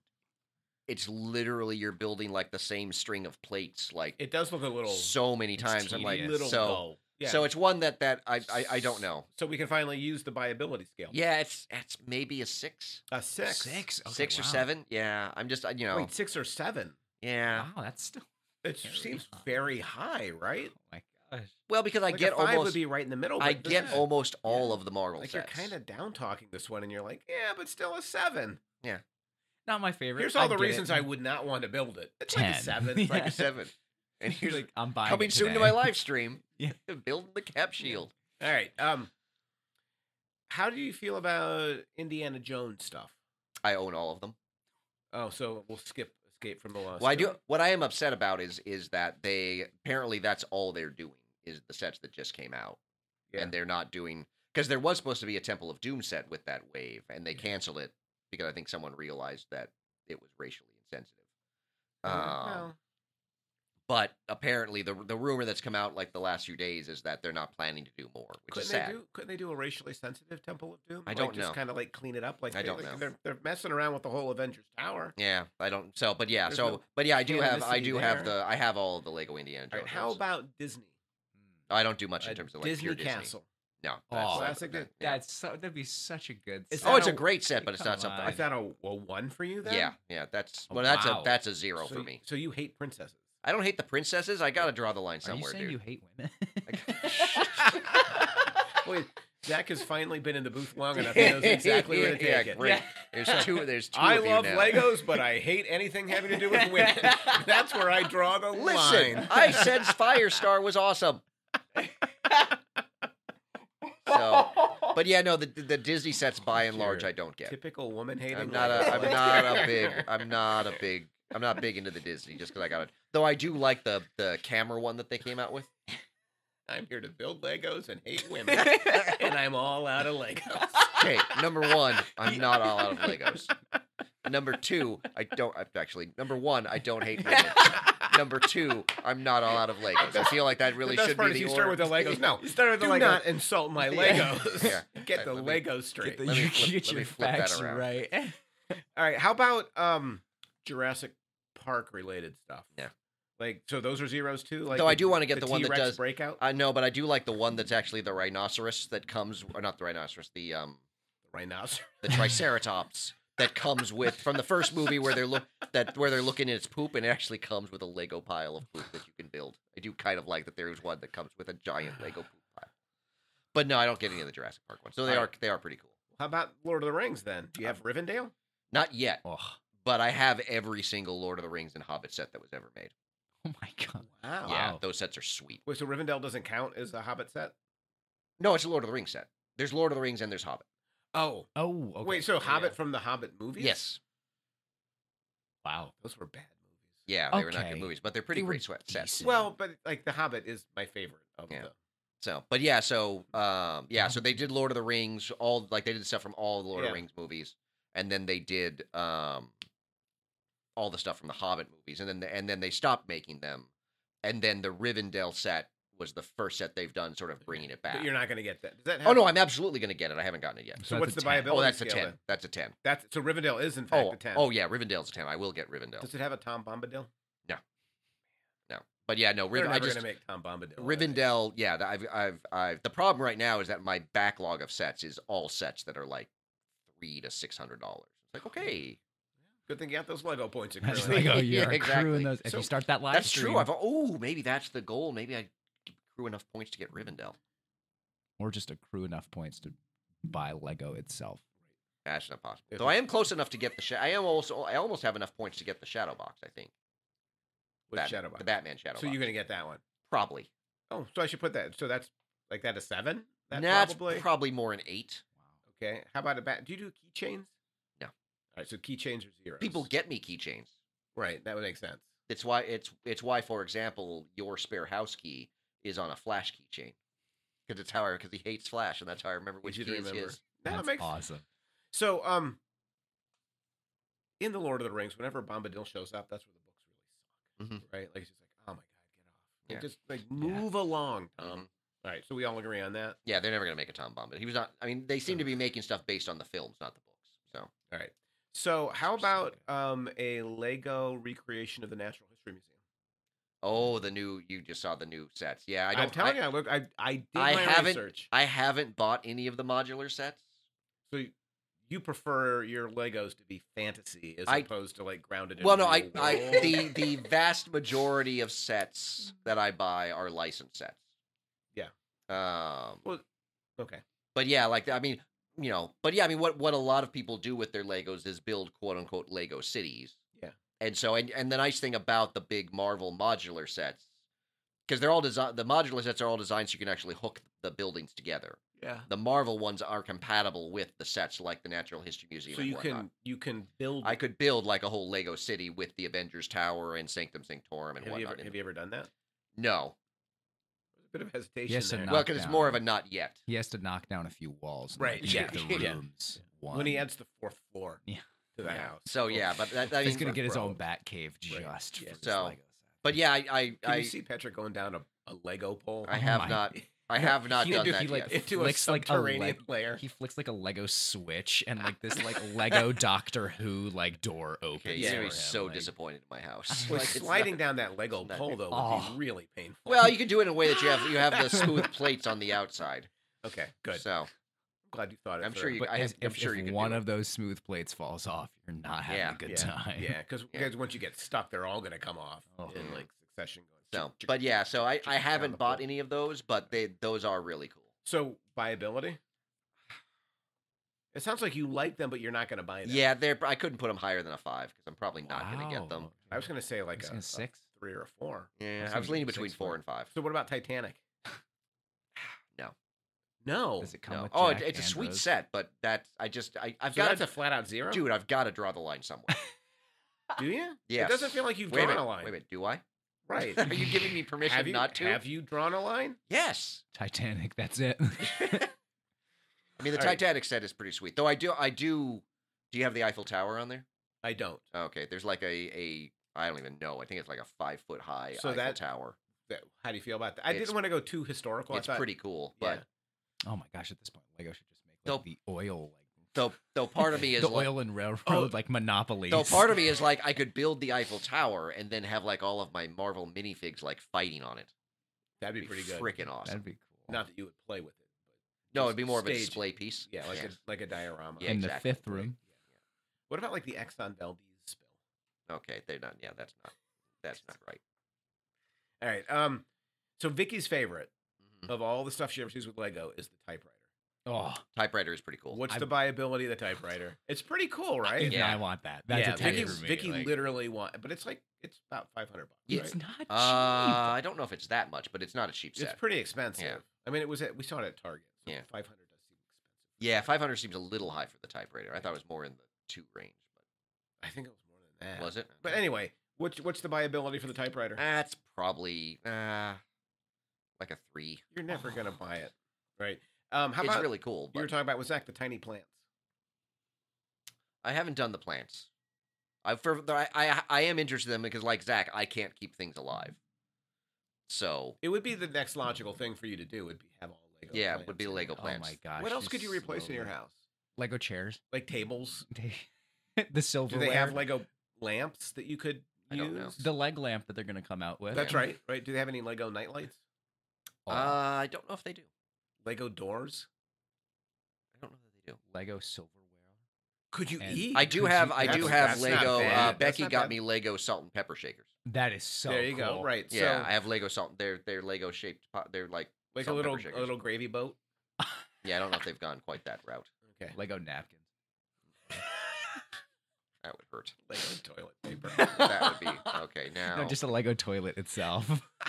Speaker 2: it's literally you're building like the same string of plates like
Speaker 1: It does look a little
Speaker 2: so many
Speaker 3: it's
Speaker 2: times. I'm like
Speaker 3: tedious.
Speaker 1: little
Speaker 2: so
Speaker 1: dull. Yeah.
Speaker 2: so it's one that that I, I I don't know.
Speaker 1: so we can finally use the buyability scale.
Speaker 2: Yeah, it's it's maybe a six,
Speaker 1: A six.
Speaker 3: Six. Okay,
Speaker 2: six or
Speaker 3: wow.
Speaker 2: seven. Yeah, I'm just I- you know
Speaker 1: Wait, six or seven.
Speaker 2: yeah.
Speaker 3: Wow, that's still.
Speaker 1: It
Speaker 3: Very
Speaker 1: seems
Speaker 3: high.
Speaker 1: very high, right?
Speaker 3: Oh my gosh.
Speaker 2: Well, because I
Speaker 1: Like
Speaker 2: get
Speaker 1: a five
Speaker 2: almost
Speaker 1: would be right in the middle.
Speaker 2: I
Speaker 1: but this
Speaker 2: get
Speaker 1: is-
Speaker 2: almost all
Speaker 1: yeah.
Speaker 2: of the Marvel
Speaker 1: like you're
Speaker 2: sets.
Speaker 1: kind of down talking this one, and you're like, yeah, but still a seven.
Speaker 3: Not my favorite.
Speaker 1: Here's all
Speaker 3: I
Speaker 1: the
Speaker 3: get it.
Speaker 1: reasons I would not want to build it. It's like a
Speaker 3: Ten.
Speaker 1: seven. It's like
Speaker 3: Yeah.
Speaker 1: a seven.
Speaker 2: seven. And here's like
Speaker 3: I'm buying. it
Speaker 2: coming soon to
Speaker 3: today.
Speaker 2: my live stream.
Speaker 3: Yeah.
Speaker 2: Building the cap shield.
Speaker 1: All right. Um, how do you feel about Indiana Jones stuff?
Speaker 2: I own all of them.
Speaker 1: Oh, so we'll skip Escape from the Lost.
Speaker 2: well, I do.
Speaker 1: Ark.
Speaker 2: What I am upset about is is that they apparently that's all they're doing is the sets that just came out,
Speaker 1: Yeah.
Speaker 2: and they're not doing because there was supposed to be a Temple of Doom set with that wave, and they canceled it because I think someone realized that it was racially insensitive.
Speaker 1: Uh,
Speaker 2: Um,
Speaker 1: well,
Speaker 2: But apparently, the the rumor that's come out like the last few days is that they're not planning to do more, which
Speaker 1: Couldn't
Speaker 2: is sad.
Speaker 1: they do? Couldn't they do a racially sensitive Temple of Doom?
Speaker 2: I
Speaker 1: Like,
Speaker 2: don't
Speaker 1: Just
Speaker 2: know.
Speaker 1: kind of like clean it up. Like
Speaker 2: I
Speaker 1: they-
Speaker 2: don't
Speaker 1: like,
Speaker 2: know.
Speaker 1: They're they're messing around with the whole Avengers Tower.
Speaker 2: Yeah, I don't. So, but yeah,
Speaker 1: There's
Speaker 2: so,
Speaker 1: no
Speaker 2: but yeah, I do have, I
Speaker 1: canonicity
Speaker 2: do have
Speaker 1: there.
Speaker 2: the, I have all of the Lego Indiana
Speaker 1: All
Speaker 2: Jones.
Speaker 1: right, how
Speaker 2: ones.
Speaker 1: about Disney?
Speaker 3: Hmm.
Speaker 2: I don't do much in
Speaker 1: Uh,
Speaker 2: terms of like
Speaker 1: Disney
Speaker 2: pure Disney.
Speaker 1: Castle.
Speaker 2: No,
Speaker 3: Oh,
Speaker 1: Classic Disney.
Speaker 2: yeah.
Speaker 3: That's so, that'd be such a good.
Speaker 1: It's
Speaker 3: set.
Speaker 2: Oh, it's a
Speaker 1: Now-
Speaker 2: great set, but it's
Speaker 3: Come
Speaker 2: not something.
Speaker 3: on.
Speaker 1: I found a, a one for you then?
Speaker 2: yeah, yeah, that's
Speaker 3: Oh,
Speaker 2: well, that's
Speaker 3: wow.
Speaker 2: a that's a zero
Speaker 1: so
Speaker 2: for
Speaker 1: you-
Speaker 2: me.
Speaker 1: So you hate princesses.
Speaker 2: I don't hate the princesses. I got to draw the line
Speaker 3: Are you
Speaker 2: somewhere,
Speaker 3: saying
Speaker 2: dude.
Speaker 3: you hate women?
Speaker 1: Wait, Zach has finally been in the booth long enough. He knows exactly where to
Speaker 2: Yeah,
Speaker 1: take it.
Speaker 2: great. There's two. There's two.
Speaker 1: I
Speaker 2: of you
Speaker 1: love
Speaker 2: now.
Speaker 1: Legos, but I hate anything having to do with women. That's where I draw the
Speaker 2: Listen, uh,
Speaker 1: line.
Speaker 2: I said Firestar was awesome. so, but yeah, no, the the Disney sets by and large,
Speaker 1: You're
Speaker 2: I don't get.
Speaker 1: Typical woman hating.
Speaker 2: I'm not a I'm not a big I'm not a big I'm not big into the Disney just because I got it. Though I do like the the camera one that they came out with.
Speaker 1: I'm here to build Legos and hate women, and I'm all out of Legos.
Speaker 2: Okay, number one, I'm not all out of Legos. Number two, I don't I- actually. Number one, I don't hate women. Number two, I'm I'm not all out of Legos. I feel like that really
Speaker 1: the best
Speaker 2: should
Speaker 1: part
Speaker 2: be
Speaker 1: is
Speaker 2: the
Speaker 1: you
Speaker 2: order.
Speaker 1: start with the Legos. No,
Speaker 3: You started with
Speaker 1: do
Speaker 3: the Legos.
Speaker 1: not insult my
Speaker 3: Yeah.
Speaker 1: Legos.
Speaker 2: Yeah.
Speaker 1: Get
Speaker 2: Right,
Speaker 1: the
Speaker 2: let me-
Speaker 1: Legos straight.
Speaker 3: Get, the,
Speaker 2: Let me
Speaker 3: you
Speaker 2: flip-
Speaker 3: get
Speaker 2: let me
Speaker 3: your
Speaker 2: flip that
Speaker 3: facts
Speaker 2: around.
Speaker 3: right.
Speaker 1: All right. How about um Jurassic Park related stuff?
Speaker 2: Yeah.
Speaker 1: Like so, those are zeros too. Like
Speaker 2: Though I do wanna get the one that
Speaker 1: T-Rex
Speaker 2: does-
Speaker 1: breakout.
Speaker 2: I know, but I do like the one that's actually the rhinoceros that comes, or not the rhinoceros, the um,
Speaker 1: Rhinoceros.
Speaker 2: the triceratops that comes with from the first movie where they're look that where they're looking at its poop, and it actually comes with a Lego pile of poop that you can build. I do kind of like that there is one that comes with a giant Lego poop pile. But no, I don't get any of the Jurassic Park ones. So they are
Speaker 1: Alright.
Speaker 2: they are pretty cool.
Speaker 1: How about Lord of the Rings? Then do you have Rivendell?
Speaker 2: Not yet,
Speaker 3: Oh,
Speaker 2: but I have every single Lord of the Rings and Hobbit set that was ever made.
Speaker 3: oh my god.
Speaker 1: Wow.
Speaker 2: Yeah,
Speaker 3: Wow.
Speaker 2: those sets are sweet.
Speaker 1: Wait, so Rivendell doesn't count as a Hobbit set?
Speaker 2: No, it's a Lord of the Rings set. There's Lord of the Rings and there's Hobbit.
Speaker 1: Oh,
Speaker 3: Oh, okay.
Speaker 1: wait. So Hobbit
Speaker 3: Yeah.
Speaker 1: from the Hobbit movies?
Speaker 2: Yes.
Speaker 3: Wow.
Speaker 1: Those were bad movies.
Speaker 2: Yeah, they were not good
Speaker 3: Okay.
Speaker 2: movies, but they're pretty
Speaker 3: were
Speaker 2: great sweat sets.
Speaker 3: decent.
Speaker 1: Well, but like the Hobbit is my favorite of
Speaker 2: Yeah.
Speaker 1: them.
Speaker 2: So, but yeah, so um, yeah, so they did Lord of the Rings, all like they did stuff from all the Lord of
Speaker 1: Uh-huh. Yeah.
Speaker 2: the Rings movies, and then they did um, all the stuff from the Hobbit movies, and then the, and then they stopped making them, and then the Rivendell set was the first set they've done, sort of bringing it back.
Speaker 1: But you're not going to get that. Does that
Speaker 2: oh
Speaker 1: have,
Speaker 2: no, I'm absolutely gonna get it. I haven't gotten it yet.
Speaker 1: So
Speaker 3: that's
Speaker 1: what's
Speaker 3: a
Speaker 1: the
Speaker 3: 10.
Speaker 1: viability?
Speaker 2: Oh, that's
Speaker 1: scale
Speaker 2: a ten.
Speaker 1: then?
Speaker 2: That's a ten.
Speaker 1: That's so Rivendell is in fact
Speaker 2: Oh,
Speaker 1: a ten.
Speaker 2: oh yeah, Rivendell's a ten. I will get Rivendell.
Speaker 1: Does it have a Tom Bombadil?
Speaker 2: But yeah, no,
Speaker 1: They're
Speaker 2: Riven.
Speaker 1: never
Speaker 2: I just
Speaker 1: going to make Tom Bombadil. are they?
Speaker 2: Rivendell, yeah, th- I've, I've, I've. The problem right now is that my backlog of sets is all sets that are like three to six hundred dollars. It's like, okay,
Speaker 1: Good thing you got those Lego points. accruing.
Speaker 3: That's Lego.
Speaker 2: Yeah,
Speaker 3: You're
Speaker 2: exactly.
Speaker 3: accruing those. If
Speaker 1: So,
Speaker 3: you start that live
Speaker 2: that's
Speaker 3: stream,
Speaker 2: true. I've, oh, maybe that's the goal. Maybe I accrue enough points to get Rivendell.
Speaker 3: or just accrue enough points to buy Lego itself.
Speaker 2: That's not possible.
Speaker 1: If
Speaker 2: Though I am close enough to get the. Sha- I am also. I almost have enough points to get the Shadow Box. I think.
Speaker 1: With
Speaker 2: Batman-
Speaker 1: Shadowbox.
Speaker 2: The Batman Shadow.
Speaker 1: so
Speaker 2: Box.
Speaker 1: you're going to get that one.
Speaker 2: probably.
Speaker 1: Oh, so I should put that. So that's like that a seven? That
Speaker 2: that's
Speaker 1: probably.
Speaker 2: probably. more an eight.
Speaker 1: okay. How about a bat? Do you do keychains?
Speaker 2: No.
Speaker 1: All right. So keychains are zeros.
Speaker 2: People get me keychains.
Speaker 1: right. That would make sense.
Speaker 2: It's why it's it's why, for example, your spare house key is on a Flash keychain because it's how I because he hates Flash and that's how I remember which
Speaker 1: Did
Speaker 2: key
Speaker 1: you
Speaker 2: is
Speaker 1: remember?
Speaker 2: his.
Speaker 1: No, it
Speaker 3: That's
Speaker 1: makes
Speaker 3: awesome.
Speaker 1: so. Um, in the Lord of the Rings, whenever Bombadil shows up, that's where the books really suck, right? Like it's just like, oh my god, get off! Like,
Speaker 2: Mm-hmm. Yeah.
Speaker 1: Just like move along, Tom.
Speaker 2: Um,
Speaker 1: All right, so we all agree on that.
Speaker 2: yeah, they're never gonna make a Tom Bomb, but he was not. I mean, they seem to be making stuff based on the films, not the books.
Speaker 1: All right. So how
Speaker 2: Just so
Speaker 1: about um a Lego recreation of the Natural History Museum?
Speaker 2: So, oh, the new you just saw the new sets. Yeah,
Speaker 1: I
Speaker 2: I don't.
Speaker 1: am Mm-hmm. telling
Speaker 2: I,
Speaker 1: you, I look, I, I did
Speaker 2: I
Speaker 1: my
Speaker 2: haven't-
Speaker 1: research.
Speaker 2: I haven't bought any of the modular sets.
Speaker 1: So you- you prefer your Legos to be fantasy as
Speaker 2: I-
Speaker 1: opposed to like grounded in
Speaker 2: Well, no, I,
Speaker 1: real
Speaker 2: I
Speaker 1: world?
Speaker 2: the the vast majority of sets that I buy are licensed sets.
Speaker 1: Yeah.
Speaker 2: Um.
Speaker 1: okay.
Speaker 2: but yeah, like I mean, you know, but yeah, I mean, what what a lot of people do with their Legos is build quote unquote Lego cities.
Speaker 1: Yeah.
Speaker 2: and so and and the nice thing about the big Marvel modular sets because they're all designed. The modular sets are all designed so you can actually hook the buildings together.
Speaker 1: Yeah.
Speaker 2: The Marvel ones are compatible with the sets, like the Natural History Museum.
Speaker 1: So
Speaker 2: and
Speaker 1: you
Speaker 2: whatnot.
Speaker 1: can you can build.
Speaker 2: I could build like a whole Lego city with the Avengers Tower and Sanctum Sanctorum and
Speaker 1: have, you
Speaker 2: whatnot.
Speaker 1: ever,
Speaker 2: in
Speaker 1: have
Speaker 2: it.
Speaker 1: you ever done that?
Speaker 2: no,
Speaker 1: A bit of hesitation.
Speaker 3: Yes
Speaker 1: there.
Speaker 3: and
Speaker 2: well,
Speaker 3: Knock
Speaker 2: because it's
Speaker 3: down.
Speaker 2: more of a not yet.
Speaker 3: He has to knock down a few walls. and
Speaker 1: Right,
Speaker 3: each of
Speaker 1: yeah,
Speaker 3: The
Speaker 1: yeah.
Speaker 3: rooms. One.
Speaker 1: when he adds the fourth floor
Speaker 3: Yeah.
Speaker 1: to the
Speaker 2: Yeah.
Speaker 1: house.
Speaker 2: So yeah, but that, I mean,
Speaker 3: he's gonna get his
Speaker 1: bro.
Speaker 3: own bat cave just
Speaker 1: Right.
Speaker 3: for
Speaker 1: Yeah.
Speaker 3: his
Speaker 2: So-
Speaker 3: Lego set.
Speaker 2: But yeah, I I
Speaker 1: Can
Speaker 2: I,
Speaker 1: you see Patrick going down a, a Lego pole?
Speaker 2: I
Speaker 3: Oh
Speaker 2: have
Speaker 3: my-
Speaker 2: not I have not
Speaker 3: He-
Speaker 2: done
Speaker 3: dude,
Speaker 2: that
Speaker 3: he, like,
Speaker 2: yet.
Speaker 1: into a
Speaker 3: flicks like a
Speaker 1: subterranean
Speaker 3: leg-
Speaker 1: layer.
Speaker 3: He flicks like a Lego switch and like this like Lego Doctor Who like door opens.
Speaker 2: Okay,
Speaker 1: yeah,
Speaker 2: yeah,
Speaker 3: for
Speaker 2: he's
Speaker 3: him,
Speaker 2: so
Speaker 3: like-
Speaker 2: disappointed in my house.
Speaker 1: Well,
Speaker 2: Like, it's not-
Speaker 1: sliding down that Lego
Speaker 2: it's not-
Speaker 1: pole though would
Speaker 3: Oh.
Speaker 1: be really painful.
Speaker 2: Well, you can do it in a way that you have you have the smooth plates on the outside.
Speaker 1: okay, good.
Speaker 2: So
Speaker 1: I'm glad you thought it.
Speaker 2: I'm sure
Speaker 1: through.
Speaker 2: you-
Speaker 3: But
Speaker 2: I
Speaker 3: as-
Speaker 2: have- I'm
Speaker 3: if,
Speaker 2: sure
Speaker 3: if
Speaker 2: you could do
Speaker 3: one
Speaker 2: it.
Speaker 3: of those smooth plates falls off, you're not having
Speaker 2: Yeah,
Speaker 3: a good
Speaker 1: yeah,
Speaker 3: time.
Speaker 1: Yeah, because
Speaker 2: Yeah.
Speaker 1: once you get stuck, they're all going to come off
Speaker 3: Oh.
Speaker 1: in
Speaker 2: Yeah.
Speaker 1: like succession. Going
Speaker 2: So, but yeah, so I,
Speaker 1: chick
Speaker 2: I
Speaker 1: down
Speaker 2: haven't
Speaker 1: the
Speaker 2: bought
Speaker 1: pole.
Speaker 2: any of those, but they those are really cool.
Speaker 1: so viability. It sounds like you like them, but you're not going to buy them.
Speaker 2: Yeah, they're I couldn't put them higher than a five because I'm probably not going to get them.
Speaker 3: Wow.
Speaker 1: I was going to say
Speaker 3: I
Speaker 1: like
Speaker 3: was
Speaker 1: a,
Speaker 3: gonna
Speaker 1: a
Speaker 3: six.
Speaker 1: three or a four.
Speaker 2: Yeah, I
Speaker 3: was
Speaker 2: was
Speaker 3: thinking
Speaker 2: leaning
Speaker 3: six,
Speaker 2: between four
Speaker 3: but-
Speaker 2: and five.
Speaker 1: So what about Titanic?
Speaker 2: No.
Speaker 1: no.
Speaker 3: Does it come
Speaker 2: No.
Speaker 3: with
Speaker 2: Oh, it-
Speaker 3: Jack
Speaker 2: it's a
Speaker 3: and
Speaker 2: sweet
Speaker 3: Rose?
Speaker 2: set, but that's I just I I've
Speaker 1: So
Speaker 2: got
Speaker 1: that's
Speaker 2: to
Speaker 1: a flat out zero,
Speaker 2: dude, I've got to draw the line somewhere.
Speaker 1: Do you?
Speaker 2: Yes.
Speaker 1: It doesn't feel like you've
Speaker 2: wait a
Speaker 1: drawn
Speaker 2: minute,
Speaker 1: a line,
Speaker 2: wait a minute, do I?
Speaker 1: right?
Speaker 2: Are you giving me permission
Speaker 1: have you
Speaker 2: not to?
Speaker 1: have you drawn a line?
Speaker 2: Yes.
Speaker 3: Titanic. That's it.
Speaker 2: I mean, the
Speaker 1: All right.
Speaker 2: Titanic set is pretty sweet, though. I do I do. Do you have the Eiffel Tower on there?
Speaker 1: I don't.
Speaker 2: Okay, there's like a a I don't even know. I think it's like a five foot high
Speaker 1: So
Speaker 2: Eiffel
Speaker 1: that-
Speaker 2: Tower.
Speaker 1: That- How do you feel about that? I
Speaker 2: It's-
Speaker 1: didn't want to go too historical. I
Speaker 2: it's
Speaker 1: thought-
Speaker 2: pretty cool,
Speaker 1: yeah.
Speaker 2: but
Speaker 3: oh my gosh! At this point, Lego should just make like,
Speaker 2: Nope.
Speaker 3: the oil like
Speaker 2: though though part of me is
Speaker 3: the
Speaker 2: like,
Speaker 3: oil and railroad like monopolies.
Speaker 2: though part of me is like I could build the Eiffel Tower and then have like all of my Marvel minifigs like fighting on it.
Speaker 1: that'd be
Speaker 2: It'd
Speaker 1: pretty good.
Speaker 2: Freaking awesome.
Speaker 3: that'd be cool.
Speaker 1: Not that you would play with it.
Speaker 2: no,
Speaker 1: just
Speaker 2: it'd be more of a
Speaker 1: stage it.
Speaker 2: display piece.
Speaker 1: but Yeah, like a like a diorama.
Speaker 2: Yeah,
Speaker 3: in
Speaker 2: exactly.
Speaker 3: the fifth room.
Speaker 1: What about like the Exxon Valdez spill?
Speaker 2: okay, they're not. Yeah, that's not. That's not right.
Speaker 1: All right. Um. So Vicky's favorite
Speaker 2: Mhm.
Speaker 1: of all the stuff she ever sees with Lego is the typewriter.
Speaker 3: Oh,
Speaker 2: Typewriter is pretty cool.
Speaker 1: What's
Speaker 3: I-
Speaker 1: the viability of the typewriter? It's pretty cool, right?
Speaker 3: even
Speaker 2: Yeah.
Speaker 3: I want that. That's a
Speaker 1: yeah,
Speaker 3: 10
Speaker 1: Vicky,
Speaker 3: for me.
Speaker 1: Vicky
Speaker 3: like,
Speaker 1: literally want, but it's like it's about five hundred bucks.
Speaker 2: Yeah.
Speaker 1: right?
Speaker 3: it's not cheap.
Speaker 2: Uh, I don't know if it's that much, but it's not a cheap
Speaker 1: It's
Speaker 2: set.
Speaker 1: pretty expensive.
Speaker 2: Yeah.
Speaker 1: I mean, it was at, we saw it at Target. So
Speaker 2: Yeah.
Speaker 1: five hundred does seem expensive.
Speaker 2: yeah, five hundred seems a little high for the typewriter. I thought it was more in the two range,
Speaker 1: I think it was more than
Speaker 2: but
Speaker 1: that.
Speaker 2: was it? Uh,
Speaker 1: But anyway, what's what's the viability for the typewriter?
Speaker 2: that's probably uh, like a three.
Speaker 1: You're never gonna buy it, right? Um, how
Speaker 2: it's
Speaker 1: about
Speaker 2: really cool.
Speaker 1: you were
Speaker 2: but-
Speaker 1: talking about with Zach the tiny plants?
Speaker 2: I haven't done the plants. I for the- I I, I am interested in them because like Zach, I can't keep things alive. So
Speaker 1: It would be the next logical thing for you to do. Would be have all Lego.
Speaker 2: yeah, it
Speaker 1: plants
Speaker 2: would be
Speaker 1: in your
Speaker 2: Lego
Speaker 1: house.
Speaker 3: oh
Speaker 2: plants.
Speaker 3: my gosh!
Speaker 1: What else
Speaker 3: just
Speaker 1: could you replace in your
Speaker 3: slowly-
Speaker 1: house?
Speaker 3: Lego chairs.
Speaker 1: Like tables?
Speaker 3: the
Speaker 1: Do
Speaker 3: silverware.
Speaker 1: they have Lego lamps that you could
Speaker 2: I
Speaker 1: use?
Speaker 2: don't know.
Speaker 3: the leg lamp that they're gonna come out with?
Speaker 1: That's right, right? Do they have any Lego nightlights?
Speaker 3: Oh,
Speaker 2: Uh, I don't know if they do.
Speaker 1: Lego doors?
Speaker 2: I don't know if they do.
Speaker 3: Lego silverware.
Speaker 1: Could you
Speaker 3: And-
Speaker 1: eat?
Speaker 2: I do
Speaker 3: Could
Speaker 2: have
Speaker 3: you-
Speaker 2: I do
Speaker 1: That's-
Speaker 2: have
Speaker 1: that's not
Speaker 2: Lego. Uh,
Speaker 1: bad. That's
Speaker 2: Becky
Speaker 1: not
Speaker 2: got
Speaker 1: bad.
Speaker 2: me Lego salt and pepper shakers.
Speaker 3: That is so.
Speaker 1: there you go.
Speaker 3: cool.
Speaker 1: Right.
Speaker 2: Yeah,
Speaker 1: so,
Speaker 2: I have Lego salt. They're they're Lego shaped. pot- They're like
Speaker 1: like a
Speaker 2: salt and pepper
Speaker 1: little a
Speaker 2: shakers.
Speaker 1: little gravy boat.
Speaker 2: yeah. I don't know if they've gone quite that route.
Speaker 1: Okay.
Speaker 3: Lego napkins.
Speaker 2: That would hurt.
Speaker 1: Lego toilet paper.
Speaker 2: that would be okay. Now
Speaker 3: No, just a Lego toilet itself.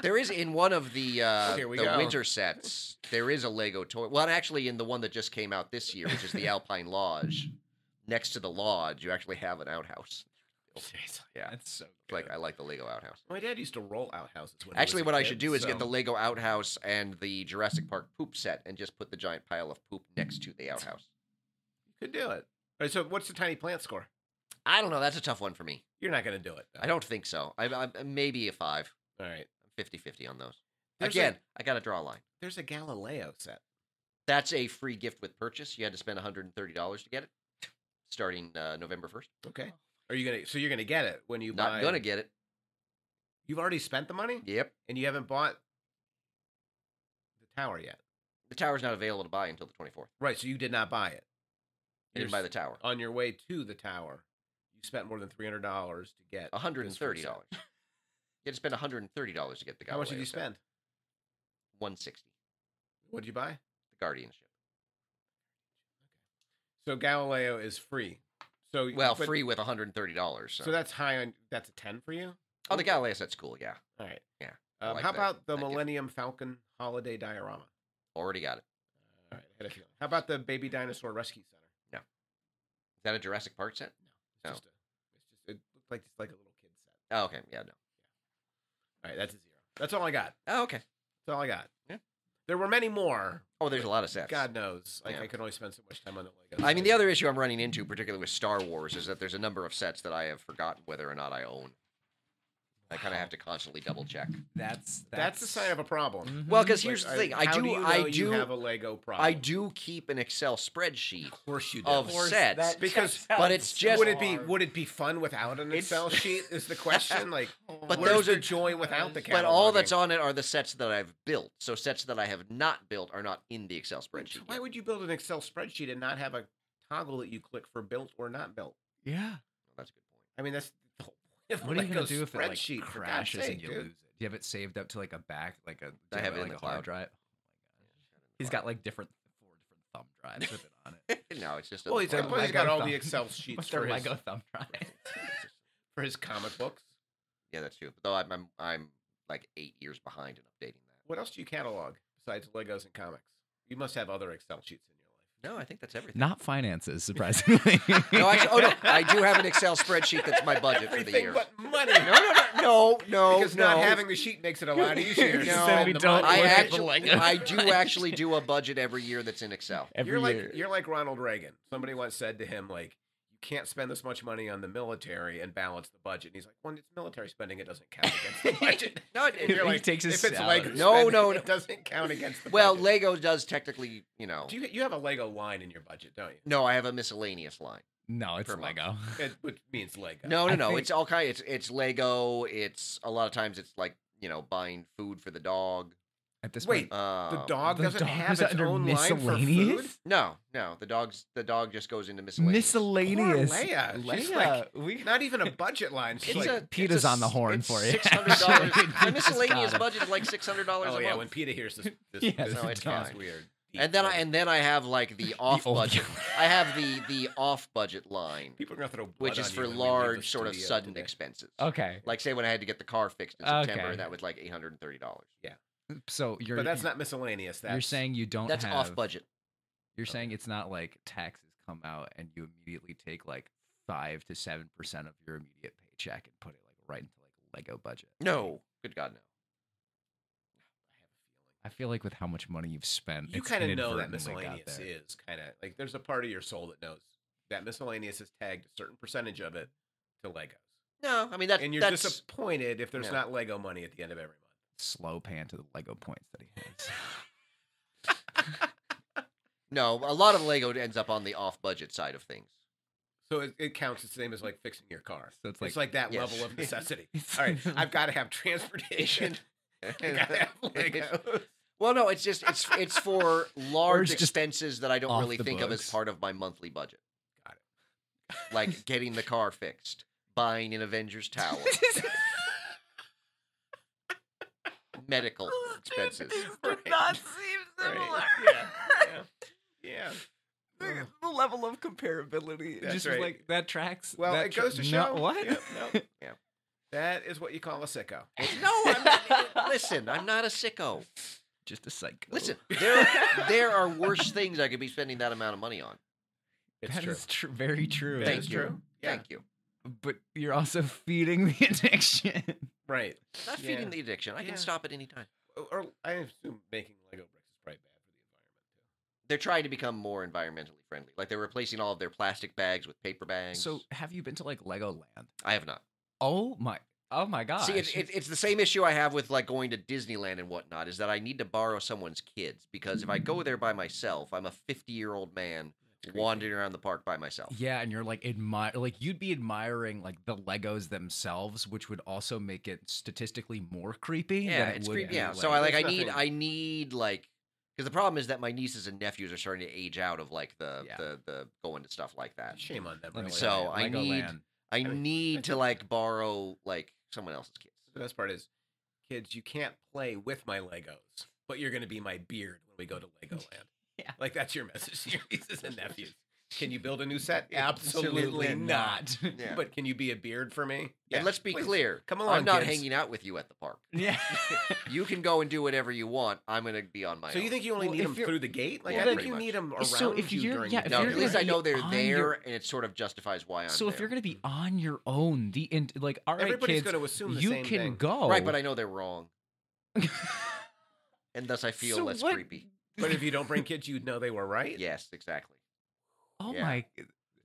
Speaker 2: There is in one of the uh,
Speaker 1: Oh, Here we
Speaker 2: the
Speaker 1: go.
Speaker 2: winter sets. There is a Lego toy. Well, and actually, in the one that just came out this year, which is the Alpine Lodge, next to the lodge, you actually have an outhouse.
Speaker 1: Seriously.
Speaker 2: Yeah,
Speaker 3: That's so.
Speaker 2: it's like I like the Lego outhouse.
Speaker 1: My dad used to roll outhouses. When
Speaker 2: Actually,
Speaker 1: was a
Speaker 2: what I
Speaker 1: kid,
Speaker 2: should do is get the
Speaker 1: so-
Speaker 2: Lego outhouse and the Jurassic Park poop set, and just put the giant pile of poop next to the outhouse.
Speaker 1: Could do it. All right. So, what's the tiny plant score?
Speaker 2: I don't know. That's a tough one for me.
Speaker 1: You're not going to do it. though.
Speaker 2: I don't think so. I, I maybe a five.
Speaker 1: All right.
Speaker 2: I'm 50-50 on those.
Speaker 1: There's a-
Speaker 2: Again, I got to draw a line.
Speaker 1: there's a Galileo set.
Speaker 2: That's a free gift with purchase. You had to spend $130 to get it, starting uh, November first.
Speaker 1: Okay. Are you gonna? So you're gonna get it when you
Speaker 2: Not
Speaker 1: buy.
Speaker 2: gonna get it.
Speaker 1: You've already spent the money,
Speaker 2: Yep.
Speaker 1: and you haven't bought the tower yet,
Speaker 2: The tower's not available to buy until the 24th.
Speaker 1: right? So you did not buy it.
Speaker 2: You didn't
Speaker 1: You're
Speaker 2: buy the tower.
Speaker 1: on your way to the tower, you spent more than three hundred dollars to get this
Speaker 2: $130.
Speaker 1: first set.
Speaker 2: You had to spend $130 to get the guy.
Speaker 1: How much did you spend?
Speaker 2: 160
Speaker 1: What did you buy?
Speaker 2: The guardianship.
Speaker 1: So Galileo is free. So
Speaker 2: Well,
Speaker 1: but-
Speaker 2: free with $130. So,
Speaker 1: So that's high on. That's a ten for you.
Speaker 2: oh, the Galileo set's cool. Yeah.
Speaker 1: All right.
Speaker 2: Yeah, I
Speaker 1: Um,
Speaker 2: like
Speaker 1: how
Speaker 2: that.
Speaker 1: about the
Speaker 2: Thank you.
Speaker 1: Millennium Falcon holiday diorama?
Speaker 2: Already got it.
Speaker 1: All right, I had a feeling. How about the Baby Dinosaur Rescue Center?
Speaker 2: Is that a Jurassic Park set?
Speaker 1: It's
Speaker 2: No.
Speaker 1: just a, it's just it looked like just like a little kid set.
Speaker 2: Oh, okay. Yeah, no.
Speaker 1: All right, that's a zero. That's all I got.
Speaker 2: Oh, okay.
Speaker 1: That's all I got.
Speaker 2: Yeah.
Speaker 1: There were many more.
Speaker 2: Oh, there's a lot of sets.
Speaker 1: God knows. Like
Speaker 2: Yeah.
Speaker 1: I could only spend so much time on the Lego.
Speaker 2: I mean,
Speaker 1: sets.
Speaker 2: the other issue I'm running into, particularly with Star Wars, is that there's a number of sets that I have forgotten whether or not I own. I kind of have to constantly double check.
Speaker 3: That's Mm-hmm.
Speaker 1: That's, the sign of a problem.
Speaker 2: Well, because
Speaker 1: Like,
Speaker 2: here's
Speaker 1: I-
Speaker 2: the thing: I
Speaker 1: how
Speaker 2: do,
Speaker 1: you know
Speaker 2: I
Speaker 1: you
Speaker 2: do,
Speaker 1: have a Lego problem.
Speaker 2: I do keep an Excel spreadsheet
Speaker 1: Of course you do.
Speaker 2: of sets.
Speaker 1: Because-
Speaker 2: but it's just-
Speaker 1: would it be would it be fun without an
Speaker 2: It's-
Speaker 1: Excel sheet? Is the question like?
Speaker 2: But
Speaker 1: where's
Speaker 2: those
Speaker 1: the
Speaker 2: are-
Speaker 1: joy without the. Cataloging?
Speaker 2: but all that's on it are the sets that I've built. So sets that I have not built are not in the Excel spreadsheet.
Speaker 1: Why
Speaker 2: yet.
Speaker 1: would you build an Excel spreadsheet and not have a toggle that you click for built or not built?
Speaker 3: yeah.
Speaker 2: That's a good point.
Speaker 1: I mean, that's the whole point of a
Speaker 3: What are you
Speaker 1: Lego
Speaker 3: gonna do if it like
Speaker 1: spreadsheet, for God's
Speaker 3: crashes and
Speaker 1: sake,
Speaker 3: you
Speaker 1: dude.
Speaker 3: lose it? Do you have it saved up to like a back, like a? do
Speaker 2: I
Speaker 3: you
Speaker 2: have it in
Speaker 3: like
Speaker 2: the
Speaker 3: a hard
Speaker 2: cloud.
Speaker 3: drive.
Speaker 2: He's
Speaker 3: He's got like different four different thumb drives with it on it.
Speaker 2: no, it's just.
Speaker 1: Well, he's,
Speaker 3: They're
Speaker 1: got- he's
Speaker 3: Lego
Speaker 1: got all
Speaker 3: thumb-
Speaker 1: the Excel sheets
Speaker 3: But they're
Speaker 1: for his,
Speaker 3: Lego thumb drive.
Speaker 1: for his comic books.
Speaker 2: yeah, that's true. Though I'm, I'm, I'm like eight years behind in updating
Speaker 1: What else do you catalog besides Legos and comics? You must have other Excel sheets in your life.
Speaker 2: that. No, I think that's everything.
Speaker 3: Not finances, surprisingly.
Speaker 2: no, actually, oh no, I do have an Excel spreadsheet that's my budget for the
Speaker 1: Everything
Speaker 2: year.
Speaker 1: but money.
Speaker 2: No, no, no, no, no.
Speaker 1: because
Speaker 2: no.
Speaker 1: not having the sheet makes it a lot easier. to
Speaker 2: No,
Speaker 1: spend
Speaker 3: we
Speaker 1: the
Speaker 3: don't
Speaker 1: money.
Speaker 2: I
Speaker 3: look at the
Speaker 2: actually,
Speaker 3: Lego
Speaker 2: I do
Speaker 3: budget.
Speaker 2: actually do a budget every year that's in Excel.
Speaker 3: Every
Speaker 1: you're like
Speaker 3: year.
Speaker 1: you're like Ronald Reagan. Somebody once said to him like, "You can't spend this much money on the military and balance the budget." And he's like, "Well, it's military spending; it doesn't count against the budget."
Speaker 2: No,
Speaker 1: And
Speaker 2: it,
Speaker 1: you're
Speaker 3: He
Speaker 1: like,
Speaker 3: takes his
Speaker 1: if it's
Speaker 3: salary.
Speaker 1: Lego
Speaker 2: No,
Speaker 1: spending,
Speaker 2: no, no.
Speaker 1: it doesn't count against the
Speaker 2: well,
Speaker 1: budget.
Speaker 2: Lego does technically, you know.
Speaker 1: do you you have a Lego line in your budget, don't you?
Speaker 2: No, I have a miscellaneous line.
Speaker 3: no, it's
Speaker 2: per month.
Speaker 3: Lego.
Speaker 1: It, which means Lego.
Speaker 2: No, no,
Speaker 3: I
Speaker 2: no.
Speaker 3: think-
Speaker 2: It's all kind. It's it's Lego. It's a lot of times it's like you know buying food for the dog.
Speaker 3: At this
Speaker 1: Wait,
Speaker 3: point,
Speaker 2: Um,
Speaker 1: the dog
Speaker 3: the
Speaker 1: doesn't
Speaker 3: dog
Speaker 1: have
Speaker 3: is
Speaker 1: its
Speaker 3: under
Speaker 1: own line for food.
Speaker 3: miscellaneous.
Speaker 2: No, no. The dog's the dog just goes into miscellaneous.
Speaker 3: Miscellaneous.
Speaker 1: Poor Leia. She's like,
Speaker 3: Leia, we
Speaker 1: not even a budget line. She's
Speaker 2: It's
Speaker 1: like,
Speaker 2: a- it's
Speaker 3: Peter's
Speaker 2: a
Speaker 3: on the
Speaker 2: s-
Speaker 3: horn
Speaker 2: it's
Speaker 3: for you.
Speaker 2: Six hundred dollars.
Speaker 3: Sorry,
Speaker 2: My
Speaker 3: you just
Speaker 2: miscellaneous
Speaker 3: got it.
Speaker 2: budget is like six hundred dollars
Speaker 1: oh
Speaker 2: a
Speaker 1: yeah,
Speaker 2: month.
Speaker 1: when Peter hears this, this,
Speaker 3: Yeah,
Speaker 1: this
Speaker 2: no, it's
Speaker 1: sounds
Speaker 2: fine.
Speaker 1: weird.
Speaker 2: and then I, and then I have like the off
Speaker 3: old-
Speaker 2: budget. I have the the off budget line,
Speaker 1: people are gonna throw blood
Speaker 2: which is
Speaker 1: on you
Speaker 2: for
Speaker 1: when we leave the
Speaker 2: large sort of
Speaker 1: studio
Speaker 2: sudden
Speaker 1: today.
Speaker 2: expenses.
Speaker 3: okay.
Speaker 2: Like say when I had to get the car fixed in September,
Speaker 3: Okay.
Speaker 2: that was like eight hundred and thirty dollars.
Speaker 3: So you're
Speaker 1: But that's not miscellaneous. That's
Speaker 3: you're saying you don't
Speaker 2: That's
Speaker 3: have
Speaker 2: off budget.
Speaker 3: You're saying it's not like taxes come out and you immediately take like five to seven percent of your immediate paycheck and put it like right into like Lego budget.
Speaker 2: No, good God, no.
Speaker 3: I feel like with how much money you've spent,
Speaker 1: you
Speaker 3: it's
Speaker 1: kind of know that
Speaker 3: inadvertently got
Speaker 1: miscellaneous
Speaker 3: there.
Speaker 1: is kind of like there's a part of your soul that knows that miscellaneous is tagged a certain percentage of it to Legos,
Speaker 2: No, I mean that,
Speaker 1: and you're
Speaker 2: that's
Speaker 1: disappointed if there's
Speaker 2: Yeah.
Speaker 1: not Lego money at the end of every month.
Speaker 3: slow pan to the Lego points that he has.
Speaker 2: no. A lot of Lego ends up on the off budget side of things.
Speaker 1: So it, it counts the same as like fixing your car.
Speaker 3: So it's
Speaker 1: it's
Speaker 3: like-
Speaker 1: like that
Speaker 2: Yes.
Speaker 1: level of necessity. All right, I've got to have transportation. I gotta have Legos.
Speaker 2: well, no, it's just it's it's for large
Speaker 3: just
Speaker 2: expenses that I don't
Speaker 3: off
Speaker 2: really
Speaker 3: the
Speaker 2: think of as
Speaker 3: books.
Speaker 2: part of my monthly budget.
Speaker 1: Got
Speaker 2: it. like getting the car fixed, buying an Avengers tower, medical expenses.
Speaker 1: Right. Right. Yeah. Yeah. yeah.
Speaker 3: The, the level of comparability,
Speaker 1: That's
Speaker 3: just
Speaker 1: right.
Speaker 3: like that tracks.
Speaker 1: Well,
Speaker 3: that
Speaker 1: it
Speaker 3: tra-
Speaker 1: goes to
Speaker 3: No,
Speaker 1: show.
Speaker 3: what?
Speaker 1: Yep, no.
Speaker 2: Yeah.
Speaker 1: That is what you call a sicko.
Speaker 2: No, I'm not, listen, I'm not a sicko.
Speaker 3: Just a psycho.
Speaker 2: Listen, there there are worse things I could be spending that amount of money on.
Speaker 1: It's
Speaker 3: That
Speaker 1: true.
Speaker 3: is tr- very true.
Speaker 1: That
Speaker 2: Thank
Speaker 1: is
Speaker 2: you.
Speaker 1: true. Yeah.
Speaker 2: Thank you.
Speaker 3: But you're also feeding the addiction.
Speaker 1: Right.
Speaker 2: Not
Speaker 1: Yeah.
Speaker 2: feeding the addiction. I
Speaker 1: Yeah.
Speaker 2: can stop at any time.
Speaker 1: Or- Or I assume making Lego bricks is probably bad for the environment
Speaker 2: They're trying to become more environmentally friendly. Like they're replacing all of their plastic bags with paper bags.
Speaker 3: So, have you been to like Legoland?
Speaker 2: I have not.
Speaker 3: Oh my! Oh my
Speaker 1: Ah,
Speaker 3: gosh!
Speaker 2: See, it's, it's, it's the same issue I have with like going to Disneyland and whatnot is that I need to borrow someone's kids because if I go there by myself, I'm a 50 year old man
Speaker 1: too.
Speaker 2: wandering around the park by myself.
Speaker 3: yeah, and you're like admire, like you'd be admiring like the Legos themselves, which would also make it statistically more creepy.
Speaker 2: Yeah,
Speaker 3: than it
Speaker 2: it's
Speaker 3: would
Speaker 2: creepy.
Speaker 3: be,
Speaker 2: Yeah. So I like I
Speaker 1: There's
Speaker 2: need
Speaker 1: nothing-
Speaker 2: I need like because the problem is that my nieces and nephews are starting to age out of like the
Speaker 3: Yeah.
Speaker 2: the, the going to stuff like that.
Speaker 1: Shame on them.
Speaker 3: Legoland,
Speaker 1: Really.
Speaker 2: So I need-
Speaker 3: Legoland.
Speaker 2: I,
Speaker 1: mean,
Speaker 2: need
Speaker 1: I
Speaker 2: to
Speaker 1: think-
Speaker 2: like borrow like someone else's kids.
Speaker 1: the best part is, kids, you can't play with my Legos, but you're going to be my beard when we go to Legoland.
Speaker 3: Yeah.
Speaker 1: Like that's your message to your nieces and nephews. Can you build a new set? Absolutely not.
Speaker 2: Yeah.
Speaker 1: But can you be a beard for me?
Speaker 2: and let's be
Speaker 1: please.
Speaker 2: clear,
Speaker 1: Come along,
Speaker 2: I'm not
Speaker 1: kids.
Speaker 2: hanging out with you at the park.
Speaker 3: yeah.
Speaker 2: You can go and do whatever you want. I'm gonna be on my
Speaker 1: So
Speaker 2: own.
Speaker 1: you think you only
Speaker 3: Well,
Speaker 1: need
Speaker 3: if
Speaker 1: them
Speaker 3: you're-
Speaker 1: through the gate? Like
Speaker 2: Yeah,
Speaker 1: I think
Speaker 2: pretty
Speaker 1: you
Speaker 2: much.
Speaker 1: need them around
Speaker 3: So if
Speaker 1: you
Speaker 3: you're-
Speaker 1: during
Speaker 3: yeah,
Speaker 1: the
Speaker 3: if
Speaker 2: No,
Speaker 3: you're
Speaker 2: at least
Speaker 3: gonna
Speaker 2: I know
Speaker 3: be
Speaker 2: they're
Speaker 3: on
Speaker 2: there,
Speaker 3: your-
Speaker 2: and it sort of justifies why I'm
Speaker 3: So if
Speaker 2: there.
Speaker 3: you're gonna be on your own, the in- like all right,
Speaker 1: Everybody's
Speaker 3: kids,
Speaker 1: going to assume the
Speaker 3: you
Speaker 1: same
Speaker 3: can
Speaker 1: thing.
Speaker 3: go.
Speaker 2: right, but I know they're wrong,
Speaker 3: I
Speaker 2: and thus I feel
Speaker 3: So
Speaker 2: less
Speaker 3: what-
Speaker 2: creepy.
Speaker 1: But if you don't bring kids, you'd know they were right.
Speaker 2: Yes, exactly.
Speaker 3: Oh
Speaker 2: Yeah.
Speaker 3: my!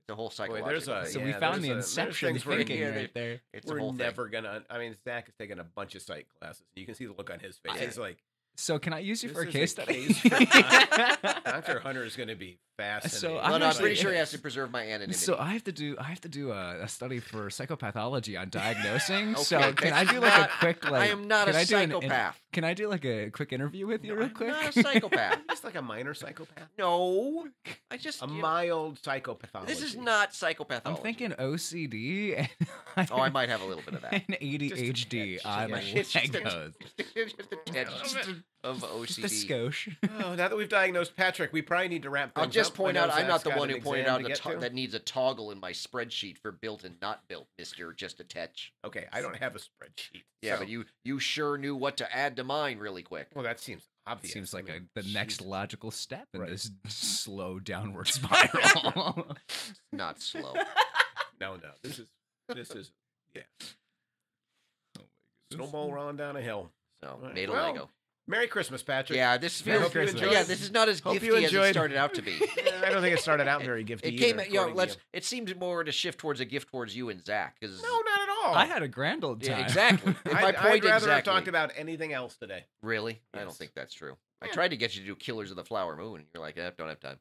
Speaker 2: the whole
Speaker 1: Boy,
Speaker 2: psychological.
Speaker 1: there's a-
Speaker 2: thing.
Speaker 3: So we
Speaker 1: uh, yeah,
Speaker 3: found
Speaker 1: there's
Speaker 3: the
Speaker 1: a- there's
Speaker 3: inception
Speaker 1: things where-
Speaker 3: thinking
Speaker 2: Yeah,
Speaker 3: right there.
Speaker 2: it's a
Speaker 1: We're
Speaker 2: whole thing.
Speaker 1: never gonna. I mean, Zach has taken a bunch of psych classes. You can see the look on his face.
Speaker 2: I-
Speaker 1: He's like,
Speaker 3: So can I use you
Speaker 1: This
Speaker 3: for a
Speaker 1: is a
Speaker 3: case study?
Speaker 1: case for- Doctor Hunter is gonna be fascinated.
Speaker 2: Well, no, I'm
Speaker 3: honestly,
Speaker 2: pretty sure he
Speaker 3: yeah.
Speaker 2: has to preserve my anonymity.
Speaker 3: so I have to do I have to do a, a study for psychopathology on diagnosing.
Speaker 2: Okay,
Speaker 3: so can I
Speaker 2: that's
Speaker 3: do like
Speaker 2: not-
Speaker 3: a quick like
Speaker 2: I am not
Speaker 3: can
Speaker 2: a
Speaker 3: I do an in-
Speaker 2: psychopath.
Speaker 3: Can I do like a quick interview with you
Speaker 2: No,
Speaker 3: real
Speaker 2: I'm
Speaker 3: quick?
Speaker 2: not a psychopath.
Speaker 1: just like a minor psychopath,
Speaker 2: no, I just
Speaker 1: a
Speaker 2: you know,
Speaker 1: mild psychopathology.
Speaker 2: this is not psychopathology.
Speaker 3: I'm thinking OCD and
Speaker 2: Oh, I might have a little bit of that.
Speaker 3: and ADHD
Speaker 1: touch,
Speaker 3: on
Speaker 1: yeah.
Speaker 3: Legos.
Speaker 1: It's just a-
Speaker 2: just a touch of
Speaker 3: Just
Speaker 2: OCD.
Speaker 3: a skosh.
Speaker 1: Oh, now that we've diagnosed Patrick, we probably need to wrap.
Speaker 2: I'll
Speaker 1: things
Speaker 2: just
Speaker 1: up. I
Speaker 2: point
Speaker 1: know
Speaker 2: out I'm
Speaker 1: Zach's
Speaker 2: not the
Speaker 1: got
Speaker 2: one
Speaker 1: an
Speaker 2: who pointed
Speaker 1: exam
Speaker 2: out
Speaker 1: to
Speaker 2: a
Speaker 1: get
Speaker 2: to-
Speaker 1: to.
Speaker 2: that needs a toggle in my spreadsheet for built and not built, Mister. Just a touch.
Speaker 1: Okay, I don't have a spreadsheet.
Speaker 2: Yeah,
Speaker 1: so-
Speaker 2: but you you sure knew what to add to mine really quick.
Speaker 1: Well, that seems obvious.
Speaker 3: Seems
Speaker 1: I
Speaker 3: like a,
Speaker 1: mean,
Speaker 3: the next
Speaker 1: Jesus.
Speaker 3: logical step in
Speaker 1: Right.
Speaker 3: this slow downward spiral.
Speaker 2: Not slow.
Speaker 1: No, no. This is this is yeah.
Speaker 3: Oh
Speaker 1: Snowball rolling down a hill.
Speaker 2: So
Speaker 1: Right.
Speaker 2: made a
Speaker 1: Well,
Speaker 2: Lego.
Speaker 1: Merry Christmas, Patrick.
Speaker 2: Yeah, this
Speaker 1: Merry
Speaker 2: feels.
Speaker 1: Christmas.
Speaker 2: Yeah, this is not as
Speaker 1: Hope you
Speaker 2: gifty as it
Speaker 1: enjoyed-
Speaker 2: started out to be.
Speaker 1: Yeah, I don't think it started out very gifty.
Speaker 2: It came.
Speaker 1: either,
Speaker 2: You know,
Speaker 1: according to
Speaker 2: let's. It seems more to shift towards a gift towards you and Zach because
Speaker 1: you. No, not at all.
Speaker 3: I had a grand old
Speaker 2: Oh. Yeah,
Speaker 3: time.
Speaker 2: exactly.
Speaker 1: I'd,
Speaker 2: my
Speaker 1: I'd
Speaker 2: point
Speaker 1: rather have
Speaker 2: exactly.
Speaker 1: talked about anything else today.
Speaker 2: really. I don't
Speaker 1: Yes.
Speaker 2: think that's true. I
Speaker 1: Yeah.
Speaker 2: tried to get you to do Killers of the Flower Moon, and you're like, I don't have time.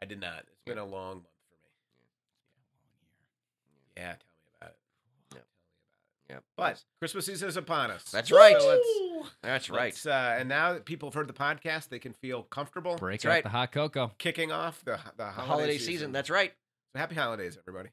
Speaker 1: I did not. It's been a long month for me. Yeah, tell me about it. Tell
Speaker 2: Yeah.
Speaker 1: me
Speaker 2: Yeah,
Speaker 1: about it. But Christmas season is upon us.
Speaker 2: That's right.
Speaker 1: So let's-
Speaker 2: that's right.
Speaker 1: let's, uh, and now that people have heard the podcast, they can feel comfortable
Speaker 3: Break
Speaker 2: That's
Speaker 3: out
Speaker 2: right.
Speaker 3: the hot cocoa.
Speaker 1: kicking off the the
Speaker 2: the holiday season. That's right.
Speaker 1: So happy holidays, everybody.